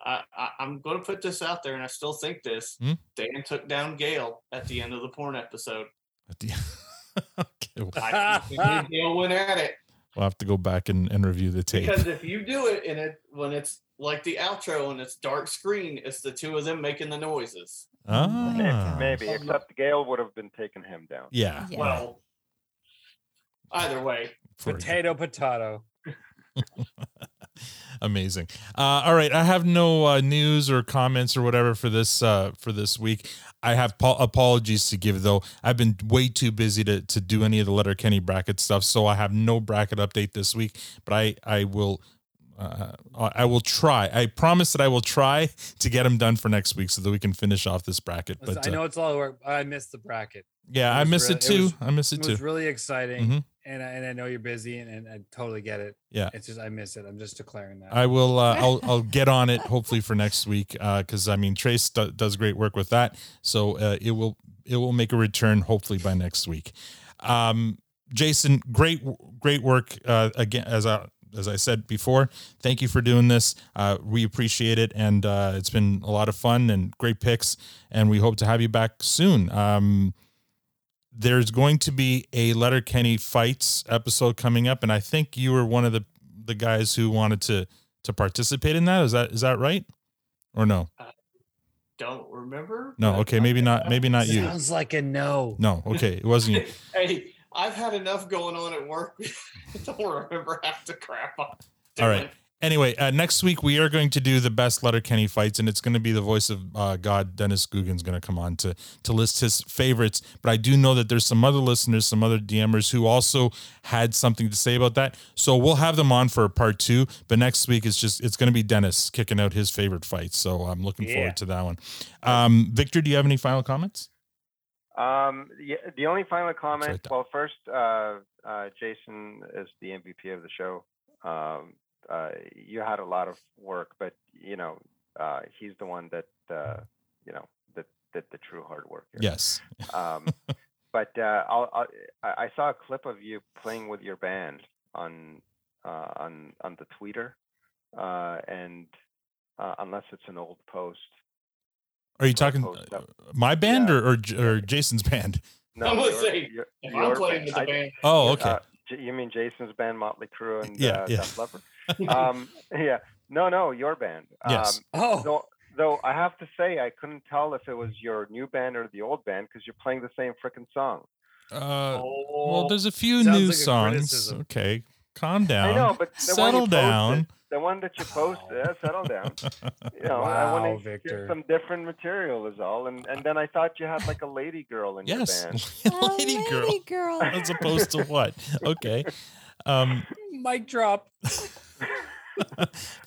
[SPEAKER 9] I, I, I'm going to put this out there, and I still think this.
[SPEAKER 1] Hmm?
[SPEAKER 9] Dan took down Gail at the end of the porn episode.
[SPEAKER 1] At the-
[SPEAKER 9] I keep thinking Gail went at it
[SPEAKER 1] We'll have to go back and, and review the tape.
[SPEAKER 9] because if you do it, and it when it's like the outro and it's dark screen, it's the two of them making the noises.
[SPEAKER 1] Ah.
[SPEAKER 13] Maybe, maybe, except Gail would have been taking him down.
[SPEAKER 1] Yeah. Yeah.
[SPEAKER 9] Well, either way,
[SPEAKER 2] potato, potato.
[SPEAKER 1] Amazing. Uh, all right, I have no uh, news or comments or whatever for this uh, for this week. I have po- apologies to give though. I've been way too busy to to do any of the letter Kenny bracket stuff, so I have no bracket update this week. But I I will. Uh, I will try. I promise that I will try to get them done for next week so that we can finish off this bracket.
[SPEAKER 2] Listen,
[SPEAKER 1] But
[SPEAKER 2] I
[SPEAKER 1] uh,
[SPEAKER 2] know it's a lot of work. but I missed the bracket.
[SPEAKER 1] Yeah, I
[SPEAKER 2] was
[SPEAKER 1] miss it
[SPEAKER 2] was-
[SPEAKER 1] too. I miss it
[SPEAKER 2] It was
[SPEAKER 1] too.
[SPEAKER 2] really exciting,
[SPEAKER 1] Mhm.
[SPEAKER 2] and I, and I know you're busy, and, and I totally get it.
[SPEAKER 1] Yeah.
[SPEAKER 2] it's just I miss it. I'm just declaring that.
[SPEAKER 1] I will. Uh, I'll. I'll get on it hopefully for next week because I mean Trace do- does great work with that, so uh, it will. It will make a return hopefully by next week. Um, Jason, great, great work uh, again. As I as I said before, thank you for doing this. Uh, we appreciate it, and uh, it's been a lot of fun and great picks. And we hope to have you back soon. Um, there's going to be a Letter Kenny fights episode coming up, and I think you were one of the the guys who wanted to to participate in that. Is that is that right? Or no?
[SPEAKER 9] don't remember.
[SPEAKER 1] No. Okay. Maybe not. Maybe not you.
[SPEAKER 2] Sounds like a no.
[SPEAKER 1] No. Okay. It wasn't you.
[SPEAKER 9] Hey, I've had enough going on at work. I don't remember half the crap. I'm
[SPEAKER 1] All right. Anyway, uh, next week we are going to do the best Letterkenny fights, and it's going to be the voice of uh, God, Dennis Guggen's going to come on to to list his favorites. But I do know that there's some other listeners, some other DMers who also had something to say about that. So we'll have them on for part two. But next week it's just it's going to be Dennis kicking out his favorite fights. So I'm looking
[SPEAKER 13] Yeah.
[SPEAKER 1] forward to that one. Um, Victor, do you have any final comments?
[SPEAKER 13] Um, yeah, the only final comment.
[SPEAKER 1] down.
[SPEAKER 13] Well, first, uh, uh, Jason is the MVP of the show. Um, uh, you had a lot of work, but you know, uh, he's the one that uh, you know that did the true hard work. Here.
[SPEAKER 1] Yes.
[SPEAKER 13] Um, but uh, I'll, I'll, I I saw a clip of you playing with your band on uh, on on the Twitter, uh, and uh, unless it's an old post.
[SPEAKER 1] Are you talking uh, my band or, or J- or Jason's band?
[SPEAKER 13] No,
[SPEAKER 9] I'm gonna
[SPEAKER 13] your-
[SPEAKER 9] say,
[SPEAKER 13] your-
[SPEAKER 9] if
[SPEAKER 13] your
[SPEAKER 9] I'm playing with the
[SPEAKER 13] I-
[SPEAKER 9] band,
[SPEAKER 1] Oh, okay.
[SPEAKER 13] uh, J- you mean Jason's band, Motley Crue, and
[SPEAKER 1] Yeah,
[SPEAKER 13] uh,
[SPEAKER 1] yeah.
[SPEAKER 13] Def Leppard? um, yeah. No, no, your band.
[SPEAKER 1] Yes.
[SPEAKER 13] Um, oh. Though, though I have to say, I couldn't tell if it was your new band or the old band because you're playing the same freaking song.
[SPEAKER 1] Uh,
[SPEAKER 9] Oh.
[SPEAKER 1] well, there's a few
[SPEAKER 13] Oh, Sounds
[SPEAKER 1] new
[SPEAKER 13] like a
[SPEAKER 1] songs.
[SPEAKER 13] criticism.
[SPEAKER 1] Okay, calm down.
[SPEAKER 13] I know, but the one you
[SPEAKER 1] settle
[SPEAKER 13] posted-
[SPEAKER 1] down.
[SPEAKER 13] the one that you posted, yeah, settle down. You know, I
[SPEAKER 1] Wow,
[SPEAKER 13] want to
[SPEAKER 1] Victor.
[SPEAKER 13] hear some different material is all. And and then I thought you had like a lady girl in
[SPEAKER 1] Yes,
[SPEAKER 13] your band.
[SPEAKER 1] lady girl.
[SPEAKER 11] girl.
[SPEAKER 1] As opposed to what? Okay. Um,
[SPEAKER 2] Mic drop.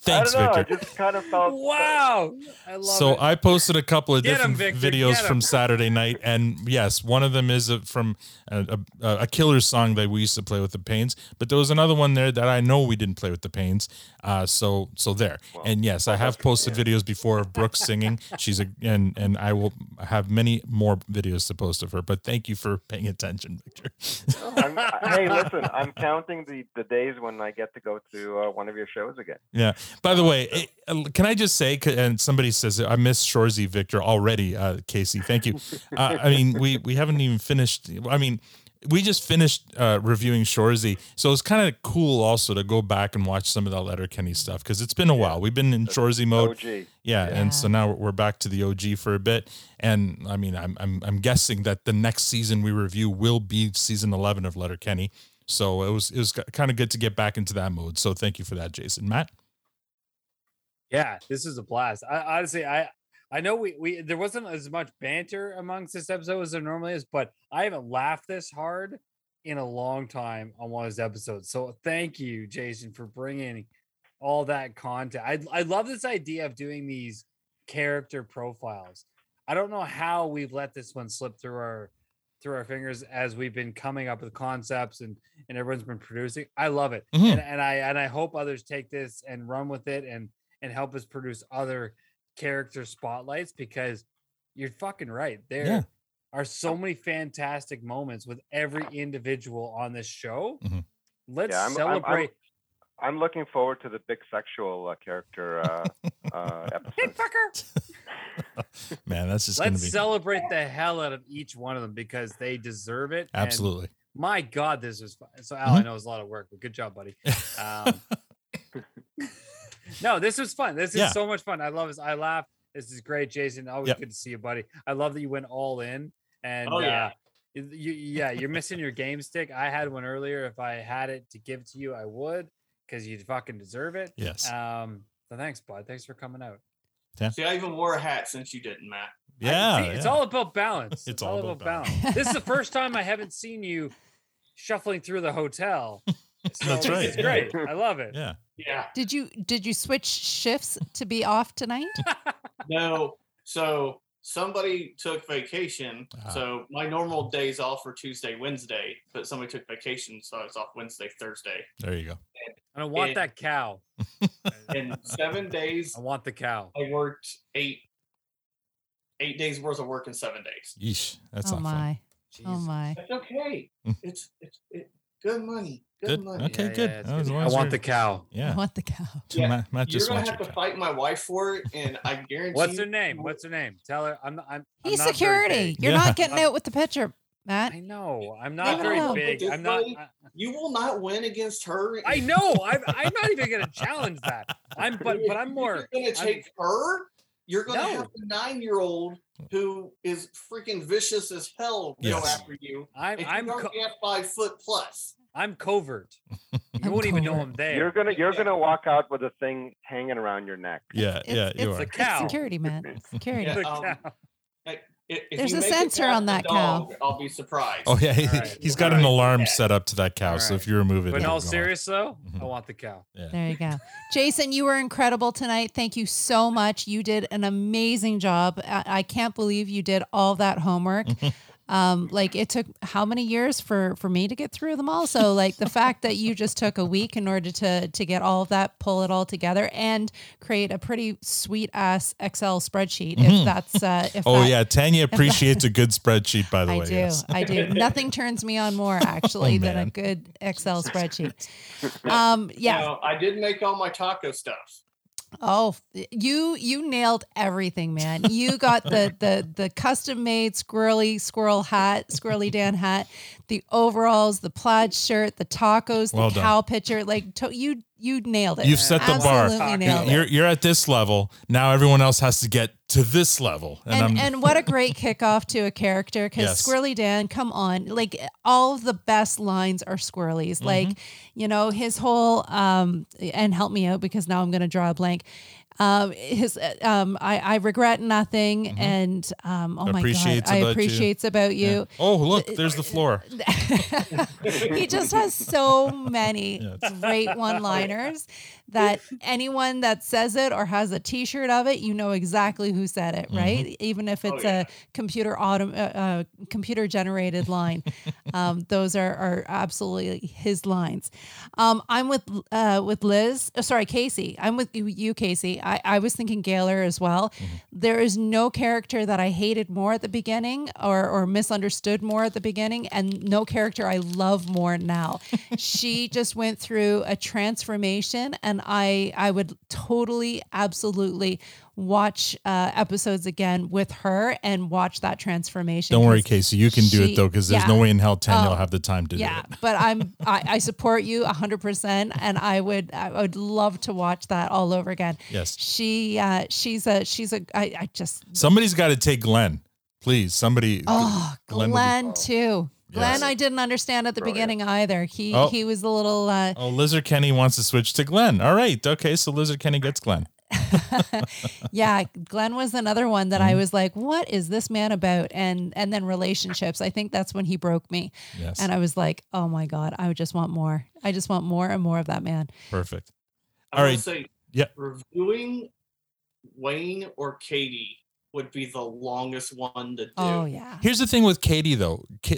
[SPEAKER 1] Thanks,
[SPEAKER 8] I don't know.
[SPEAKER 1] Victor.
[SPEAKER 8] I just kind of felt.
[SPEAKER 2] Wow. I love
[SPEAKER 1] so
[SPEAKER 2] it.
[SPEAKER 1] I posted a couple of
[SPEAKER 2] Get 'em,
[SPEAKER 1] different
[SPEAKER 2] Victor,
[SPEAKER 1] videos
[SPEAKER 2] get 'em.
[SPEAKER 1] from Saturday night, and yes, one of them is a, from a, a, a killer song that we used to play with the Pains. But there was another one there that I know we didn't play with the Pains. Uh, so so there, and yes, I have posted videos before of Brooke singing. She's a and and I will have many more videos to post of her. But thank you for paying attention, Victor.
[SPEAKER 8] I'm, hey, listen, I'm counting the, the days when I get to go to uh, one of your shows again.
[SPEAKER 1] Yeah. By the way, it- uh, can I just say, c- and somebody says, I miss Shorzy Victor already, uh, Casey. Thank you. Uh, I mean, we, we haven't even finished. I mean, we just finished uh, reviewing Shorzy. So it's kind of cool also to go back and watch some of that Letterkenny stuff because it's been a while. We've been in Shorzy mode.
[SPEAKER 8] OG.
[SPEAKER 1] Yeah, and so now we're back to the OG for a bit, and I mean, I'm I'm I'm guessing that the next season we review will be season 11 of Letterkenny. So it was it was kind of good to get back into that mode. So thank you for that, Jason. Matt.
[SPEAKER 2] Yeah, this is a blast. I honestly I I know we, we there wasn't as much banter amongst this episode as there normally is, but I haven't laughed this hard in a long time on one of his episodes. So thank you, Jason, for bringing all that content. I I love this idea of doing these character profiles. I don't know how we've let this one slip through our through our fingers as we've been coming up with concepts and and everyone's been producing. I love it,
[SPEAKER 1] Mhm.
[SPEAKER 2] and, and I and I hope others take this and run with it and and help us produce other character spotlights because you're fucking right. There
[SPEAKER 1] Yeah.
[SPEAKER 2] are so many fantastic moments with every individual on this show. Let's
[SPEAKER 8] Yeah, I'm- I'm- I'm-
[SPEAKER 2] celebrate.
[SPEAKER 8] I'm looking forward to the big sexual uh, character uh, uh, episode.
[SPEAKER 1] Man, that's just going
[SPEAKER 2] Let's
[SPEAKER 1] to be
[SPEAKER 2] celebrate the hell out of each one of them because they deserve it. and
[SPEAKER 1] absolutely.
[SPEAKER 2] my God, this was fun. So Al, I
[SPEAKER 1] Mhm.
[SPEAKER 2] know it's a lot of work, but good job, buddy. Um, no, this was fun. This is
[SPEAKER 1] Yeah.
[SPEAKER 2] so much fun. I love this. I laugh. This is great, Jason. Always
[SPEAKER 1] Yep.
[SPEAKER 2] good to see you, buddy. I love that you went all in. And
[SPEAKER 9] Oh, yeah.
[SPEAKER 2] uh, you, you- yeah, you're missing your game stick. I had one earlier. If I had it to give to you, I would because you fucking deserve it.
[SPEAKER 1] Yes.
[SPEAKER 2] Um, so thanks, bud. Thanks for coming out.
[SPEAKER 9] See, I even wore a hat since you didn't, Matt.
[SPEAKER 1] Yeah,
[SPEAKER 2] See, it's
[SPEAKER 1] yeah.
[SPEAKER 2] all about balance. It's, all,
[SPEAKER 1] all
[SPEAKER 2] about,
[SPEAKER 1] about
[SPEAKER 2] balance. this is the first time I haven't seen you shuffling through the hotel.
[SPEAKER 1] That's
[SPEAKER 2] this
[SPEAKER 1] right,
[SPEAKER 2] is
[SPEAKER 1] yeah.
[SPEAKER 2] great. I love it.
[SPEAKER 1] Yeah.
[SPEAKER 9] Yeah.
[SPEAKER 11] Did you did you switch shifts to be off tonight?
[SPEAKER 9] No. So somebody took vacation.
[SPEAKER 1] Uh-huh.
[SPEAKER 9] So my normal days off are Tuesday, Wednesday, but somebody took vacation, so I was off Wednesday, Thursday.
[SPEAKER 1] There you go.
[SPEAKER 2] I don't want
[SPEAKER 9] And-
[SPEAKER 2] that cow.
[SPEAKER 9] In seven days,
[SPEAKER 2] I want the cow.
[SPEAKER 9] I worked eight eight days worth of work in seven days.
[SPEAKER 1] Yeesh, that's
[SPEAKER 11] oh
[SPEAKER 1] not fun.
[SPEAKER 11] my. Oh my.
[SPEAKER 9] That's okay. It's it's it, good money. Good,
[SPEAKER 1] Hmm. Good.
[SPEAKER 9] money.
[SPEAKER 1] Okay, good.
[SPEAKER 2] it's
[SPEAKER 1] Oh, as
[SPEAKER 2] good.
[SPEAKER 1] long
[SPEAKER 2] I
[SPEAKER 1] as
[SPEAKER 2] want
[SPEAKER 1] you're-
[SPEAKER 2] the cow.
[SPEAKER 1] Yeah.
[SPEAKER 11] I want the cow.
[SPEAKER 1] So Matt, Matt
[SPEAKER 9] You're
[SPEAKER 1] just
[SPEAKER 9] gonna
[SPEAKER 1] wants
[SPEAKER 9] have to fight my wife for it, and I guarantee.
[SPEAKER 2] What's her
[SPEAKER 9] you-
[SPEAKER 2] name? What's her name? Tell her I'm. not- I'm I'm
[SPEAKER 11] He's
[SPEAKER 2] not very
[SPEAKER 11] security.
[SPEAKER 2] big.
[SPEAKER 11] You're not getting out with the picture, Matt.
[SPEAKER 2] I know. I'm
[SPEAKER 11] No,
[SPEAKER 2] not
[SPEAKER 11] no,
[SPEAKER 2] very
[SPEAKER 11] no.
[SPEAKER 2] big.
[SPEAKER 9] This
[SPEAKER 2] I'm not.
[SPEAKER 9] way, you will not win against her.
[SPEAKER 2] I know. I'm. I'm not even gonna challenge that. I'm. But. But I'm more.
[SPEAKER 9] You're
[SPEAKER 2] I'm-
[SPEAKER 9] gonna take her. You're gonna
[SPEAKER 2] No.
[SPEAKER 9] have a nine-year-old who is freaking vicious as hell go
[SPEAKER 2] Yes.
[SPEAKER 9] after you.
[SPEAKER 2] I'm-
[SPEAKER 9] if
[SPEAKER 2] I'm
[SPEAKER 9] you
[SPEAKER 2] co-
[SPEAKER 9] don't get five foot plus.
[SPEAKER 2] I'm covert. You won't even know I'm there.
[SPEAKER 8] You're gonna you're gonna walk out with a thing hanging around your neck.
[SPEAKER 1] Yeah, yeah, you
[SPEAKER 11] it's
[SPEAKER 1] are.
[SPEAKER 11] a Security, Matt. Security.
[SPEAKER 9] Yeah, um, I- i- if
[SPEAKER 11] There's
[SPEAKER 9] you
[SPEAKER 11] a
[SPEAKER 9] make it
[SPEAKER 11] sensor
[SPEAKER 9] past
[SPEAKER 11] on
[SPEAKER 9] the
[SPEAKER 11] that cow.
[SPEAKER 9] dog, I'll be surprised.
[SPEAKER 1] Oh yeah, he, has got an alarm set up to that cow. So if you remove it,
[SPEAKER 2] But in
[SPEAKER 1] it'll
[SPEAKER 2] all
[SPEAKER 1] go Mm-hmm. off.
[SPEAKER 2] serious though, I want the cow.
[SPEAKER 11] There you go. Jason, you were incredible tonight. Thank you so much. You did an amazing job. I, I can't believe you did all that homework. um, like it took how many years for for me to get through them all? So like the fact that you just took a week in order to to get all of that, pull it all together, and create a pretty sweet ass Excel spreadsheet. If
[SPEAKER 1] Mhm.
[SPEAKER 11] that's uh, if
[SPEAKER 1] Oh
[SPEAKER 11] that-
[SPEAKER 1] yeah, Tanya
[SPEAKER 11] if that-
[SPEAKER 1] appreciates a good spreadsheet. By the
[SPEAKER 11] I
[SPEAKER 1] way,
[SPEAKER 11] do.
[SPEAKER 1] yes.
[SPEAKER 11] I do. Nothing turns me on more actually than a
[SPEAKER 1] man.
[SPEAKER 11] good Excel spreadsheet. Um, yeah.
[SPEAKER 9] Now, I did make all my taco stuff.
[SPEAKER 11] Oh, f- you you nailed everything, man. You got the the the custom made squirrely squirrel hat, squirrely Dan hat, the overalls, the plaid shirt, the tacos, the
[SPEAKER 1] Well done.
[SPEAKER 11] cow picture. Like to, you you nailed it.
[SPEAKER 1] You've set the
[SPEAKER 11] Absolutely
[SPEAKER 1] bar.
[SPEAKER 11] Nailed it.
[SPEAKER 1] You're you're at this level. Now everyone else has to get to this level. And,
[SPEAKER 11] And,
[SPEAKER 1] I'm
[SPEAKER 11] and what a great kickoff to a character because
[SPEAKER 1] Yes.
[SPEAKER 11] Squirrely Dan, come on, like all of the best lines are Squirrely's.
[SPEAKER 1] Mm-hmm.
[SPEAKER 11] Like, you know, his whole um, and help me out because now I'm going to draw a blank. Um, his, uh, um, I, I regret nothing, and um, oh my god,
[SPEAKER 1] Mm-hmm. Appreciates
[SPEAKER 11] I
[SPEAKER 1] about you.
[SPEAKER 11] appreciates about you.
[SPEAKER 1] Yeah. Oh, look, there's the floor.
[SPEAKER 11] he just has so many great one-liners that anyone that says it or has a T-shirt of it, you know exactly who said it, right? Even if
[SPEAKER 14] Mm-hmm. Oh,
[SPEAKER 11] it's
[SPEAKER 14] yeah.
[SPEAKER 11] a computer autom- uh, uh, computer-generated line, um, those are, are absolutely his lines. Um, I'm with uh, with Liz. Oh, sorry, Casey. I'm with you- you, Casey. I, I was thinking Gaylor as well.
[SPEAKER 14] Mm-hmm.
[SPEAKER 11] There is no character that I hated more at the beginning or or misunderstood more at the beginning, and no character I love more now. she just went through a transformation, and I I would totally, absolutely watch uh, episodes again with her and watch that transformation.
[SPEAKER 1] Don't worry,
[SPEAKER 11] 'cause
[SPEAKER 1] Casey. You can do
[SPEAKER 11] she-
[SPEAKER 1] it though, because there's
[SPEAKER 11] yeah.
[SPEAKER 1] no way in hell ten
[SPEAKER 11] Oh,
[SPEAKER 1] you'll have the time to
[SPEAKER 11] yeah,
[SPEAKER 1] do it.
[SPEAKER 11] but I'm I, I support you 100%, and I would I would love to watch that all over again.
[SPEAKER 1] Yes.
[SPEAKER 11] she uh, she's a she's a I, I just
[SPEAKER 1] Somebody's got to take Glenn, please. Somebody.
[SPEAKER 11] oh
[SPEAKER 1] Glenn would
[SPEAKER 11] Glenn,
[SPEAKER 1] be-
[SPEAKER 11] too. Glenn,
[SPEAKER 1] Yes.
[SPEAKER 11] I didn't understand at the beginning either. He
[SPEAKER 1] Oh.
[SPEAKER 11] he was a little uh,
[SPEAKER 1] Oh, Lizard Kenny wants to switch to Glenn. All right, okay. So Lizard Kenny gets Glenn.
[SPEAKER 11] yeah. Glenn was another one that
[SPEAKER 1] Mm-hmm.
[SPEAKER 11] I was like, what is this man about? And and then relationships. I think that's when he broke me.
[SPEAKER 1] Yes.
[SPEAKER 11] And I was like, oh my god, I just want more. I just want more and more of that man.
[SPEAKER 1] Perfect.
[SPEAKER 9] I
[SPEAKER 1] All
[SPEAKER 9] would
[SPEAKER 1] right.
[SPEAKER 9] say
[SPEAKER 1] Yeah.
[SPEAKER 9] reviewing Wayne or Katie would be the longest one to do.
[SPEAKER 11] Oh yeah.
[SPEAKER 1] Here's the thing with Katie though. Ka-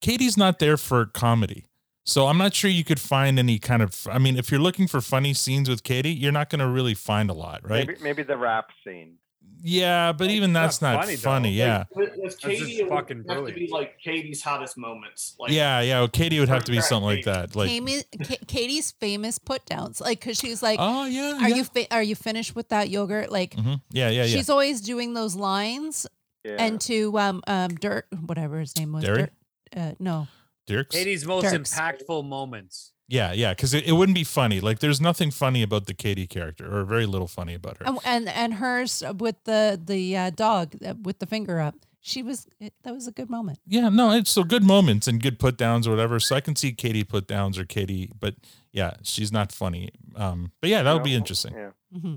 [SPEAKER 1] Katie's not there for comedy. So I'm not sure you could find any kind of I mean if you're looking for funny scenes with Katie, you're not going to really find a lot, right?
[SPEAKER 8] Maybe, maybe the rap scene.
[SPEAKER 1] Yeah, but even that's not funny. yeah.
[SPEAKER 9] With, with
[SPEAKER 8] That's
[SPEAKER 9] Katie,
[SPEAKER 8] just
[SPEAKER 9] it would
[SPEAKER 8] fucking
[SPEAKER 9] have to
[SPEAKER 8] brilliant.
[SPEAKER 9] be like Katie's hottest moments. Like
[SPEAKER 1] yeah, yeah, well, Katie would have to be something like that. Like
[SPEAKER 11] Kami- Ka- Katie's famous put downs, like because she was like,
[SPEAKER 1] Oh, yeah,
[SPEAKER 11] are
[SPEAKER 1] yeah.
[SPEAKER 11] you fi- are you finished with that yogurt?" Like
[SPEAKER 1] Mhm. Yeah, yeah, yeah.
[SPEAKER 11] she's always doing those lines, and to um um dirt whatever his name was,
[SPEAKER 1] Derry?
[SPEAKER 11] Dirt- uh, no,
[SPEAKER 1] Dirks?
[SPEAKER 2] Katie's most
[SPEAKER 11] Dirks.
[SPEAKER 2] impactful moments.
[SPEAKER 1] Yeah, yeah, because it, it wouldn't be funny. Like, there's nothing funny about the Katie character, or very little funny about her.
[SPEAKER 11] and and, and hers with the the uh, dog uh, with the finger up. She was it, that was a good moment.
[SPEAKER 1] Yeah, no, it's so good moments and good put downs or whatever. So I can see Katie put downs or Katie, but yeah, she's not funny. Um, but yeah, that would be
[SPEAKER 8] No,
[SPEAKER 1] interesting.
[SPEAKER 8] Yeah.
[SPEAKER 11] Mm-hmm.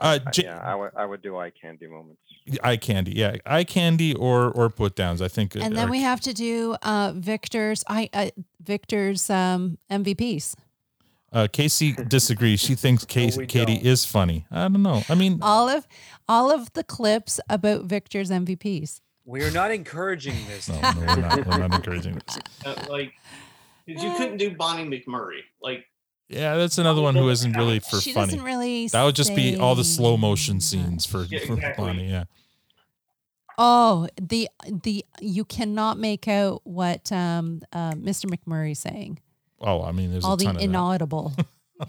[SPEAKER 1] Uh,
[SPEAKER 8] I-
[SPEAKER 1] J-
[SPEAKER 8] yeah, I would I would do eye candy moments.
[SPEAKER 1] Eye candy, yeah, eye candy or or put downs. I think. uh,
[SPEAKER 11] And then we have to do uh Victor's I uh, Victor's um MVPs.
[SPEAKER 1] uh, Casey disagrees. She thinks Casey, Katie is funny. I don't know. I mean,
[SPEAKER 11] All of all of the clips about Victor's MVPs.
[SPEAKER 2] We are not encouraging this.
[SPEAKER 1] no, no, we're not, we're not encouraging this.
[SPEAKER 9] uh, like 'cause you couldn't do Bonnie McMurray. Like
[SPEAKER 1] Yeah, that's another one who isn't really for
[SPEAKER 11] She
[SPEAKER 1] funny.
[SPEAKER 11] doesn't really
[SPEAKER 1] that would just be all the
[SPEAKER 11] say
[SPEAKER 1] slow motion scenes for,
[SPEAKER 9] Yeah,
[SPEAKER 1] for
[SPEAKER 9] exactly.
[SPEAKER 1] Bonnie. Yeah.
[SPEAKER 11] Oh, the the you cannot make out what um uh, Mr. McMurray's saying.
[SPEAKER 1] Oh, I mean, there's
[SPEAKER 11] All
[SPEAKER 1] a ton
[SPEAKER 11] the
[SPEAKER 1] of that.
[SPEAKER 11] inaudible.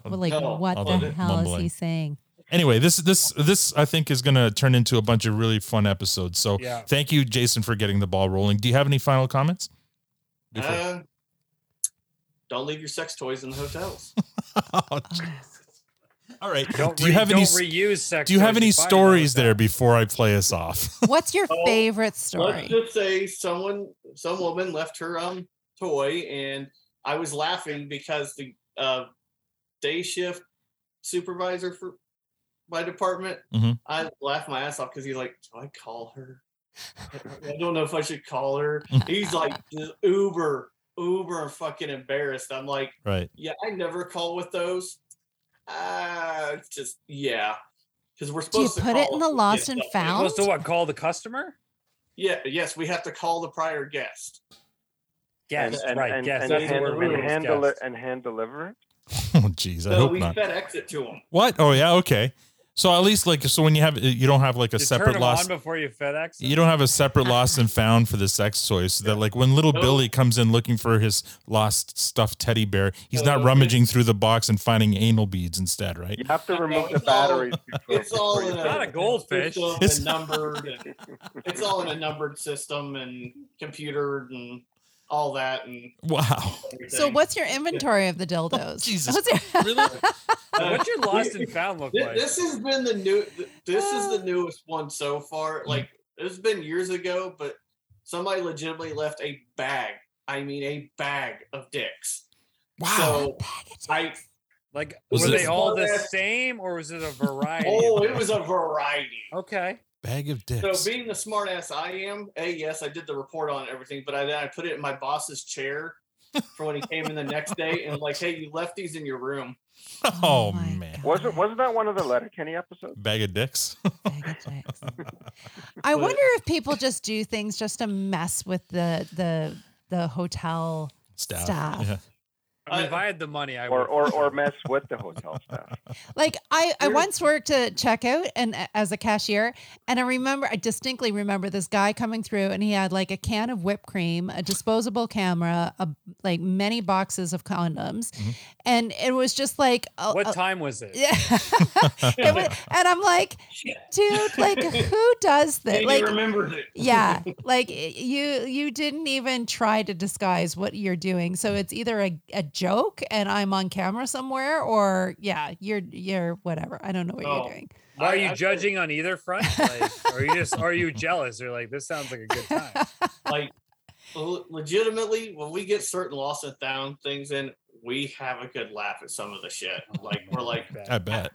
[SPEAKER 11] We're like,
[SPEAKER 1] No.
[SPEAKER 11] what
[SPEAKER 1] All
[SPEAKER 11] the
[SPEAKER 1] the
[SPEAKER 11] hell is
[SPEAKER 1] mumbling.
[SPEAKER 11] he saying?
[SPEAKER 1] Anyway, this this this I think is going to turn into a bunch of really fun episodes. So
[SPEAKER 11] Yeah.
[SPEAKER 1] thank you, Jason, for getting the ball rolling. Do you have any final comments? Before-
[SPEAKER 9] uh, don't leave your sex toys in the hotels.
[SPEAKER 1] Oh, All right.
[SPEAKER 2] Don't
[SPEAKER 1] do you have any?
[SPEAKER 2] don't reuse sex?
[SPEAKER 1] do you have
[SPEAKER 2] toys,
[SPEAKER 1] any
[SPEAKER 2] find them
[SPEAKER 1] stories there before I play us off?
[SPEAKER 11] What's your
[SPEAKER 9] Oh,
[SPEAKER 11] favorite
[SPEAKER 9] Let's
[SPEAKER 11] story?
[SPEAKER 9] just say someone, some woman left her um toy, and I was laughing because the uh, day shift supervisor for my department,
[SPEAKER 1] Mhm.
[SPEAKER 9] I laughed my ass off because he's like, "Do I call her? I- I don't know if I should call her." He's like just uber, uber fucking embarrassed. I'm like,
[SPEAKER 1] Right.
[SPEAKER 9] "Yeah, I never call with those. Uh, it's just yeah." Because we're
[SPEAKER 11] Do you
[SPEAKER 9] supposed to
[SPEAKER 11] put it
[SPEAKER 9] call
[SPEAKER 11] in the
[SPEAKER 9] if we
[SPEAKER 11] lost
[SPEAKER 9] get
[SPEAKER 11] and
[SPEAKER 9] something.
[SPEAKER 11] found?
[SPEAKER 2] what? Call the customer?
[SPEAKER 9] Yeah, yes, we have to call the prior guest.
[SPEAKER 8] And- and, and, and, hand, and hand, deli- and hand deliver it.
[SPEAKER 1] oh, jeez, I
[SPEAKER 9] So
[SPEAKER 1] hope
[SPEAKER 9] we
[SPEAKER 1] not.
[SPEAKER 9] FedEx it to him.
[SPEAKER 1] What? Oh, yeah. Okay. So at least like so when you have you don't have like a
[SPEAKER 2] You turn
[SPEAKER 1] separate
[SPEAKER 2] them
[SPEAKER 1] loss.
[SPEAKER 2] on before you FedEx.
[SPEAKER 1] You don't have a separate lost and found for the sex toys, so that like when little
[SPEAKER 2] No.
[SPEAKER 1] Billy comes in looking for his lost stuffed teddy bear, he's
[SPEAKER 9] No,
[SPEAKER 1] not
[SPEAKER 9] no,
[SPEAKER 1] rummaging through the box and finding anal beads instead, right?
[SPEAKER 8] You have to remove the
[SPEAKER 9] it's all-
[SPEAKER 8] batteries.
[SPEAKER 9] It's all in
[SPEAKER 8] Not a
[SPEAKER 2] goldfish.
[SPEAKER 9] system
[SPEAKER 1] It's-
[SPEAKER 9] and numbered. and- it's all in a numbered system and computered and all that. And
[SPEAKER 1] Wow.
[SPEAKER 11] So, what's your inventory of the dildos?
[SPEAKER 1] Jesus,
[SPEAKER 11] What's your-
[SPEAKER 2] What's your lost and found look
[SPEAKER 9] Th-
[SPEAKER 2] like?
[SPEAKER 9] This has been the new. th- This is the newest one so
[SPEAKER 2] Mm-hmm.
[SPEAKER 9] far. Like it's been years ago, but somebody legitimately left a bag. I mean, a bag of dicks. Wow. So I
[SPEAKER 2] Like,
[SPEAKER 1] Was
[SPEAKER 2] were
[SPEAKER 1] it-
[SPEAKER 2] they all the same, or was it a variety?
[SPEAKER 9] Oh, it was a variety.
[SPEAKER 2] Okay.
[SPEAKER 1] Bag of
[SPEAKER 9] So
[SPEAKER 1] dicks.
[SPEAKER 9] being the smartass I am, hey, yes, I did the report on everything, but I then I put it in my boss's chair for when he came in the next day and like, hey, you left these in your room.
[SPEAKER 1] Oh, man.
[SPEAKER 8] Wasn't wasn't that one of the Letterkenny episodes?
[SPEAKER 1] Bag of dicks.
[SPEAKER 11] I wonder if people just do things just to mess with the the the hotel staff.
[SPEAKER 2] I mean, if I had the money, I
[SPEAKER 8] Uh, or, or
[SPEAKER 2] would.
[SPEAKER 8] or mess with the hotel staff.
[SPEAKER 11] Like I, I
[SPEAKER 2] Sure.
[SPEAKER 11] once worked at checkout and a- as a cashier, and I remember I distinctly remember this guy coming through, and he had like a can of whipped cream, a disposable camera, a, like many boxes of condoms, and it was just like a-
[SPEAKER 2] what
[SPEAKER 11] a-
[SPEAKER 2] time was it?
[SPEAKER 11] Oh, Yeah, It was- and I'm like, dude, like who does
[SPEAKER 9] And
[SPEAKER 11] that?
[SPEAKER 9] he
[SPEAKER 11] Like
[SPEAKER 9] remembered it.
[SPEAKER 11] yeah, like y- you you didn't even try to disguise what you're doing. So it's either a, a joke and I'm on camera somewhere, or yeah, you're you're whatever. I don't know what
[SPEAKER 2] Oh.
[SPEAKER 11] you're doing.
[SPEAKER 2] Why are you judging on either front? Like, are you just are you jealous? You're like, this sounds like a good
[SPEAKER 9] Oh,
[SPEAKER 2] time.
[SPEAKER 9] Like le- legitimately, when we get certain lost and found things in, we have a good laugh at some of the shit. Like we're like,
[SPEAKER 1] I bet.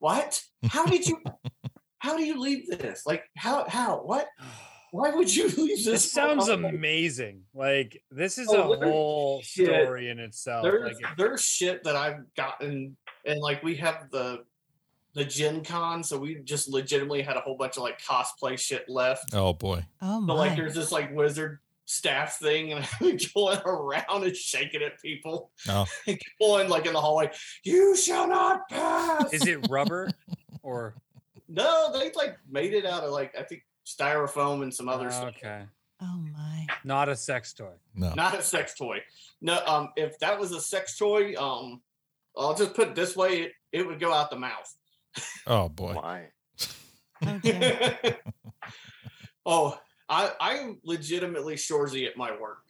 [SPEAKER 9] what? How did you how do you leave this? Like how how what? Why would you leave this?
[SPEAKER 2] This sounds
[SPEAKER 9] behind?
[SPEAKER 2] amazing. Like this is
[SPEAKER 9] Oh,
[SPEAKER 2] a
[SPEAKER 9] there's
[SPEAKER 2] whole
[SPEAKER 9] shit.
[SPEAKER 2] story in itself.
[SPEAKER 9] There's
[SPEAKER 2] like
[SPEAKER 9] there's shit that I've gotten, and like we have the the Gen Con, so we just legitimately had a whole bunch of like cosplay shit left.
[SPEAKER 1] Oh, boy.
[SPEAKER 11] Oh
[SPEAKER 9] But like there's this like wizard staff thing, and I'm going around and shaking at people,
[SPEAKER 1] Oh.
[SPEAKER 9] going like in the hallway, "You shall not pass."
[SPEAKER 2] is it rubber or
[SPEAKER 9] No, they like made it out of like I think styrofoam and some other stuff.
[SPEAKER 2] Ah, okay?
[SPEAKER 11] Oh my.
[SPEAKER 2] Not a sex toy.
[SPEAKER 1] No.
[SPEAKER 9] Not a sex toy. No, um, if that was a sex toy, um, I'll just put it this way: it, it would go out the mouth.
[SPEAKER 1] Oh, boy.
[SPEAKER 9] oh, I I'm legitimately shorzy at my work.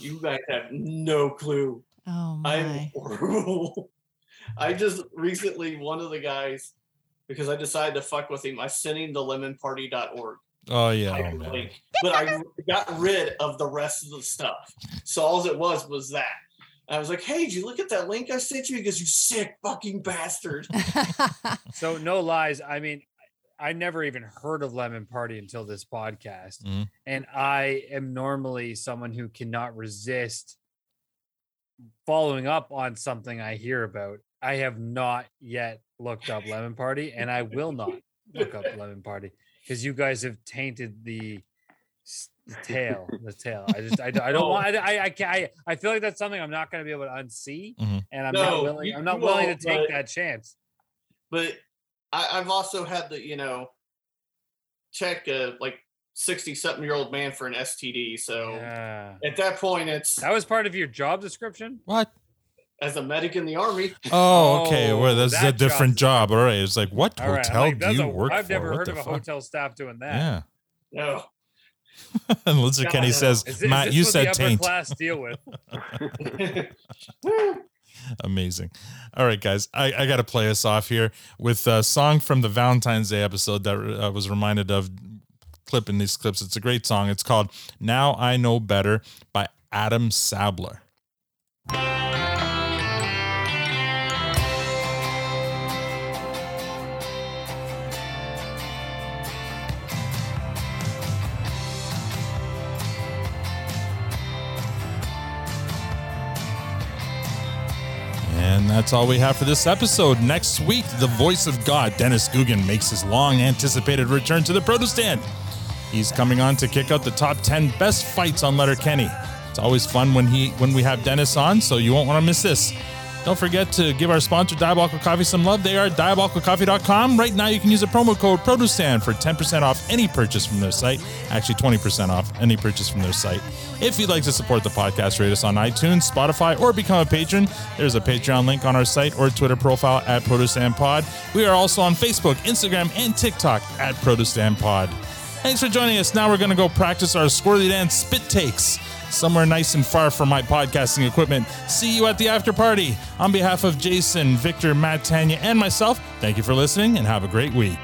[SPEAKER 9] You guys have no clue.
[SPEAKER 11] Oh
[SPEAKER 9] I'm horrible. I just recently one of the guys because I decided to fuck with him. I sent him the lemonparty.org.
[SPEAKER 1] Oh, yeah.
[SPEAKER 9] I
[SPEAKER 1] Oh, man.
[SPEAKER 9] like- but I got rid of the rest of the stuff. So all it was was that. I was like, "Hey, did you look at that link I sent you?" He goes, "You sick fucking bastard."
[SPEAKER 2] So no lies. I mean, I never even heard of Lemon Party until this podcast,
[SPEAKER 9] Mm.
[SPEAKER 1] Mhm.
[SPEAKER 2] and I am normally someone who cannot resist following up on something I hear about. I have not yet looked up Lemon Party, and I will not look up Lemon Party because you guys have tainted the. s- The tail, the tail. I just, I, d- I don't want. I, I, I, ca- I, I feel like that's something I'm not going to be able to unsee,
[SPEAKER 1] Mm-hmm.
[SPEAKER 2] and I'm
[SPEAKER 9] No,
[SPEAKER 2] not willing.
[SPEAKER 9] you-
[SPEAKER 2] I'm not
[SPEAKER 9] you
[SPEAKER 2] willing to
[SPEAKER 9] won't,
[SPEAKER 2] take
[SPEAKER 9] but-
[SPEAKER 2] that chance.
[SPEAKER 9] but I, I've also had the you know check a like sixty something year old man for an STD. So at that point, it's
[SPEAKER 2] that was part of your job description.
[SPEAKER 1] What?
[SPEAKER 9] As a medic in the army.
[SPEAKER 1] Oh, okay. Well, that's a
[SPEAKER 2] that
[SPEAKER 1] different job. All right. It's like, what
[SPEAKER 2] All right, I'm
[SPEAKER 1] hotel
[SPEAKER 2] like,
[SPEAKER 1] do
[SPEAKER 2] that's
[SPEAKER 1] you
[SPEAKER 2] a-
[SPEAKER 1] work
[SPEAKER 2] I've
[SPEAKER 1] for?
[SPEAKER 2] never
[SPEAKER 1] What
[SPEAKER 2] heard
[SPEAKER 1] the
[SPEAKER 2] of a
[SPEAKER 1] fuck?
[SPEAKER 2] hotel staff doing that.
[SPEAKER 1] Yeah.
[SPEAKER 9] No.
[SPEAKER 1] and Lizard Kenny
[SPEAKER 2] God,
[SPEAKER 1] says,
[SPEAKER 2] is thi- is
[SPEAKER 1] Matt,
[SPEAKER 2] this
[SPEAKER 1] you
[SPEAKER 2] what the
[SPEAKER 1] said
[SPEAKER 2] upper
[SPEAKER 1] taint.
[SPEAKER 2] Class deal with.
[SPEAKER 1] Amazing. All right, guys, I, I got to play us off here with a song from the Valentine's Day episode that I was reminded of clipping these clips. It's a great song. It's called Now I Know Better by Adam Sabler. And that's all we have for this episode. Next week, the voice of God, Dennis Guggen, makes his long anticipated return to the Proto Stand. He's coming on to kick out the top 10 best fights on Letterkenny. It's always fun when he when we have Dennis on, so you won't want to miss this. Don't forget to give our sponsor Diabolical Coffee some love. They are at diabolicalcoffee.com. Right now you can use the promo code ProduceStand for 10% off any purchase from their site. Actually 20% off any purchase from their site. If you'd like to support the podcast, rate us on iTunes, Spotify, or become a patron. There's a Patreon link on our site or Twitter profile at ProduceStandPod. We are also on Facebook, Instagram, and TikTok at ProduceStandPod. Thanks for joining us. Now we're going to go practice our Squirrely Dance spit takes somewhere nice and far from my podcasting equipment. See you at the after party. On behalf of Jason, Victor, Matt, Tanya, and myself, thank you for listening and have a great week.